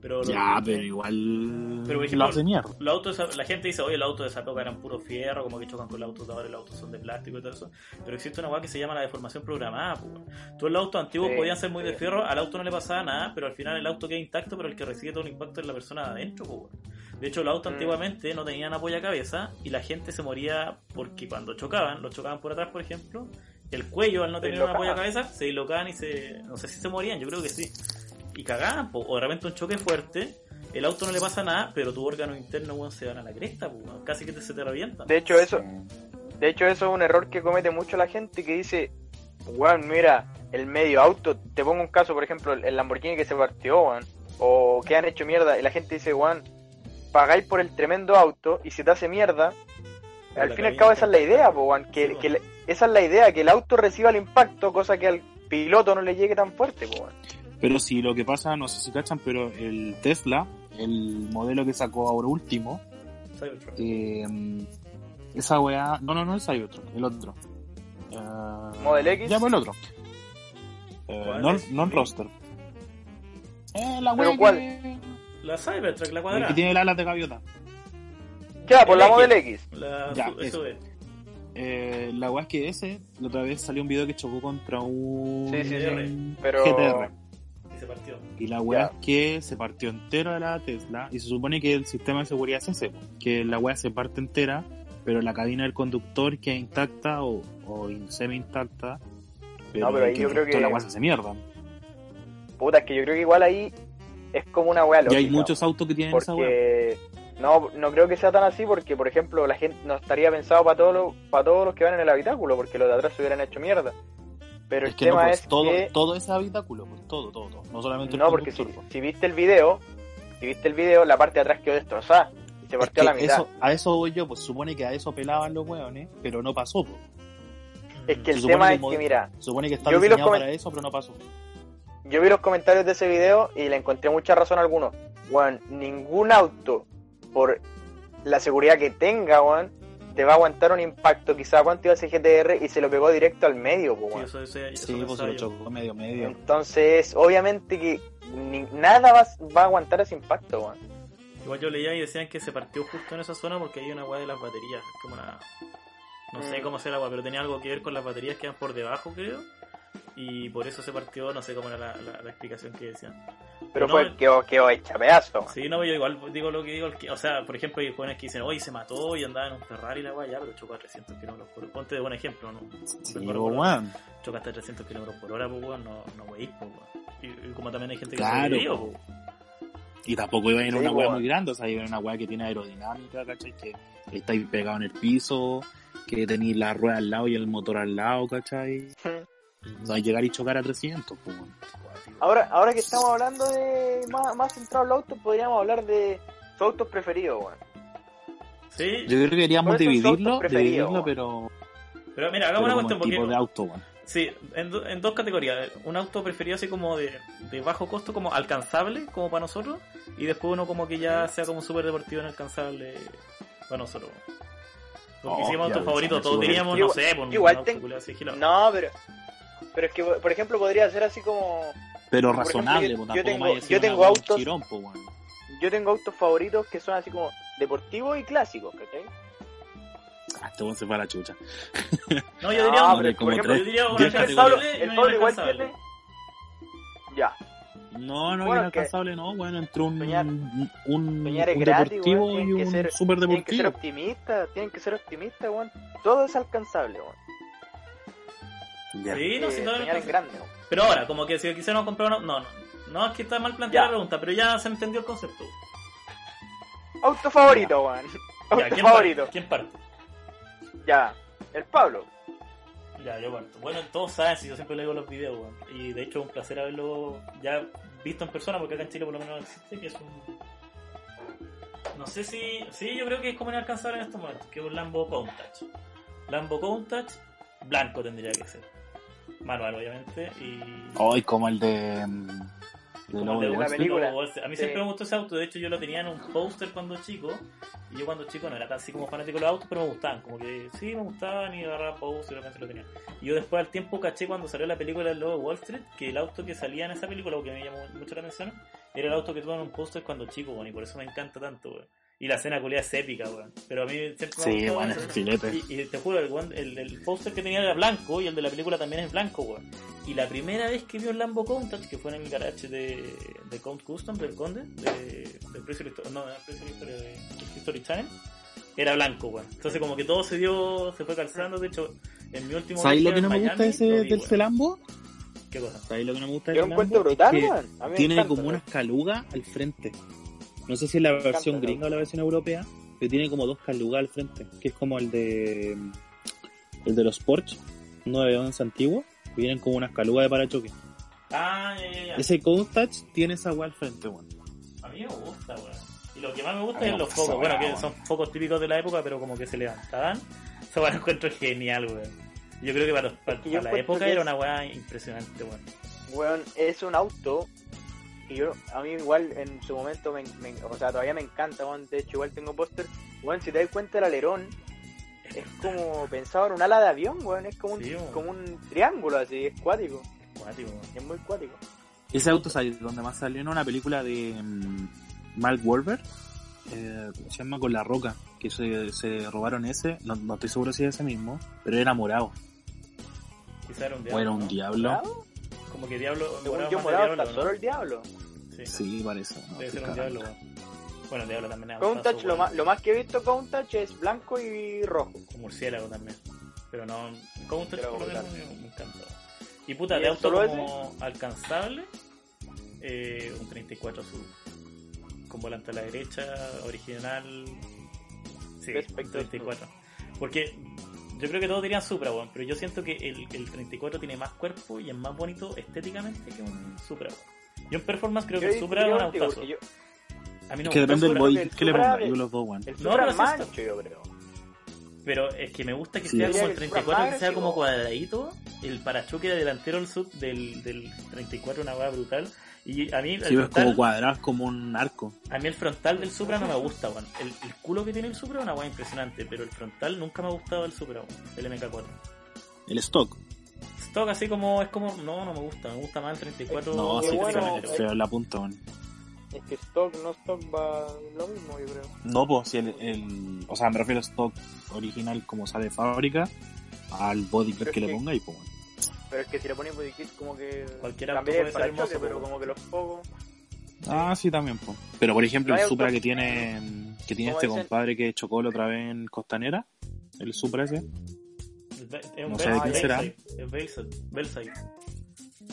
S1: Pero lo-
S3: Ya, pero igual.
S1: Pero, por ejemplo,
S3: lo hace mierda.
S1: los autos de esa- la gente dice, oye, los autos de esa época eran puro fierro, como que chocan con los autos de ahora, y los autos son de plástico y todo eso. Pero existe una weá que se llama la deformación programada, po, weón. Todos los autos antiguos
S2: Sí,
S1: podían ser muy de
S2: sí.
S1: fierro, al auto no le pasaba nada, pero al final el auto queda intacto, pero el que recibe todo el impacto es la persona de adentro, po, weón. De hecho, los autos
S2: Mm.
S1: antiguamente no tenían apoya cabeza y la gente se moría porque cuando chocaban, los chocaban por atrás, por ejemplo, el cuello al no
S2: Se
S1: tener un
S2: dislocaban.
S1: apoya cabeza se dislocaban y se. No sé si se morían, yo creo que sí. Y cagaban, po. o de repente un choque fuerte. El auto no le pasa nada, pero tu órgano interno, weón, se van a la cresta, po, weón. Casi que te- se te revienta.
S2: De hecho, eso, de hecho, eso es un error que comete mucho la gente que dice, weón, mira, el medio auto, te pongo un caso, por ejemplo, el Lamborghini que se partió, weón. o que han hecho mierda y la gente dice, weón, pagáis por el tremendo auto y se te hace mierda.
S1: Pero
S2: al
S1: la
S2: fin y al
S1: cabina
S2: cabo
S1: está
S2: esa es la idea,
S1: impactada.
S2: po, weón, que,
S1: Sí, po.
S2: que le- esa es la idea, que el auto reciba el impacto, cosa que al piloto no le llegue tan fuerte, po, weón.
S3: Pero si lo que pasa, no sé si cachan, pero el Tesla, el modelo que sacó ahora último,
S1: Cybertruck.
S3: eh, esa weá. No, no, no el Cybertruck, el otro. Eh,
S2: ¿Model X?
S3: Ya, pues el otro. Eh,
S1: ¿Cuál
S3: non,
S1: es?
S3: roster. Eh, la
S2: ¿Pero
S3: weá
S2: cuál?
S3: que,
S1: La Cybertruck, la
S3: el
S1: cuadrada.
S3: que tiene el alas de gaviota.
S2: Ya, por
S1: El
S2: la
S1: X.
S2: Model X.
S1: La
S3: Ya,
S1: su-
S3: eso.
S1: SUV.
S3: Eh, la weá es que ese, la otra vez salió un video que chocó contra un
S2: Sí, sí,
S1: sí.
S2: Pero...
S3: GTR.
S1: Y se partió.
S3: Y la weá es que se partió entera de la Tesla y se supone que el sistema de seguridad es ese, po, que la weá se parte entera, pero la cabina del conductor queda intacta o, o in- semi intacta. Pero,
S2: No, pero ahí
S3: el
S2: yo creo
S3: conductor,
S2: que-
S3: la weá se hace mierda.
S2: Puta, es que yo creo que igual ahí es como una weá
S3: Y
S2: lógica.
S3: hay muchos autos que tienen esa weá.
S2: porque no, no creo que sea tan así porque por ejemplo la gente no estaría pensado para todos los, para todos los que van en el habitáculo porque los de atrás se hubieran hecho mierda. Pero
S3: Es
S2: el
S3: que no,
S2: tema
S3: pues,
S2: es
S3: todo,
S2: que
S3: todo ese habitáculo, pues todo, todo, todo. No solamente el
S2: no, porque si,
S3: conductor, po.
S2: si viste el video, si viste el video, la parte de atrás quedó destrozada y se
S3: Es
S2: partió a la
S3: que
S2: mitad.
S3: eso- a eso voy yo, pues supone que a eso pelaban los weones, pero no pasó. po.
S2: Es que
S3: se
S2: el
S3: supone
S2: tema
S3: que
S2: es que
S3: mod-
S2: mira,
S3: Supone que está
S2: Yo vi los
S3: diseñado
S2: comen-
S3: para eso, pero no pasó.
S2: yo vi los comentarios de ese video y le encontré mucha razón a algunos. Weón, ningún auto, por la seguridad que tenga, weón, te va a aguantar un impacto. Quizá cuánto iba ese GTR y se lo pegó directo al medio, po,
S1: Sí,
S2: weón.
S1: eso, eso, eso
S3: Sí, pues se
S1: pensaba
S3: lo
S1: yo.
S3: chocó medio, medio.
S2: Entonces, obviamente que ni- nada va, va a aguantar ese impacto, weón.
S1: Igual yo leía y decían que se partió justo en esa zona porque hay una weá de las baterías. Como una. No sé
S2: Mm.
S1: cómo será la weá, pero tenía algo que ver con las baterías que iban por debajo, creo. Y por eso se partió, no sé cómo era la, la- la explicación que decían.
S2: Pero
S1: No,
S2: fue, quedó, quedó hecha pedazo, weón.
S1: Sí, no, pero yo igual digo lo que digo. el que- O sea, por ejemplo, hay jóvenes que dicen, oye, se mató y andaba en un Ferrari y la weá, ya, pero chocó a 300 kilómetros por hora. Ponte de buen ejemplo, ¿no?
S3: Sí,
S1: Mejor
S3: po,
S1: volver.
S3: weón.
S1: Choca hasta 300 kilómetros por hora, pues weón, no, no weís, pues weón. Y, y como también hay gente que
S3: Claro,
S1: sobrevivió,
S3: po.
S1: pues.
S3: Y tampoco iba a ir
S2: Sí,
S3: a
S2: pues.
S3: una
S2: po,
S3: hueá
S2: weón.
S3: muy grande, o sea, iba a ir a una hueá que tiene aerodinámica, ¿cachai? Que está ahí pegado en el piso, que tenéis la rueda al lado y el motor al lado, ¿cachai? No hay llegar y chocar a 300, pues. weón.
S2: [LAUGHS] Ahora, ahora que estamos hablando de más, más centrado en los autos, podríamos hablar de sus autos preferidos, weón.
S1: Sí,
S3: Yo creo que deberíamos
S2: ¿Cuáles son sus
S3: dividirlo,
S2: autos preferidos,
S3: dividirlo,
S2: weón?
S3: pero,
S1: pero mira,
S3: pero
S1: hagamos una
S3: como
S1: cuestión,
S3: tipo de
S1: porque.
S3: auto, weón.
S1: Sí, en, do- en dos categorías. Un auto preferido así como de, de bajo costo, como alcanzable, como para nosotros. Y después uno como que ya sea como súper deportivo inalcanzable para nosotros. Porque
S3: Oh,
S1: hicimos
S3: ya,
S1: autos
S3: pues,
S1: favoritos,
S3: me
S1: todos
S3: sube.
S1: teníamos, no
S2: Igual-
S1: sé, pues, un
S2: igual
S1: auto
S2: ten-
S1: culiao así, gilado.
S2: No, pero. Pero es que, por ejemplo, podría ser así como.
S3: Pero
S2: Por ejemplo,
S3: razonable,
S2: yo-
S3: pues,
S2: yo
S3: tampoco
S2: tengo-
S3: vaya a ser
S2: yo
S3: una
S2: tengo
S3: hueá
S2: autos-
S3: chirón, po, weón.
S2: Yo tengo autos favoritos que son así como deportivos y clásicos, ¿cachai?
S3: Ah, este weón se fue a la chucha.
S1: No, yo diría,
S2: Ah,
S1: un-
S2: pero
S3: como
S1: por ejemplo, yo
S3: tres-
S1: diría un
S3: diez
S2: El
S3: categorías.
S2: Pablo,
S1: alcanzable y
S2: el
S1: un
S2: Pablo igual
S1: inalcanzable.
S2: tiene. Ya.
S3: No, no,
S2: Bueno,
S3: era alcanzable, no, bueno, entre un,
S2: soñar-
S3: un, un
S2: soñar es gratis,
S3: deportivo
S2: weón,
S3: y
S2: tienen que
S3: un
S2: ser-
S3: super
S2: Tienen que ser
S3: deportivo.
S2: optimistas, tienen que ser optimistas, weón. Todo es alcanzable, weón.
S3: Ya.
S1: Sí, no,
S2: Eh,
S1: si todo
S2: soñar en
S1: alcanzable.
S2: grande, weón.
S1: Pero ahora, como que si quisiéramos comprar uno. No, no. No, es que está mal planteada
S2: Ya.
S1: la pregunta, pero ya se entendió el concepto.
S2: Auto favorito, weón.
S1: Ya,
S2: Auto
S1: ¿quién
S2: favorito.
S1: Parte? ¿Quién parte?
S2: Ya. El Pablo.
S1: Ya, yo parto. Bueno, todos saben si yo siempre leo los videos, weón. Y de hecho es un placer haberlo ya visto en persona, porque acá en Chile por lo menos no existe, que es un... No sé si... Sí, yo creo que es como inalcanzable en estos momentos, que es un Lambo Countach. Lambo Countach blanco tendría que ser. Manual, obviamente, y...
S3: Ay, como el de. mm, de
S1: Como
S3: Lobo
S1: el de Wall
S2: la
S3: de Wall
S1: Street,
S3: Street.
S2: película.
S1: Lobo de Wall Street. A mí
S2: Sí.
S1: siempre me gustó ese auto. De hecho, yo lo tenía en un póster cuando chico. Y yo cuando chico no era tan así como fanático de los autos, pero me gustaban. Como que sí, me gustaban y agarraba póster y realmente lo tenía. Y yo después al tiempo caché cuando salió la película El Lobo de Wall Street que el auto que salía en esa película, o que me llamó mucho la atención, era el auto que tuve en un póster cuando chico, weón. Y por eso me encanta tanto, weón. Y la escena culiada es épica, weón. Pero a mí siempre me
S3: Sí,
S1: gustó
S3: bueno,
S1: eso.
S3: es un filete.
S1: Y, y te juro, el, guan- el, el póster que tenía era blanco y el de la película también es blanco, weón. Y la primera vez que vio el Lambo Countach, que fue en el garage de, de Count Custom, del Conde, de, del Precio de la Histo- no, del Precio de la Historia, de del History Channel, era blanco, weón. Entonces como que todo se dio, se fue calzando, de hecho, en mi último
S3: ¿Sabéis lo
S1: viaje
S3: que no
S1: a
S3: me gusta
S1: Miami,
S3: de ese,
S1: lo vi,
S3: del
S1: weón.
S3: Celambo?
S1: ¿Qué cosa?
S3: ¿Sabéis lo que no me gusta
S2: Yo
S3: del
S2: lo encuentro
S3: Lambo?
S2: brutal,
S3: Es que
S2: weón. A mí me
S3: tiene
S2: encanta,
S3: como
S2: weón.
S3: unas calugas al frente. No sé si es la versión
S2: encanta,
S3: gringa o la versión europea, pero tiene como dos calugas al frente, que es como el de. mm, El de los Porsche 911 antiguo, que vienen como unas calugas de parachoques.
S1: Ah, ya, ya, ya.
S5: Ese Cold Touch tiene esa weá al frente, weón.
S1: A mí me gusta, weón. Y lo que más me gusta
S5: A mí
S1: es
S5: me
S1: los
S5: gusta
S1: focos,
S5: esa
S1: bueno,
S5: weá,
S1: que son focos típicos de la época, pero como que se levantaban. Eso para encuentro genial, weón. Yo creo que para, los- para-
S2: que yo
S1: para la
S2: encuentro
S1: época
S2: que
S1: era
S2: es-
S1: una weá impresionante, weón.
S2: Weón, es un auto. Y yo, a mí igual en su momento, me, me- o sea, todavía me encanta, weón. De hecho, igual tengo póster. Weón, si te das cuenta, el alerón es como pensado en un ala de avión, weón. Es como un,
S1: Sí, weón.
S2: como un triángulo así, es cuático.
S1: Cuático, weón.
S2: Es muy cuático.
S3: Ese auto salió donde más salió en una película de mm, Mark Wahlberg, eh, ¿cómo se llama Con la Roca, que se, se robaron ese, no, no estoy seguro si es ese mismo, pero era morado,
S1: Quizá era un diablo.
S3: o era un
S1: ¿no?
S3: diablo,
S2: Morado,
S1: Como que diablo.
S2: Según
S1: morado
S2: yo,
S1: más de
S2: morado está
S1: diablo, ¿no?
S2: solo el diablo.
S1: Sí.
S3: sí, parece. no,
S1: Debe
S3: estoy
S1: ser un diablo,
S3: cagando.
S1: weón. Bueno, el diablo también es
S2: Con un
S1: avanzado,
S2: touch, lo
S1: weón.
S2: más, lo más que he visto con un touch es blanco y rojo.
S1: Un murciélago también. Pero no, como un touch
S2: Pero
S1: por lo menos
S2: volante.
S1: me me encantó. Y puta,
S2: ¿Y
S1: de
S2: el
S1: auto
S2: solo
S1: como alcanzable, eh, un 34 azul. Con volante a la derecha, original. Sí,
S2: Respecto al
S1: 34. Porque yo creo que todos dirían Supra, weón, pero yo siento que el, el 34 tiene más cuerpo y es más bonito estéticamente que un Supra, weón. Yo en performance creo que el
S2: Yo
S1: Supra es un
S2: diría contigo,
S1: autazo.
S2: porque yo-
S1: A mí no
S3: Es
S1: me gusta
S3: que depende
S1: el
S3: del
S1: Supra,
S3: body
S2: creo que el
S3: que le
S2: Supra
S3: ponga,
S2: es-
S3: yo los dos, weón.
S2: El
S1: No,
S2: Supra
S1: pero
S2: es
S1: es esto.
S2: mancho, yo creo.
S1: Pero es que me gusta que
S3: Sí.
S1: sea
S2: Diría
S1: como el
S2: que el
S1: 34, que
S2: Supra
S1: sea
S2: Magre,
S1: como
S2: sí,
S1: cuadradito. El parachoque delantero del sub del, del 34, una hueá brutal. Y a mí, el
S3: Sí, es como
S1: frontal,
S3: cuadrar como un arco.
S1: a mí el frontal del Supra no me gusta, weón. El, el culo que tiene el Supra es una hueá impresionante, pero el frontal nunca me ha gustado el Supra, weón, el MK4.
S3: El stock.
S1: Stock así como, es como, no, no me gusta, me gusta más el 34.
S3: No,
S2: Qué
S3: sí,
S2: bueno, eh,
S3: feo,
S1: físicamente,
S3: es
S1: weón.
S3: feo la punta, weón.
S2: Es que stock, no stock va lo mismo, yo creo.
S3: No, pues si el, el- O sea, me refiero a stock original como sale de fábrica, al body
S2: Pero
S3: que
S2: es
S3: le
S2: que-
S3: ponga y pues. weón.
S2: Pero es que si le ponen body kit, como que.
S1: Cualquier auto
S2: cambiaría
S1: puede ser
S2: el parachoque,
S1: hermoso, pues.
S2: pero
S1: po.
S2: como que los focos.
S3: Ah, sí, también, pues. Pero por ejemplo,
S2: No hay
S3: el Supra
S2: auto-
S3: que tiene. Que tiene
S2: Como
S3: este
S2: dicen-
S3: compadre que chocó la otra vez en Costanera. El Supra ese.
S1: Es un
S3: No sé de quién será.
S1: Belside, es Belside, Belside.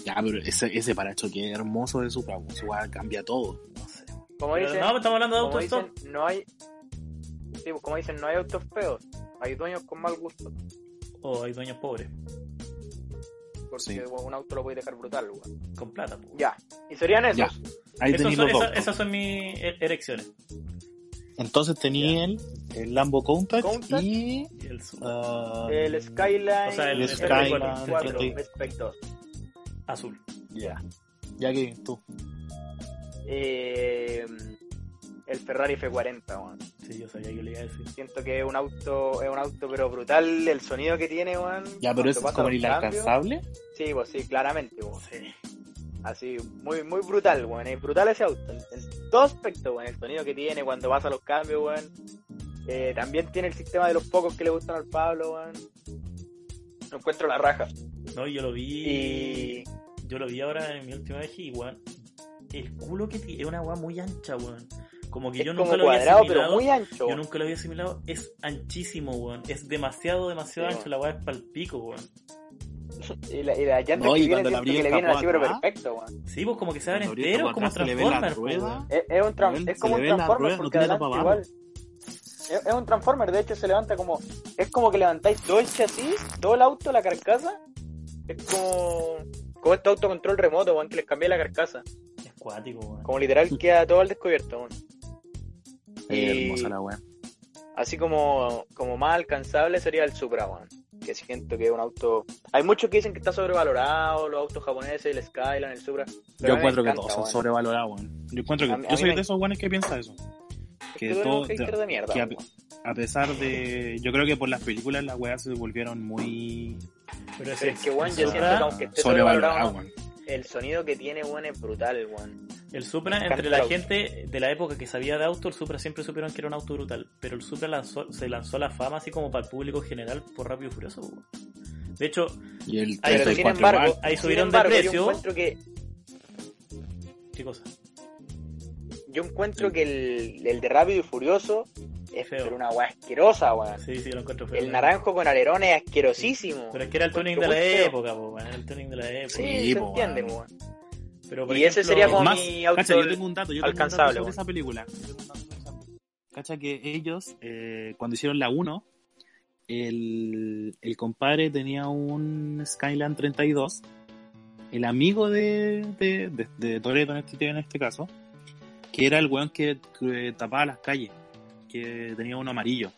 S3: Ya, pero ese, ese parachoque hermoso de Supra, weón. Su weá cambia todo.
S1: No sé.
S2: Como
S1: Pero
S2: dicen,
S1: no, pues, estamos hablando de
S2: como
S1: auto stock.
S2: dicen, no hay. Sí, pues como dicen, no hay autos feos. Hay dueños con mal gusto.
S1: O Oh, hay dueños pobres,
S2: Porque
S3: Sí.
S2: un auto lo puede dejar brutal, weón.
S1: con plata, po.
S2: Ya. Y serían esos.
S3: Ya. Ahí
S1: Esos
S3: tenéis
S1: son-
S3: los dos.
S1: esa-
S3: pues.
S1: esas son mis e- erecciones.
S3: Entonces tenía el, el Lambo Countach
S2: Countach.
S3: y.
S1: Y el su-
S3: ah,
S2: El Skyline.
S1: O sea, el-
S3: el Skyline, el 30.
S2: respecto.
S1: azul.
S3: ya. Ya que tú.
S2: Eh, el Ferrari F40, weón.
S1: Sí, yo sabía que lo iba a decir.
S2: Siento que es un auto, es un auto pero brutal el sonido que tiene, weón.
S3: Ya, pero
S2: Cuando
S3: ese es
S2: Ah, pasa
S3: como el
S2: los cambios.
S3: inalcanzable.
S2: Sí, pues sí, claramente, weón.
S1: Sí.
S2: Así, muy, muy brutal, weón. Es brutal ese auto. En, en todo aspecto, weón. El sonido que tiene cuando pasa los cambios, weón. Eh, también tiene el sistema de los pocos que le gustan al Pablo, weón. No encuentro la raja.
S1: No, yo lo vi.
S2: Y.
S1: Yo lo vi ahora en mi última vez y, weón, el culo que tiene es una weá muy ancha, weón. Como que
S2: Es
S1: yo nunca
S2: como
S1: lo había
S2: cuadrado,
S1: asimilado.
S2: pero muy ancho.
S1: Yo
S2: weón.
S1: nunca lo había asimilado. Es anchísimo, weón. Es demasiado, demasiado
S2: Sí,
S1: ancho.
S2: weón.
S1: La weá es pal pico, weón.
S2: Y la, y las llantas
S3: No,
S2: que
S3: y
S2: vienen,
S3: cuando le
S2: siento
S3: abrí
S2: que
S3: el
S2: le vienen
S3: capó
S2: así, pero
S3: atrás.
S2: perfecto, weón.
S1: Sí, pues como que se abren
S3: Cuando abrís el
S1: enteros,
S3: capó
S1: como
S3: atrás, se le ve la
S1: Transformers,
S3: rueda.
S1: weón.
S2: Es, es un tran-
S3: Se le
S2: es como
S3: ve
S2: un
S3: la
S2: Transformer,
S3: rueda, no
S2: porque
S3: tiene
S2: adelante
S3: tapa
S2: igual. Es, es un Transformer, de hecho se levanta como. Es como que levantáis todo el chasis, todo el auto, la carcasa. Es como. Como este autocontrol remoto, weón, que les cambié la carcasa.
S1: Es cuático, weón.
S2: Como literal queda todo al descubierto, weón.
S3: Eh,
S2: Y-
S3: hermosa la weá.
S2: Así como, como más alcanzable sería el Supra, weón. Que siento que es un auto. Hay muchos que dicen que está sobrevalorado, los autos japoneses, el Skyline, el Supra. pero
S3: Yo
S2: a mí me
S3: encuentro que
S2: encanta,
S3: todos son
S2: weón.
S3: sobrevalorados, weón. Yo encuentro que.
S2: A mí- a
S3: yo
S2: mí
S3: soy
S2: me-
S3: de esos weones que piensa eso.
S2: Es
S3: que
S2: tú eres
S3: todo-
S2: un hater de mierda,
S3: que a,
S2: weón.
S3: a pesar de. Yo creo que por las películas las weas se volvieron muy.
S1: Pero es,
S2: Pero es que, weón, yo
S1: el,
S2: siento que
S1: Supra,
S2: aunque esté sobrevalorado,
S3: sobrevaloradas, weón.
S2: el sonido que tiene, weón, es brutal, weón.
S1: el Supra,
S2: me encanta
S1: entre
S2: el
S1: la
S2: auto.
S1: gente de la época que sabía de auto, el Supra siempre supieron que era un auto brutal. Pero el Supra lanzó- se lanzó a la fama así como para el público general por Rápido y Furioso, weón. De hecho,
S3: Y el
S1: Ahí,
S2: Pero
S3: 34
S2: sin embargo,
S3: igual.
S1: Ahí
S2: sin
S1: subieron de
S2: embargo,
S1: precio.
S2: Yo encuentro que,
S1: ¿qué cosa?
S2: yo encuentro que el, el de Rápido y Furioso es
S1: Feo.
S2: pero una weá asquerosa, weón.
S1: Sí, sí, lo encuentro feo.
S2: El naranjo con alerones es asquerosísimo.
S1: Pero es que era el
S2: Encuentro
S1: tuning de la
S2: muy feo.
S1: época, po, man, era el tuning de la época.
S2: Sí,
S3: Sí,
S2: se
S3: po,
S2: entiende,
S3: weón.
S2: weón.
S1: Pero,
S2: Y ese sería
S3: Es
S2: como
S3: más,
S2: mi auto
S3: cacha, yo tengo un dato, yo tengo un dato
S2: alcanzable,
S3: sobre
S2: weón.
S3: esa película. Yo tengo un dato sobre esa película. Cacha que ellos, eh, cuando hicieron la 1, el, el compadre tenía un Skyline 32 el amigo de, de, de, de Toreto en este, en este caso, que era el weón que, que tapaba las calles, que tenía uno amarillo.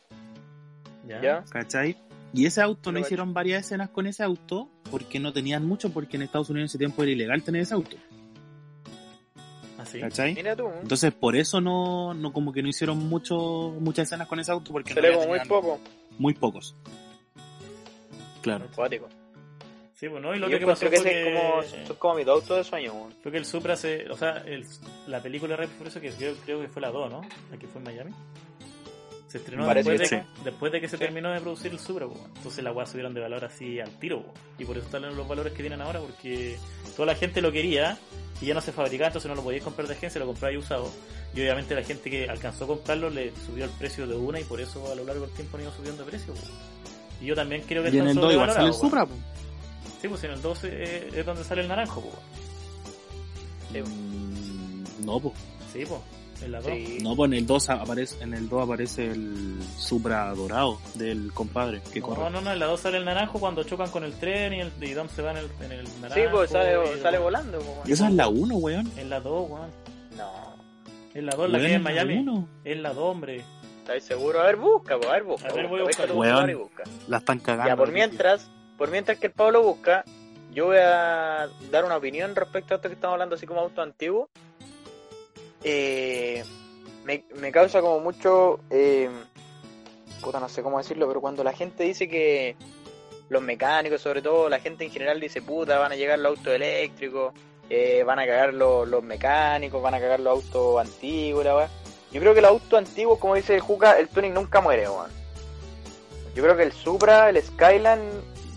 S1: ¿Ya?
S2: ¿Ya?
S3: ¿Cachai? Y ese auto no
S2: Pero-
S3: hicieron varias escenas con ese auto porque no tenían mucho, porque en Estados Unidos en ese tiempo era ilegal tener ese auto.
S1: Así.
S3: ¿Cachai?
S2: Mira tú. ¿eh?
S3: Entonces por eso no, no como que no hicieron mucho, muchas escenas con ese auto porque en
S2: Sale como muy
S3: realidad tenían
S2: poco.
S3: muy pocos. Claro.
S2: Cuático.
S1: Sí, bueno, y lo
S2: Yo
S1: que pasó
S2: encuentro
S1: fue
S2: que ese es como,
S1: que,
S2: es como mi auto de sueño, weón.
S1: fue que el Supra se. O sea, el- la película Rápido y Furioso, que creo, creo que fue la 2, ¿no? Aquí fue en Miami. Se estrenó
S2: Parece
S1: después de,
S3: que
S1: después de que se
S2: Sí.
S1: terminó de producir el Supra, po. entonces las weas subieron de valor así al tiro, po. y por eso están los valores que tienen ahora, porque toda la gente lo quería y ya no se fabricaba, entonces no lo podíais comprar de agencia, lo compráis usado. Y obviamente la gente que alcanzó a comprarlo le subió el precio de una y por eso a lo largo del tiempo han ido subiendo de precio. po. Y yo también creo que
S3: Y en
S1: están
S3: el 2 igual sale el
S1: sobrevalorados, po.
S3: Supra, po.
S1: Sí, pues en el 2 eh, es donde sale el naranjo, pues. po. pues.
S2: Sí, po.
S3: Mm, No, pues.
S1: Sí, pues. En la 2.
S2: Sí.
S3: No, pues en el 2 aparece, en el 2 aparece el Supra dorado del compadre que corre.
S1: No, no, no, en la 2 sale el naranjo cuando chocan con el tren y, el, y Dom se va en el, en el naranjo.
S2: Sí, pues sale,
S1: y-
S2: sale volando, po,
S3: Y
S2: weón.
S3: esa es la 1, weón.
S1: En la 2, weón.
S2: No.
S1: En la 2, la que hay
S3: Weón, es
S1: en Miami.
S3: 1.
S1: Es la 2, hombre.
S2: ¿Estáis seguro? A ver, busca, po, a ver, busca.
S1: A ver, voy a
S2: busca,
S1: buscar.
S2: tu
S3: Weón.
S2: celular y busca.
S3: La están cagando.
S2: Ya, por
S3: brígido.
S2: mientras, por mientras que el Pablo busca, yo voy a dar una opinión respecto a esto que estamos hablando, así como auto antiguo. Eh, me, me causa como mucho. eh, puta, no sé cómo decirlo, pero cuando la gente dice que los mecánicos, sobre todo, la gente en general dice, puta, van a llegar los autos eléctricos, eh, van a cagar los, los mecánicos, van a cagar los autos antiguos, y la weá. Yo creo que el auto antiguo, como dice Juca, el tuning nunca muere, weón. Yo creo que el Supra, el Skyline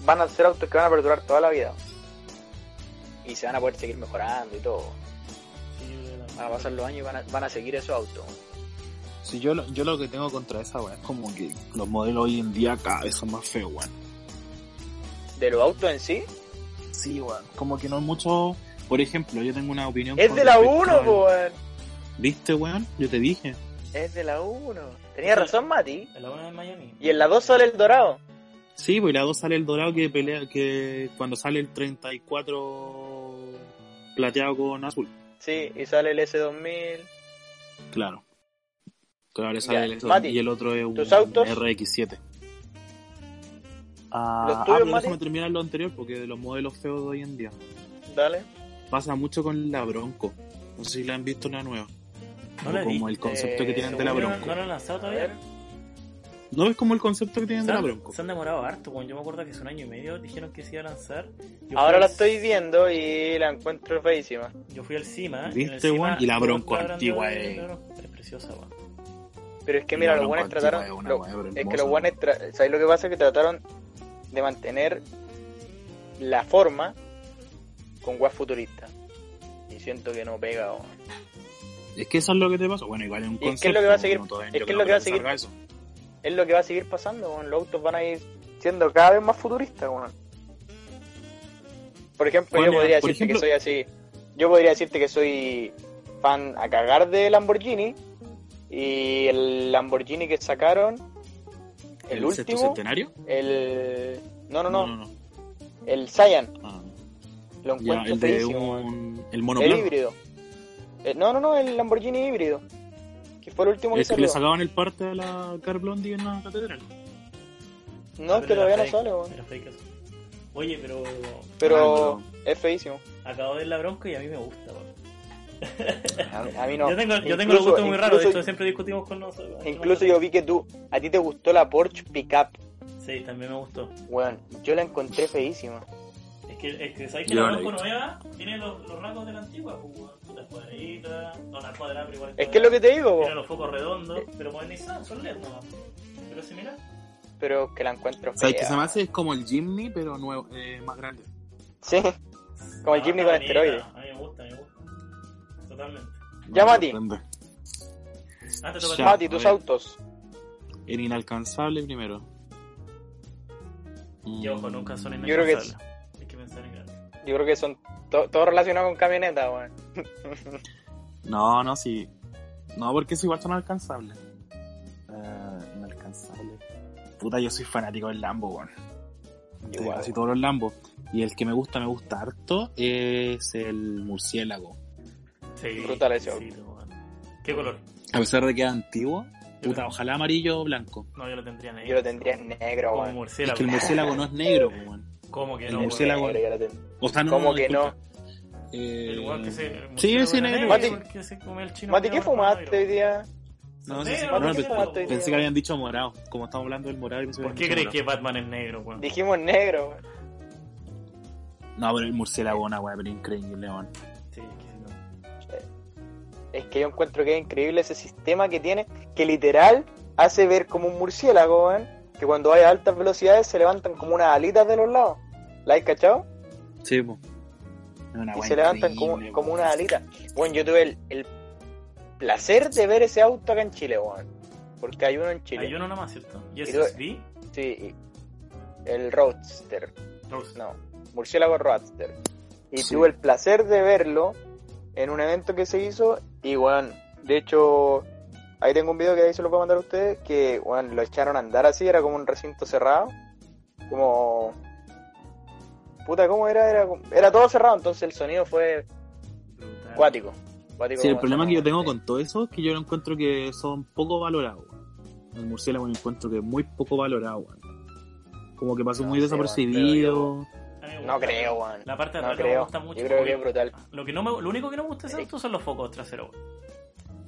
S2: van a ser autos que van a perdurar toda la vida. Y se van a poder seguir mejorando y todo.
S1: Sí, de la-
S2: Van a pasar los años y van a, van a seguir esos autos.
S3: Si yo, lo- yo lo que tengo contra esa, weón, es como que los modelos hoy en día cada vez son más feos, weón.
S2: De los autos en sí,
S3: Sí, weón. Como que no es mucho. Por ejemplo, yo tengo una opinión.
S2: es
S3: con
S2: de la
S3: respecto
S2: 1,
S3: al-
S2: weón.
S3: ¿Viste, weón? Yo te dije.
S2: Es de la 1. Tenía razón, Mati.
S1: En la 1 de Miami.
S2: Y en la 2 sale el dorado.
S3: Sí, pues y la 2 sale el dorado que pelea. que cuando sale el 34 plateado con azul.
S2: Sí, y sale el S2000.
S3: Claro. Claro, ese
S2: Ya,
S3: es el S2
S2: Mati,
S3: y el otro es un
S2: ¿tus autos?
S3: RX7. Ah,
S2: ¿Los tuyos,
S3: ah, pero
S2: Mati?
S3: déjame terminar lo anterior porque de los modelos feos de hoy en día.
S2: Dale.
S3: Pasa mucho con la Bronco. No sé si la han visto la nueva.
S1: No la he
S3: como el
S1: visto.
S3: concepto que
S2: Eh,
S3: tienen de la
S1: Según yo,
S3: Bronco.
S1: No lo han lanzado
S2: A
S1: todavía.
S2: ver.
S3: ¿No ves como el concepto que tienen
S1: Se
S3: de la
S1: han,
S3: Bronco?
S1: se han demorado harto, weón. Yo me acuerdo que hace un año y medio dijeron que se iba a lanzar. Yo fui
S2: Ahora
S1: al-
S2: la estoy viendo y la encuentro feísima.
S1: Yo fui al CIMA.
S3: ¿Viste,
S1: en el CIMA
S3: weón? Y la
S1: todos
S3: Bronco
S1: estaban
S3: antigua,
S1: hablando de-
S3: eh.
S1: de la Bronco. Es preciosa, weón.
S2: Pero es que mira,
S3: La
S2: los
S3: Bronco
S2: buenos
S3: antigua
S2: trataron...
S3: es una
S2: lo-
S3: weá, pero
S2: Es que
S3: hermosa,
S2: los guanes, tra- ¿sabes lo que pasa? Que trataron de mantener la forma con guas futuristas. Y siento que no pega. o-
S3: Es que eso es lo que te pasa. Bueno, igual es un
S2: que es
S3: concepto.
S2: lo que va a
S3: bueno,
S2: seguir-
S3: todavía
S2: es que
S3: yo
S2: es
S3: creo
S2: lo que va a
S3: no
S2: seguir-
S3: salga eso.
S2: Es lo que va a seguir pasando, weón. los autos van a ir siendo cada vez más futuristas. weón. Por ejemplo,
S3: Bueno,
S2: yo podría
S3: por
S2: decirte
S3: ejemplo-
S2: que soy así. Yo podría decirte que soy fan a cagar de Lamborghini. Y el Lamborghini que sacaron, el,
S3: ¿El sexto
S2: último,
S3: centenario?
S2: el... No, no, no,
S3: no. no.
S2: el Cyan.
S3: Ah,
S2: Lo
S3: ya,
S2: encuentro
S3: el de
S2: feísimo, weón.
S3: un. El mono
S2: El
S3: blanco.
S2: híbrido. Eh, no, no, no, el Lamborghini híbrido. Que fue el último que
S3: Es que le
S2: salió.
S3: sacaban el parte a la Car Blondie en la catedral.
S2: No, es que
S1: Pero
S2: todavía
S1: era
S2: no
S1: fake,
S2: sale, weón.
S1: era fake eso. Oye, pero
S2: Pero
S3: Ah,
S2: es feísimo.
S1: acabo de ver la Bronco y a mí me gusta, weón.
S2: A mí no.
S1: Yo tengo, yo tengo los
S2: Incluso-
S1: gustos muy raros, de
S2: incluso-
S1: hecho siempre discutimos con nosotros.
S2: Incluso yo vi que tú, a ti te gustó la Porsche Pickup,
S1: Sí, también me gustó.
S2: weón. Yo la encontré feísima.
S1: Es que, es que ¿sabes que
S3: Yo
S1: la
S3: la he
S1: Bronco nueva tiene los, los rasgos de la antigua? Pues, weón, puta cuadradita, no la cuadrada, pero igual
S2: Es que es lo que te digo,
S1: Tiene
S2: weón.
S1: los focos redondos, pero modernizados, son LED nomás. Pero si mira,
S2: Pero que la encuentro
S3: O sea, que se me
S2: fea.
S3: hace es como el Jimny, pero nuevo, eh, más grande.
S2: Sí. Como el
S1: ah,
S2: Jimny
S1: está bonita.
S2: con esteroides.
S1: A mí me gusta, a mí me gusta. Totalmente.
S2: Ya, Mati.
S3: sorprende.
S1: Ah, te toca
S3: Ya.
S1: a ti.
S2: Mati, tus
S3: a ver.
S2: autos.
S3: El inalcanzable primero.
S1: Y ojo, nunca son
S3: Mm,
S1: inalcanzables.
S2: Yo creo que
S1: Hay que pensar en grande.
S2: Yo creo que son to- todo relacionado con camioneta, weón.
S3: No, no, sí. No, porque eso igual son alcanzables. Eh, inalcanzable. Puta, yo soy fanático del Lambo, weón. De
S2: Igual.
S3: Casi todos los Lambos. Y el que me gusta, me gusta harto, es el murciélago.
S1: Sí,
S2: Brutal ese
S1: sí, bueno. ¿Qué color?
S3: A pesar de que es antiguo,
S1: Yo
S3: puta,
S1: lo-
S3: ojalá amarillo o blanco.
S1: No, yo lo tendría negro.
S2: Yo lo tendría en negro,
S1: como
S2: weón.
S3: Es
S1: murciélago.
S3: que el murciélago no es negro, po, weón.
S1: ¿Cómo que
S3: el
S1: no? weón?
S3: murciélago-
S2: Negro, yo lo ten-
S3: O sea, no.
S2: ¿Cómo que no?
S3: disculpa.
S1: El weón que
S3: Eh,
S1: se. el
S3: Sí,
S1: murciélago
S3: sí,
S1: era
S3: negro.
S2: Mati-
S1: porque se come el chino
S2: Mati, ¿qué
S1: culiao, hermano,
S2: fumaste hoy
S1: negro.
S2: día?
S3: no, no sé si-
S1: Negro,
S3: no,
S2: ¿qué
S3: pe-
S2: fumaste hoy día?
S3: pensé que habían dicho morado. Como estamos hablando del morado, pensé
S1: ¿Por
S3: que
S1: qué
S3: habían
S1: crees
S3: dicho
S1: que Batman es negro, weón?
S2: Dijimos negro, weón.
S3: morado. No, pero el murciélago, una weá, pero increíble, weón.
S1: Sí, es que sí, no.
S2: Es que yo encuentro que es increíble ese sistema que tiene, que literal hace ver como un murciélago, weón. Que cuando hay a altas velocidades se levantan como unas alitas de los lados. ¿La has cachado?
S3: Sí, po. Es una
S2: Y
S3: weá
S2: se levantan como,
S3: increíble,
S2: como
S3: weón.
S2: unas alitas. Bueno, yo tuve el, el placer de ver ese auto acá en Chile, weón. Porque hay uno en Chile.
S1: Hay uno nomás, ¿cierto? ¿Y
S2: Y
S1: ese
S2: lo-
S1: es B?
S2: Sí, y- el Roadster.
S1: Rose.
S2: No, Murciélago Roadster. Y
S3: Sí.
S2: tuve el placer de verlo en un evento que se hizo. Y, weón, de hecho, ahí tengo un video que ahí se lo puedo mandar a ustedes. Que, weón, lo echaron a andar así, era como un recinto cerrado. Como. Puta, ¿cómo era? Era, como- era todo cerrado, entonces el sonido fue
S1: Brutal.
S2: cuático. cuático
S3: Sí, el
S2: como
S3: problema que yo tengo
S2: sonaba.
S3: con todo eso es que yo lo encuentro que son poco valorados. weón. El murciélago lo encuentro que es muy poco valorado, weón. Como que pasó
S2: No
S3: muy
S2: sé,
S3: desapercibido.
S1: A mí me
S2: No
S1: gusta.
S2: creo, weón.
S1: La parte de
S2: No
S1: atrás me
S2: creo.
S1: gusta mucho.
S2: Yo creo
S1: porque-
S2: que es brutal.
S1: Lo, que no me, lo único que no me gusta de ese auto son los focos traseros. weón.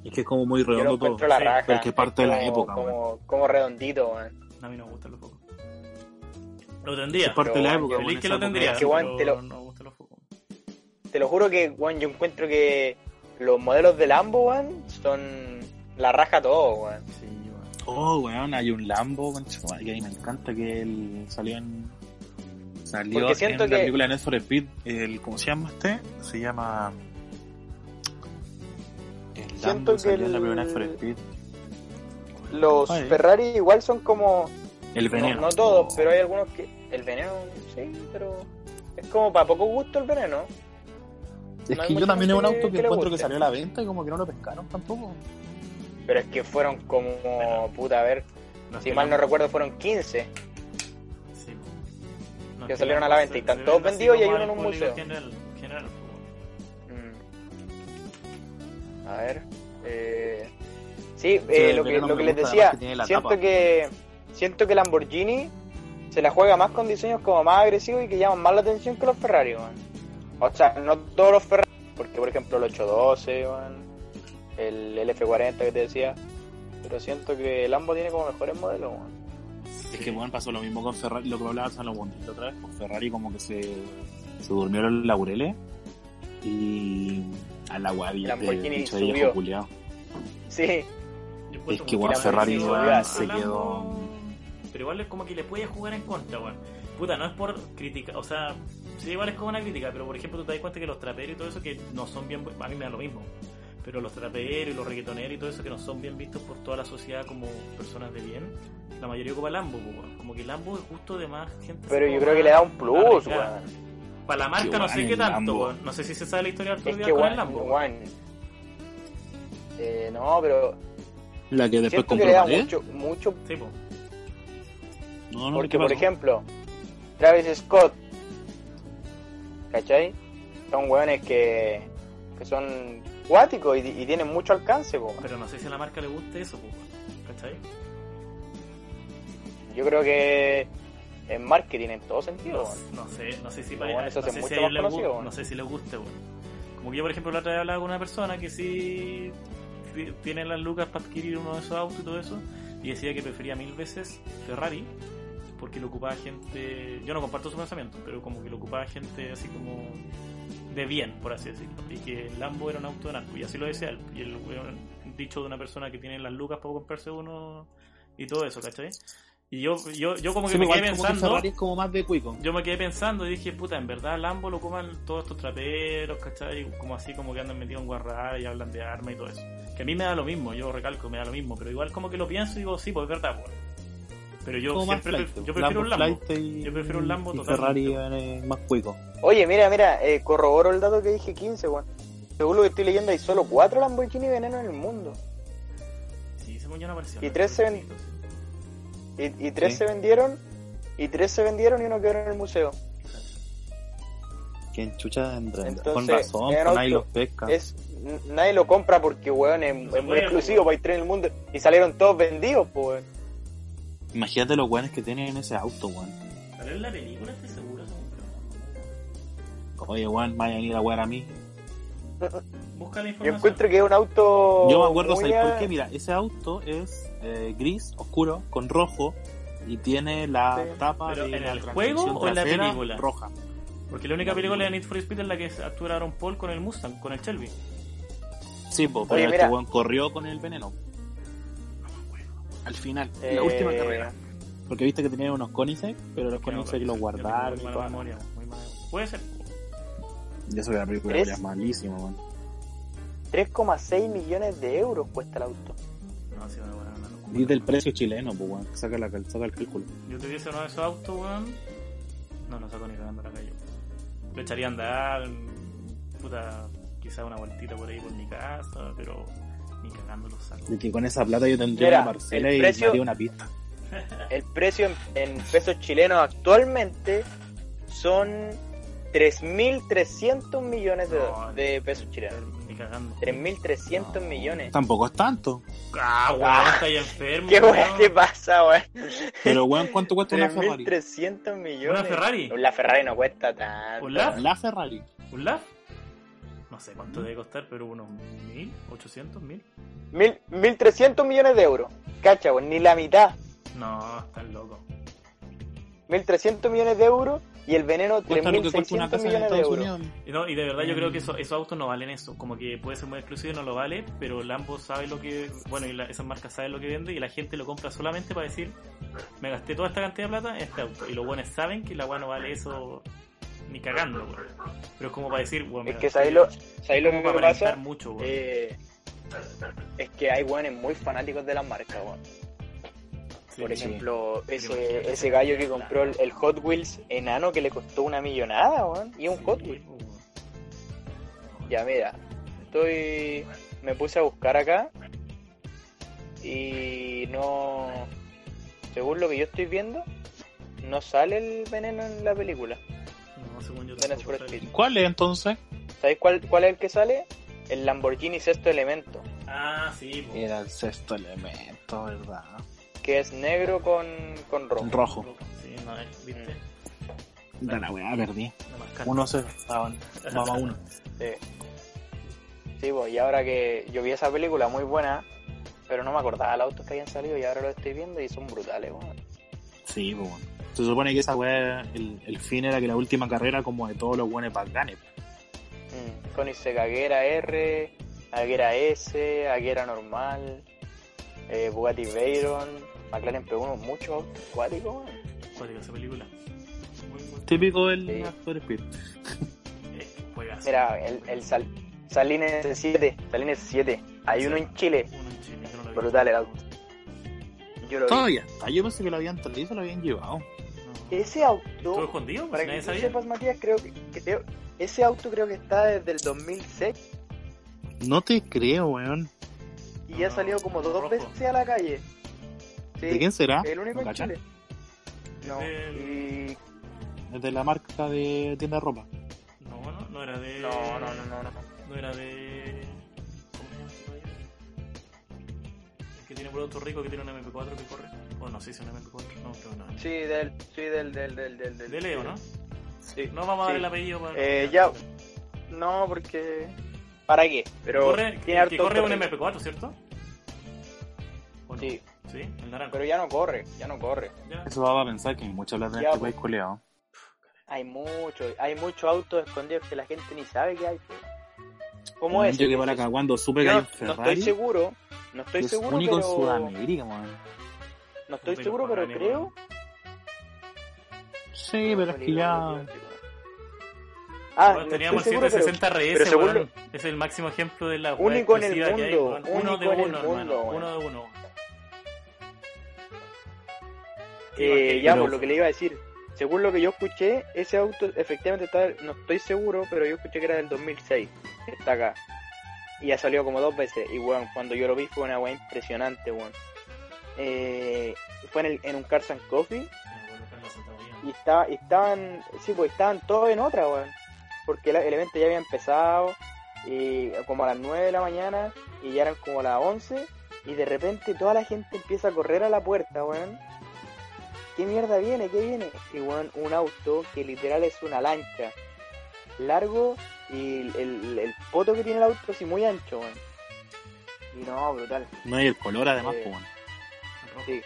S3: Es que es como muy
S2: Yo lo
S3: redondo todo.
S2: encuentro la
S1: Sí,
S2: raja.
S3: pero es que parte de la
S2: como-
S3: época,
S2: Como, como redondito, weón.
S1: A mí no me gustan los focos. Lo tendría.
S3: Es parte de la
S2: Pero,
S3: época,
S1: Feliz
S3: weón,
S1: que
S3: esa
S1: lo
S3: época
S1: tendría.
S3: era
S2: que, weón, te
S1: pero
S2: lo-
S1: no me gustan los focos.
S2: Te lo juro que, weón, yo encuentro que los modelos de Lambo, weón, son la raja todo, weón.
S1: Sí, weón.
S3: Oh, weón, hay un Lambo, concha su madre, que a mí me encanta que él salió en. Salió
S2: Porque siento
S3: en la
S2: que-
S3: película de Need for Speed. El, ¿Cómo se llama este? Se llama. El Lambo
S2: Siento que
S3: salió en la
S2: el-
S3: primera Need for Speed.
S2: Los
S3: Ay.
S2: Ferrari igual son como...
S3: El
S2: No,
S3: veneno.
S2: no todos, pero hay algunos que... El veneno, sí, pero... Es como para poco gusto el veneno.
S3: Es
S2: no hay
S3: que yo
S2: mucha
S3: también es un
S2: gente
S3: auto que
S2: que le
S3: encuentro que
S2: guste.
S3: salió a la venta y como que no lo pescaron tampoco.
S2: Pero es que fueron como... Puta, a ver,
S1: Los
S2: si
S1: que
S2: mal no
S1: Lambo-
S2: recuerdo fueron 15.
S1: sí, weón. Los
S2: que salieron a la
S1: Lambo
S2: venta y
S1: se-
S2: están
S1: se
S2: todos
S1: venden así
S2: vendidos y hay
S1: como
S2: uno en
S1: al
S2: un
S1: público
S2: museo.
S1: General, general, weón.
S2: Mm. A ver... eh, Sí, eh,
S3: el
S2: lo que,
S3: veneno
S2: lo
S3: me
S2: que les
S3: gusta,
S2: decía,
S3: además que tiene la
S2: siento
S3: tapa.
S2: que siento que Lamborghini se la juega más con diseños como más agresivos y que llaman más la atención que los Ferrari, weón. O sea, no todos los Ferrari, porque por ejemplo el 812, weón, el, el F40 que te decía, pero siento que el Lambo tiene como mejores modelos, weón.
S3: Es que bueno, pasó lo mismo con Ferrari, lo que hablaba San Lomonte otra vez, con Ferrari como que se, se durmió los laureles y a la guavilla
S2: Lamborghini
S3: bicho
S2: subió.
S3: viejo culiao.
S2: Sí,
S1: Yo encuentro
S3: que,
S1: como
S3: weón,
S1: la
S2: Ferrari,
S1: Mercedes,
S2: weón,
S1: weón,
S3: se
S1: Lambo-
S3: quedó-
S1: Pero igual es como que le puede jugar en contra, weón. Puta, no es por crítica, o sea, sí, igual es como una crítica, pero por ejemplo, tú te das cuenta que los traperos y todo eso que no son bien. A mí me da lo mismo. Pero los traperos y los reggaetoneros y todo eso que no son bien vistos por toda la sociedad como personas de bien, la mayoría ocupa Lambo, pues, weón. Como que Lambo es justo de más gente.
S2: pero
S1: así
S2: yo
S1: como
S2: creo que
S1: más
S2: le da
S3: Ah,
S2: un plus,
S1: arraigada.
S2: weón.
S1: Para la marca no
S3: weón,
S1: sé qué
S3: el
S1: tanto,
S3: Lambo.
S1: weón. No sé si se sabe la historia de
S2: Es
S1: Arturo Vidal
S2: que
S1: con el
S2: weón,
S1: Lambo. weón.
S2: weón. Eh, no, pero
S3: La que después
S2: siento que
S3: compró
S2: le da
S3: Pared.
S2: mucho, mucho
S1: Sí, po.
S3: No, no,
S2: Porque,
S3: ¿qué
S2: por
S3: pasó?
S2: ejemplo, Travis Scott, ¿cachai? Son hueones que, que son cuáticos y, y tienen mucho alcance, po.
S1: Pero no sé si a la marca le guste eso, pues, weón. ¿Cachai?
S2: Yo creo que en marketing en todo sentido,
S1: No,
S2: weón.
S1: no sé, no sé si
S2: Pero bueno, eso
S1: no
S2: hace
S1: sé si
S2: mucho
S1: a ellos
S2: más
S1: les gu-
S2: conocido, bueno.
S1: no sé si les guste, bueno. Como que yo, por ejemplo, la otra vez hablaba con una persona que sí ti- tiene las lucas para adquirir uno de esos autos y todo eso, y decía que prefería mil veces Ferrari porque lo ocupaba gente. Yo no comparto su pensamiento, pero como que lo ocupaba gente así como de bien, por así decirlo, y que el Lambo era un auto de narco, y así lo decía él. Y el weón dicho de una persona que tiene las lucas para comprarse uno y todo eso, ¿cachai? Y yo, yo, yo como que
S3: Sí,
S1: me
S3: igual
S1: quedé
S3: como
S1: pensando
S3: que Ferrari es como más de cuico.
S1: yo me quedé pensando y dije, puta, en verdad Lambo lo coman todos estos traperos, ¿cachai? Como así, como que andan metidos en guarradas y hablan de armas y todo eso. Que a mí me da lo mismo, yo recalco, me da lo mismo, pero igual como que lo pienso y digo, sí, pues es verdad, pues. Pero yo
S3: Como más
S1: siempre
S3: flight,
S1: pre- yo prefiero un Lambo.
S3: flight y-
S1: Yo prefiero un Lambo
S3: y
S1: totalmente.
S3: Ferrari es más cuico.
S2: Oye, mira, mira, eh, corroboro el dato que dije 15, weón. Según lo que estoy leyendo, hay solo 4 Lamborghini veneno en el mundo.
S1: Sí, ese moño no apareció.
S2: Y tres se ven- Y, y 3
S3: Sí.
S2: se vendieron, y 3 se vendieron y uno quedó en el museo.
S3: ¿Quién chucha entra? con
S2: Entonces,
S3: razón,
S2: en
S3: pues nadie
S2: auto-
S3: los pesca.
S2: Es, n- nadie lo compra porque, weón, es,
S1: No se
S2: es muy
S1: puede,
S2: exclusivo
S1: weón.
S2: para tres en el mundo. Y salieron todos vendidos, po, weón.
S3: Imagínate los weones que tienen en ese auto, weón.
S1: ¿Sale en la película? Estoy seguro.
S3: Oye, weón, vaya a venir a wear a mí.
S1: Busca la
S2: Yo
S1: información.
S2: encuentro que es un auto.
S3: Yo me acuerdo,
S2: muy
S3: ¿sabes
S2: a-
S3: por qué? Mira, ese auto es eh, gris, oscuro, con rojo y tiene la
S2: Sí.
S3: tapa
S1: ¿Pero
S3: de
S1: en
S3: la
S1: el
S3: transmisión
S1: juego o en la
S3: trasera
S1: película?
S3: roja.
S1: Porque la única película de Need for Speed es la que actúa Aaron Paul con el Mustang, con el Shelby.
S3: Sí, po,
S2: Oye,
S3: pero este
S2: mira.
S3: weón corrió con el veneno. Al final, en
S2: Eh,
S3: la última carrera. Porque viste que tenían unos Koenigsegg, pero los Koenigsegg los guardaron.
S1: Muy
S3: y
S1: mala
S3: toda la-
S1: memoria, muy mala. Puede ser.
S3: Y eso que la película
S2: ¿Tres?
S3: era malísima, weón.
S2: 3,6 millones de euros cuesta el auto.
S1: No, sí, una buena, una locura.
S3: Y del precio chileno, pues, weón. Saca, la, cal- saca el cálculo.
S1: Yo tuviese uno de esos autos, weón. No, no saco ni cagando a la calle. Lo echaría a andar. Puta, quizá una vueltita por ahí por mi casa, pero ni cagando lo saco.
S3: De que con esa plata yo tendría
S2: Mira,
S3: una parcela
S2: el
S3: y
S2: precio-
S3: me haría una pista.
S2: El precio en, en pesos chilenos actualmente son 3.300 millones de,
S1: No,
S2: de pesos chilenos.
S1: Ni cagando.
S2: 3.300 millones.
S3: Tampoco es tanto.
S1: Ah, weón,
S2: Ah,
S1: está ahí enfermo.
S2: [LAUGHS] ¿Qué weón
S1: weón.
S2: te pasa, weón?
S3: Pero, weón, ¿cuánto cuesta
S2: [LAUGHS]
S3: una Ferrari?
S2: 3.300 millones.
S1: ¿Una Ferrari?
S2: La Ferrari no cuesta tanto.
S1: ¿Un LAF?
S3: La Ferrari.
S1: ¿Un LAF? No sé
S2: Mm.
S1: cuánto debe costar, pero unos mil, ochocientos mil.
S2: Mil- 1.300 millones de euros. Cacha, weón, ni la mitad.
S1: No, están locos.
S2: 1.300 millones de euros y el veneno
S3: Cuesta lo que cuesta una
S2: 3.600
S3: casa en
S2: millones de
S3: Estados
S2: euros.
S3: Unidos.
S1: Y No, y de verdad yo creo
S3: Em.
S1: que eso- esos autos no valen eso. Como que puede ser muy exclusivo y no lo vale, pero Lambo sabe lo que. Bueno, y la- esas marcas saben lo que vende y la gente lo compra solamente para decir: Me gasté toda esta cantidad de plata en este auto. Y los buenos saben que la weá no vale eso ni cagando, weón. Pero es como para decir: Bueno, me
S2: Es que
S1: gasté-
S2: sabéis lo, sabéis lo
S1: como
S2: que me
S1: para aparentar
S2: pasa.
S1: mucho, weón.
S2: Eh, es que hay weones muy fanáticos de las marcas, weón.
S1: Sí,
S2: Por
S1: sí.
S2: ejemplo, ese, ese gallo que compró el, el Hot Wheels enano que le costó una millonada, weón. Y un
S1: Sí,
S2: Hot Wheels.
S1: weón.
S2: Ya, mira, estoy. Me puse a buscar acá. Y no. Según lo que yo estoy viendo, no sale el veneno en la película.
S1: No, según yo
S2: Ven a
S1: tampoco
S2: Super
S1: sale.
S2: Speed.
S3: ¿Cuál es entonces?
S2: ¿Sabéis cuál, cuál es el que sale? El Lamborghini Sexto Elemento,
S1: Ah, sí, po.
S3: Era el sexto elemento, ¿verdad?
S2: que es negro con, con rojo.
S3: Rojo.
S1: Sí, no, eh, viste.
S3: Da la weá, perdí.
S1: No más caro.
S3: Uno se estaban. Vamos
S1: [LAUGHS]
S3: a uno.
S2: Sí. Sí, pues, y ahora que yo vi esa película muy buena, pero no me acordaba de los autos que habían salido y ahora lo estoy viendo y son brutales, weón.
S3: Sí, pues, bueno. Se supone que esa weá, el, el fin era que la última carrera, como de todos los buenos paganes.
S2: Mm, Con Isegaguera R, Aguera S, Aguera normal, eh, Bugatti Veyron, McLaren P1, muchos autos acuáticos, weón.
S1: Cuática esa película. Muy, muy-
S3: Típico del
S2: Sí.
S3: actor Speed.
S1: Eh, juegazo.
S2: Mira, el, el sal, Salines 7, Salines 7, hay uno en Chile,
S1: Uno en Chile, yo no lo vi.
S2: Brutal el auto. yo lo vi.
S3: Todavía está. Yo pensé que lo habían traído, lo habían llevado.
S1: No.
S2: Ese auto...
S1: ¿Estuvo escondido? Pues
S2: Para
S1: nadie
S2: que tú
S1: sabía.
S2: sepas, Matías, creo que, que te- ese auto creo que está desde el 2006
S3: No te creo, weón.
S2: y
S1: No,
S2: ya
S1: no,
S2: salió como
S1: no,
S2: dos
S1: rojo.
S2: veces a la calle. Sí,
S3: ¿De quién será?
S2: El único
S3: ¿No
S2: en
S3: cachan?
S2: Chile. No,
S1: Del-
S2: y-
S3: Es de la marca de tienda de ropa.
S1: No, no, no era de.
S2: no, no, no, no, no.
S1: No era de. ¿Cómo se llama este país? El que tiene por auto rico que tiene un MP4 que corre. Oh, no, sí, es un MP4. No, creo que no.
S2: Sí, del, sí, del, del, del, del, del-
S1: De Leo, ¿no?
S2: Sí.
S1: No vamos a
S2: Sí.
S1: dar el apellido para.
S2: Eh, ya. No, porque... ¿Para qué? Pero
S1: Corre,
S2: tiene
S1: el
S2: harto
S1: que corre
S2: auto
S1: un
S2: rico.
S1: MP4, ¿cierto? ¿O no?
S2: Sí, ah,
S1: Sí, el naranjo.
S2: pero ya no corre, ya no corre.
S1: Ya.
S3: Eso va a pensar que hay mucho hablar de
S2: Ya,
S3: este
S2: pues.
S3: país culeado.
S2: Hay mucho, hay muchos autos escondidos que la gente ni sabe que hay. pues. ¿Cómo es?
S3: Yo que para acá, cuando supe que
S2: Yo
S3: hay
S2: no,
S3: un
S2: no
S3: Ferrari.
S2: estoy seguro, no estoy
S3: es
S2: seguro,
S3: único en
S2: pero
S3: Sudamérica, weón.
S2: no estoy
S1: Pero
S2: seguro, pero
S1: Ferrari,
S2: creo.
S3: Sí, pero es que ya.
S2: Ah,
S1: Bueno,
S2: no
S1: teníamos
S2: estoy seguro,
S1: el 760
S2: pero
S1: RS,
S2: según
S1: weón. Es el máximo ejemplo de la weá
S2: Único en el
S1: exclusiva que hay,
S2: mundo,
S1: weón. uno
S2: único
S1: de
S2: en el
S1: uno, hermano.
S2: mundo, weón.
S1: Uno de uno.
S2: pero eh, ya por lo que le iba a decir. Según lo que yo escuché, ese auto efectivamente está, no estoy seguro, pero yo escuché que era del 2006. Está acá. Y ha salido como dos veces. Y weón, cuando yo lo vi fue una weá impresionante, weón. Eh, fue en, el- en un Cars and Coffee
S1: Imagínate, weón,
S2: y, estaba, y estaban, sí, pues estaban todos en otra, weón. porque la- el evento ya había empezado y como a las 9 de la mañana y ya eran como las 11 y de repente toda la gente empieza a correr a la puerta, weón. ¿Qué mierda viene? ¿Qué viene? Y weón, un auto que literal es una lancha. Largo y el, el- el poto que tiene el auto así muy ancho, weón. Y no, brutal.
S3: No hay el color además,
S2: Eh,
S3: pues, bueno.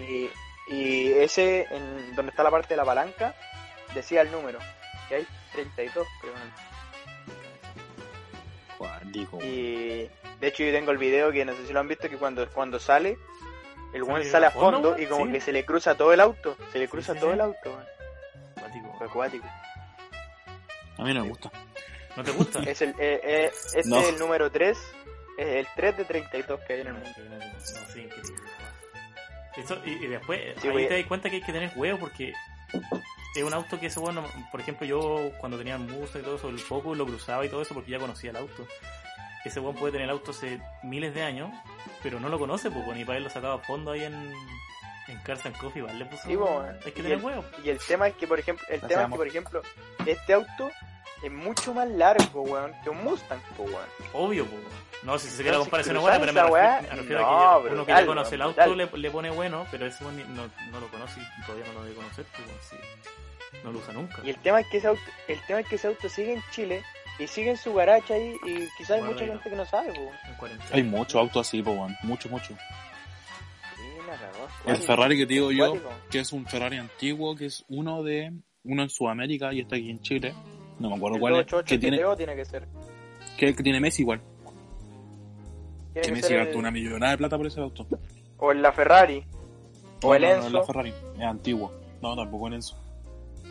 S2: Sí. Y, y ese, en donde está la parte de la palanca, decía el número. Que hay 32, creo.
S1: Oh.
S2: ¿no?
S3: Cuático, weón.
S2: Y de hecho yo tengo el video que no sé si lo han visto, que cuando, cuando sale, el weón
S1: ¿Sale
S2: sale a
S1: a fondo,
S2: fondo
S1: weón?
S2: y como
S1: Sí.
S2: que se le cruza todo el auto. Se le cruza
S1: sí,
S2: todo
S1: sí.
S2: el auto, weón.
S1: Cuático.
S2: Fue
S1: [LAUGHS]
S2: acuático.
S3: A mí no me gusta.
S1: ¿No te gusta?
S2: Es el, eh, eh, este
S3: No.
S2: es el número 3. Es el 3 de 32 que hay en el
S1: No,
S2: mundo.
S1: no, no, sí, increíble. Eso, y, y después,
S2: Sí,
S1: ahí
S2: güey.
S1: te das cuenta que hay que tener huevo porque es un auto que ese bueno, por ejemplo, yo cuando tenía musa y todo eso, el poco lo cruzaba y todo eso porque ya conocía el auto. Ese weón puede tener el auto hace miles de años, pero no lo conoce, pues, ni para él lo sacaba a fondo ahí en, en Cars and Coffee, ¿vale? Le puso-
S2: Sí, po,
S1: hay que
S2: y
S1: tener
S2: el-
S1: huevo.
S2: Y el tema es que, por ejemplo, el
S3: Gracias,
S2: tema es que,
S3: amor.
S2: por ejemplo, este auto es mucho más largo, weón, que un Mustang, po, weón.
S1: Obvio, pues. No, si se quiere
S2: No, si
S1: comparar esa
S2: cruzar
S1: weá, pero me
S2: esa
S1: refiero, me
S2: weá,
S1: refiero
S2: no,
S1: a que ya- uno que ya
S2: brutal,
S1: conoce el
S2: weón,
S1: auto le, le pone bueno, pero ese weón ni- no, no lo conoce y todavía no lo debe conocer, pues, weón, sí. no lo usa nunca.
S2: Y el tema es que ese auto, el tema es que ese auto sigue en Chile y sigue en su garacha ahí y quizás hay
S1: Guarda
S2: mucha
S1: ahí,
S2: gente que no sabe, po.
S1: En cuarentena.
S3: Hay muchos autos así, pues, bueno. Mucho, mucho.
S2: Sí, la cagó.
S3: El Ferrari que te digo yo,
S2: Cuático.
S3: que es un Ferrari antiguo, que es uno de uno en Sudamérica y está aquí en Chile. No me acuerdo
S2: El
S3: cuál es. Que
S2: 288
S3: tiene,
S2: GTO tiene que ser.
S3: que, que tiene Messi igual.
S2: Tiene
S3: Que
S2: que
S3: Messi
S2: ser
S3: gastó
S2: el-
S3: una millonada de plata por ese auto.
S2: O el la Ferrari. O el
S3: no, no,
S2: Enzo.
S3: es la Ferrari, es antiguo. No, tampoco el Enzo.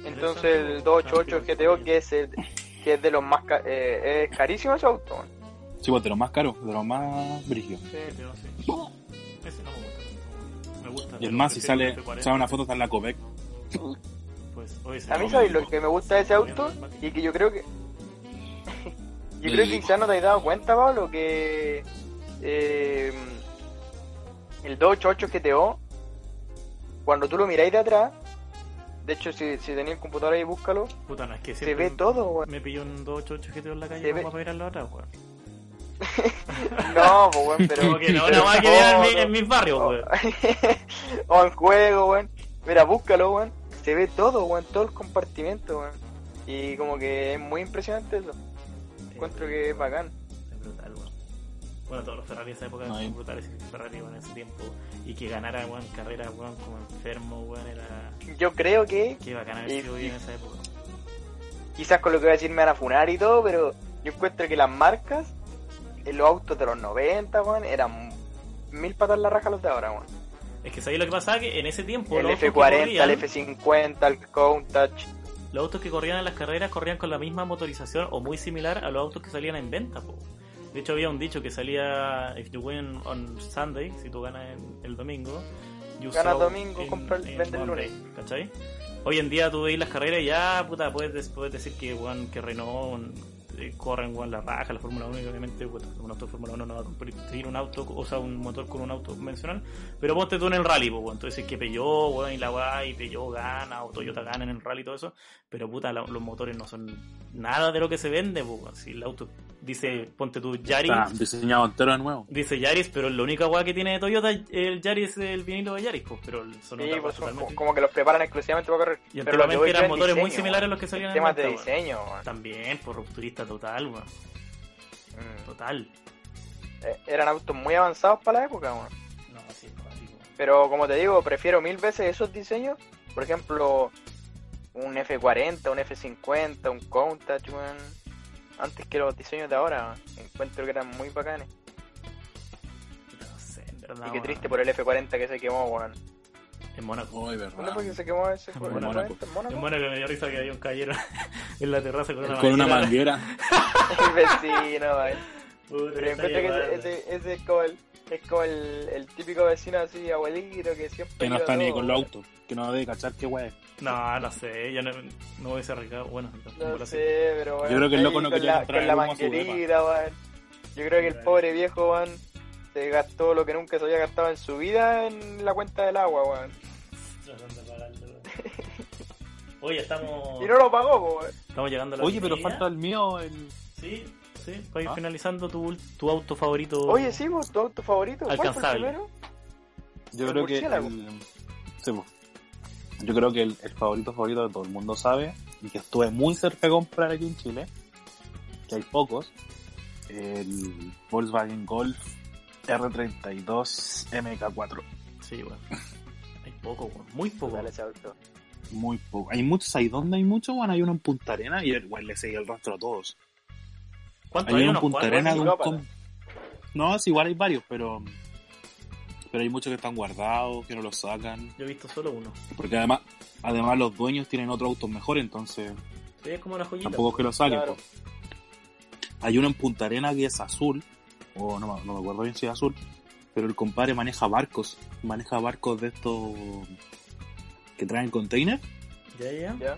S2: Entonces el 288 GTO que es el que es de los más ca- eh, es carísimo ese auto. weón.
S3: Sí, pues de los más caros, de los más brígidos.
S1: Ese no sé. Ese no me gusta tanto. Me gusta.
S3: Y es
S1: pero
S3: más, si
S1: prefiero
S3: sale,
S1: el F40,
S3: sale una foto, está en la Copec.
S1: pues, oye, ese
S2: A mí
S1: no-
S2: sabéis lo que me gusta de ese auto y que yo creo que [LAUGHS] yo creo que quizás no te has dado cuenta, Pablo, que eh, el 288 GTO, cuando tú lo miráis de atrás, de hecho si, si tenéis el computador ahí búscalo,
S1: Puta, no, es que
S2: se
S1: siempre
S2: ve todo,
S1: [LAUGHS]
S2: weón.
S1: Me pilló un 288 GTO en la
S2: Se
S1: calle
S2: ve-
S1: para mirarlo atrás, weón.
S3: [LAUGHS]
S2: No, po, weón, pero...
S1: Como que no,
S2: pero-
S1: no, hay que ver en, mi-
S2: [LAUGHS] no,
S1: en mis barrios,
S2: no.
S1: weón.
S2: o en juego, weón. Mira, búscalo, weón. Se ve todo, weón, todo el compartimento, weón. Y como que es muy impresionante eso. [LAUGHS] Encuentro que es bacán.
S1: Es brutal, weón. Bueno, todos los Ferrari de esa época
S3: No,
S1: son
S3: y-
S1: brutales. y Ferrari, weón, en ese tiempo. Y que ganara, weón, carreras, weón, como enfermo, weón, era.
S2: Yo creo que
S1: Qué bacán haber
S2: Y-
S1: sido bien en esa época.
S2: quizás con lo que voy a decir me van a funar y todo, pero yo encuentro que las marcas, eh, los autos de los 90, weón, eran mil patas la raja los de ahora, weón.
S1: Es que sabéis lo que pasaba que en ese tiempo.
S2: El
S1: los autos que
S2: F40, el
S1: corrían-
S2: F50, el Countach.
S1: los autos que corrían en las carreras corrían con la misma motorización o muy similar a los autos que salían en venta. po. De hecho, había un dicho que salía: If you win on Sunday, si tú ganas en- el domingo, you
S2: Gana
S1: sell
S2: domingo, compra el- vende el
S1: Monday,
S2: lunes.
S1: ¿Cachai? Hoy en día tú veis las carreras y ya, puta, puedes, des- puedes decir que, weón, que Renault eh, corren weón, la raja, la Fórmula 1, y obviamente puta, un auto de Fórmula 1 no va a competir un auto, o sea, un motor con un auto convencional, pero ponte tú en el rally, pues, entonces que Peugeot, weón, y la weá, y Peugeot gana, o Toyota gana en el rally y todo eso, pero puta, la- los motores no son nada de lo que se vende, pues, weón. si el auto dice, ponte tú Yaris,
S3: Está diseñado entero de nuevo.
S1: dice Yaris, pero la única weá que tiene Toyota, el Yaris es el vinilo de Yaris, pues, pero son
S2: Sí,
S1: otras
S2: pues,
S1: weas
S2: son
S1: totalmente-
S2: como- como que los preparan exclusivamente para correr.
S1: y
S2: Pero lo que
S1: antiguamente
S2: voy yo
S1: eran
S2: es
S1: motores muy
S2: diseño,
S1: similares a los que salían en
S2: Temas de
S1: venta, weón.
S2: diseño, weón.
S1: También, por rupturista total, weón.
S2: Mm.
S1: Total.
S2: Eh, eran autos muy avanzados para la época, weón.
S1: No, así es cuático.
S2: Pero como te digo, prefiero mil veces esos diseños. Por ejemplo, un F40, un F50, un Countach, weón. Antes que los diseños de ahora, weón. encuentro que eran muy bacanes.
S1: No sé, en
S3: Ah,
S1: verdad.
S2: y qué
S1: weón.
S2: triste por el F40 que se quemó, weón.
S1: En Mónaco.
S3: Ay,
S2: ¿Dónde fue que
S3: verdad.
S2: se quemó ese
S1: En
S2: F40?
S3: Ah. Mónaco.
S2: ¿En
S1: En
S2: Mónaco?
S1: Mónaco me dio risa que había un caballero [LAUGHS] en la terraza con una
S3: Con una
S1: manguera.
S3: manguera.
S2: [LAUGHS] El vecino,
S3: [LAUGHS]
S2: weón.
S1: Puta,
S2: Pero
S1: esa
S2: encuentro que ese,
S1: llamada.
S2: ese- ese es como el... Es como el, el típico vecino así, abuelito, que siempre...
S3: Que no
S2: ayuda
S3: está
S2: a
S3: ni
S2: todo,
S3: con los
S2: weón.
S3: autos. Que no debe cachar qué weá es.
S1: No, no sé, yo no, no hubiese arriesgado. Bueno,
S2: No sé, pero bueno.
S3: Yo creo que el loco
S2: ahí
S3: no
S2: con
S3: quería
S2: la,
S3: mostrar
S2: con la
S3: el humo a su
S2: manguerita, weón. Yo creo que el pobre viejo, weón, se gastó lo que nunca se había gastado en su vida en la cuenta del agua, weón.
S1: [LAUGHS] Oye, estamos,
S2: Y no lo pagó, po, weón.
S1: estamos llegando a la
S3: Oye, pero
S1: media.
S3: falta el mío. El...
S1: Sí, sí, para ir
S3: Ah.
S1: finalizando tu, tu auto favorito.
S2: Oye, sí, po, tu auto favorito. ¿Cuál fue el
S1: Oh. Alcanzable.
S2: primero?
S3: Yo
S2: El
S3: creo que.
S2: murciélago.
S3: el- sí, po. Yo creo que el, el favorito favorito de todo el mundo sabe y que estuve muy cerca de comprar aquí en Chile, que hay pocos, el Volkswagen Golf R32 MK4.
S1: Sí, weón. Hay poco, weón. Muy poco.
S2: Dale ese auto.
S3: Muy poco. Hay muchos, ¿hay dónde hay muchos? Bueno, hay uno en Punta Arena y el, bueno, le seguí el rastro a todos.
S1: ¿Cuánto
S3: Hay uno en
S1: Unos
S3: Punta
S1: cuatro,
S3: Arena.
S1: ¿sí?
S3: de un
S2: Europa,
S3: com-
S2: ¿no?
S3: No, es igual hay varios, pero pero hay muchos que están guardados, que no los sacan,
S1: Yo he visto solo uno.
S3: porque además además los dueños tienen otros autos mejores, entonces
S1: Sí, es como una joyita.
S3: tampoco es que los saquen.
S2: Claro.
S3: po. Hay uno en Punta Arena que es azul, o no, me- no me acuerdo bien si es azul, pero el compadre maneja barcos, maneja barcos de estos que traen container
S1: Ya, ya.
S2: Ya.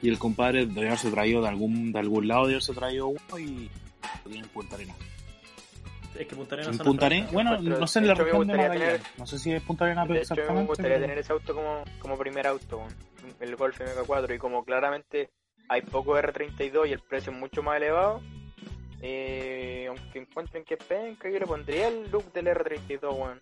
S3: y el compadre debe haberse traído de algún de algún lado debe haberse traído uno y lo tiene en Punta Arena.
S1: Es que Punta Arena
S3: En
S1: son
S3: Punta Arena,
S1: atrás.
S3: bueno,
S2: encuentro-
S3: no sé en
S2: de
S3: la
S2: hecho, me
S3: región de
S2: gustaría
S3: Magallanes,
S2: tener-
S3: no sé si es Punta Arena pero
S2: De hecho, me
S3: exactamente,
S2: gustaría
S3: pero-
S2: tener ese auto como, como primer auto, weón. el Golf MK4. Y como claramente hay poco R32 y el precio es mucho más elevado, eh, aunque encuentren que es penca, yo le pondría el look del R32, weón.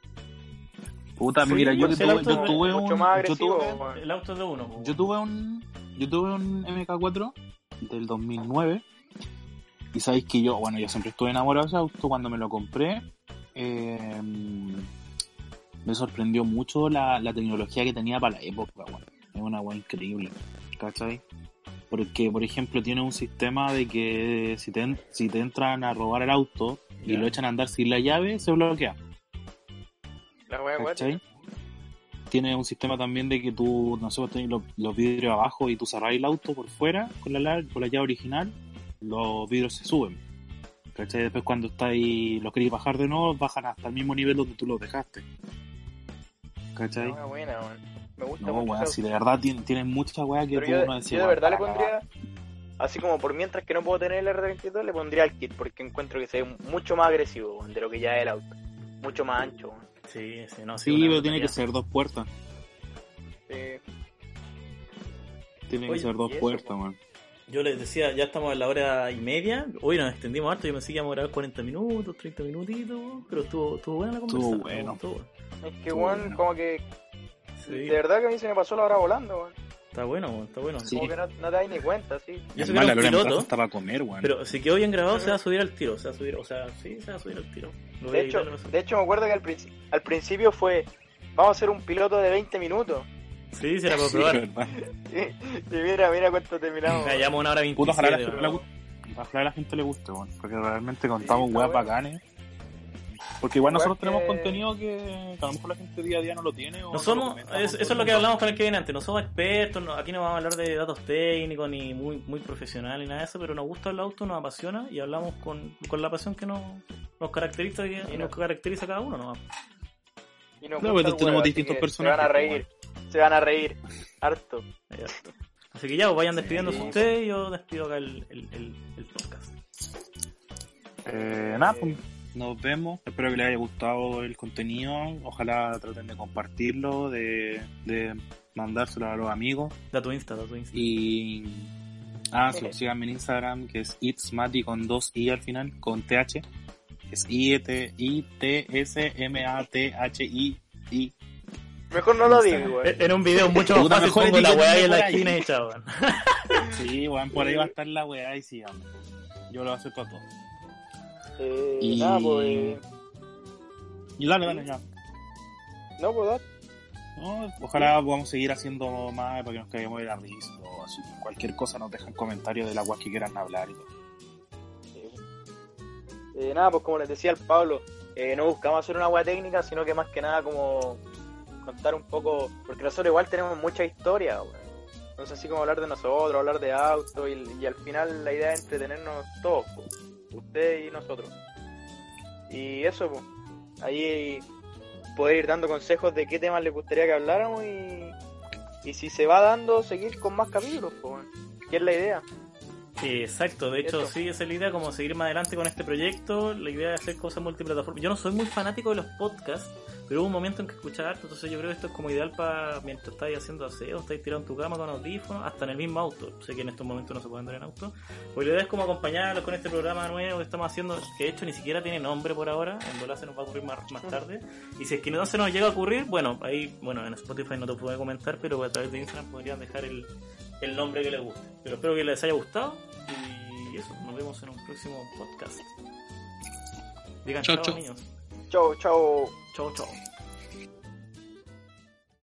S3: Puta,
S1: Sí,
S3: mira, yo,
S1: pues,
S3: tuve,
S1: el auto
S3: yo
S1: es
S3: tuve
S2: mucho
S3: un,
S2: más
S3: yo
S2: agresivo,
S3: tuve,
S2: weón.
S1: El auto es de uno. pues, weón.
S3: yo tuve un, yo tuve un MK4 del 2009 y sabéis que yo, bueno, yo siempre estuve enamorado de ese auto cuando me lo compré. eh, me sorprendió mucho la, la tecnología que tenía para la época, weón. Es una weá increíble, ¿cachai? Porque, por ejemplo, tiene un sistema de que si te, en- si te entran a robar el auto y
S1: Ya.
S3: lo echan a andar sin la llave, se bloquea.
S2: La wea, weón.
S3: ¿cachai? Tiene un sistema también de que tú, no sé, vos tenés los, los vidrios abajo y tú cerrás el auto por fuera con la, la- con la llave original, los vidrios se suben. ¿Cachai? Después cuando está ahí, los queréis bajar de nuevo, bajan hasta el mismo nivel donde tú los dejaste.
S2: La
S3: ¿Cachai?
S2: wea buena, weón. Me gusta
S3: No,
S2: mucho.
S3: weón,
S2: ese
S3: si
S2: auto.
S3: de verdad tienen, tienen muchas weas que
S2: Pero
S3: tú
S2: yo,
S3: no
S2: yo de verdad le pondría, así como por mientras que no puedo tener el R32, le pondría el kit porque encuentro que se ve mucho más agresivo weón, de lo que ya es el auto. Mucho más ancho, weón.
S1: Sí, sí, no,
S3: Sí,
S1: una
S3: pero tiene
S1: brutalidad.
S3: que ser dos puertas.
S2: Eh,
S3: Tiene que
S1: Oye,
S3: ser dos
S2: ¿y eso,
S3: puertas,
S2: weón?
S3: weón.
S1: Yo les decía, ya estamos a la hora y media. Hoy nos extendimos harto. Yo pensé que íbamos a grabar 40 minutos, 30 minutitos. weón, Pero estuvo, estuvo buena la
S3: Estuvo
S1: conversación.
S3: bueno.
S2: es que,
S3: Tú,
S2: weón,
S3: weón.
S2: como que
S1: Sí,
S2: de verdad que a mí se me pasó la hora volando, weón.
S1: está bueno, weón, está bueno.
S3: Sí.
S2: Como que no, no te das ni cuenta, sí.
S1: Yo soy
S3: Además, la
S1: un
S3: Lola en
S1: piloto,
S3: rato está para comer, weón.
S1: pero si quedó bien grabado, se va a subir al tiro. Se va a subir, o sea, sí, se va a subir al tiro. Lo voy a
S2: De hecho,
S1: editar, no sé.
S2: de hecho me acuerdo que al, princi- al principio fue, vamos a hacer un piloto de 20 minutos. [LAUGHS]
S1: Sí, se la puedo
S3: Sí, [LAUGHS]
S1: probar.
S3: verdad.
S2: y mira, mira cuánto
S3: [LAUGHS]
S2: terminamos.
S1: Ya llevamos una hora
S3: Puta, ojalá la,
S1: 27.
S3: gente le
S1: weón.
S3: guste. Ojalá a la gente le guste, weón, porque realmente contamos
S2: está bueno.
S3: weas bacanes. Porque igual
S2: Weas
S3: nosotros
S2: que-
S3: tenemos contenido que a lo mejor la gente día a día no lo tiene. o
S1: No
S3: lo
S1: somos, es-
S3: comenta, no
S1: eso es lo
S3: lo
S1: que hablamos con el que viene antes, no somos expertos, no- aquí no vamos a hablar de datos técnicos ni muy, muy profesional ni nada de eso, pero nos gusta el auto, nos apasiona y hablamos con, con la pasión que nos, nos caracteriza y, y nos caracteriza a cada uno nomás.
S2: Y nos
S3: No,
S2: gusta
S3: pero
S2: el
S3: tenemos
S2: huevo, así
S3: distintos
S2: que
S3: personajes, pues,
S2: Se van a reír, se van a reír, harto.
S1: Ahí está. Así que ya, pues vayan despidiéndose
S3: Sí.
S1: ustedes y yo despido acá el, el, el- el podcast.
S3: Eh, nada, pues, nos vemos. Espero que les haya gustado el contenido. Ojalá traten de compartirlo, de, de mandárselo a los amigos.
S1: Da tu Insta, da tu Insta.
S3: Y. Ah, sí, síganme en Instagram, que es itsmati con dos i al final, con th. Es e, i-t-s-m-a-t-h-i-i.
S2: Mejor no lo digo, eh.
S3: Instagram.
S2: weón.
S1: Eh, En un video mucho más
S3: Puta,
S1: fácil
S3: mejor
S1: pongo la
S3: etiquétenme
S1: weá ahí en la
S3: por ahí.
S1: esquina y chao. weón.
S3: Sí, weón, por ahí va a estar la weá y sí, hombre. Yo lo acepto a todos.
S2: Eh,
S3: Y-
S2: Nada, pues... eh,
S3: Y dale, dale, ya.
S2: No, pues dale.
S3: No, ojalá podamos seguir haciendo más para que nos caigamos de la risa o así. Cualquier cosa nos dejan comentarios de la weá que quieran hablar y todo.
S2: Eh, nada, pues como les decía el Pablo, eh, no buscamos hacer una hueá técnica, sino que más que nada como contar un poco, porque nosotros igual tenemos mucha historia, weón. Entonces así como hablar de nosotros, hablar de auto y, y al final la idea es entretenernos todos, po, usted y nosotros. Y eso, pues, ahí poder ir dando consejos de qué temas les gustaría que habláramos y, y si se va dando, seguir con más capítulos, pues, weón. que es la idea.
S1: Sí, exacto, de hecho
S2: Eso.
S1: sí, esa es la idea, como seguir más adelante con este proyecto, la idea de hacer cosas multiplataformas. Yo no soy muy fanático de los podcasts, Pero hubo un momento en que escuchaba harto, entonces yo creo que esto es como ideal para mientras estáis haciendo aseo, estáis tirando en tu cama con audífonos, hasta en el mismo auto. Sé que en estos momentos no se puede andar en auto. Pues la idea es como acompañarlos con este programa nuevo que estamos haciendo, que de hecho ni siquiera tiene nombre por ahora, en bola se nos va a ocurrir más, más tarde. Y si es que no se nos llega a ocurrir, bueno, ahí, bueno, en Spotify no te puedo comentar, pero a través de Instagram podrían dejar el, el nombre que les guste. Pero espero que les haya gustado y eso, nos vemos en un próximo podcast. Digan
S3: Chao,
S1: chao,
S3: chao.
S1: niños.
S2: Chau, chau.
S1: Chao, chao.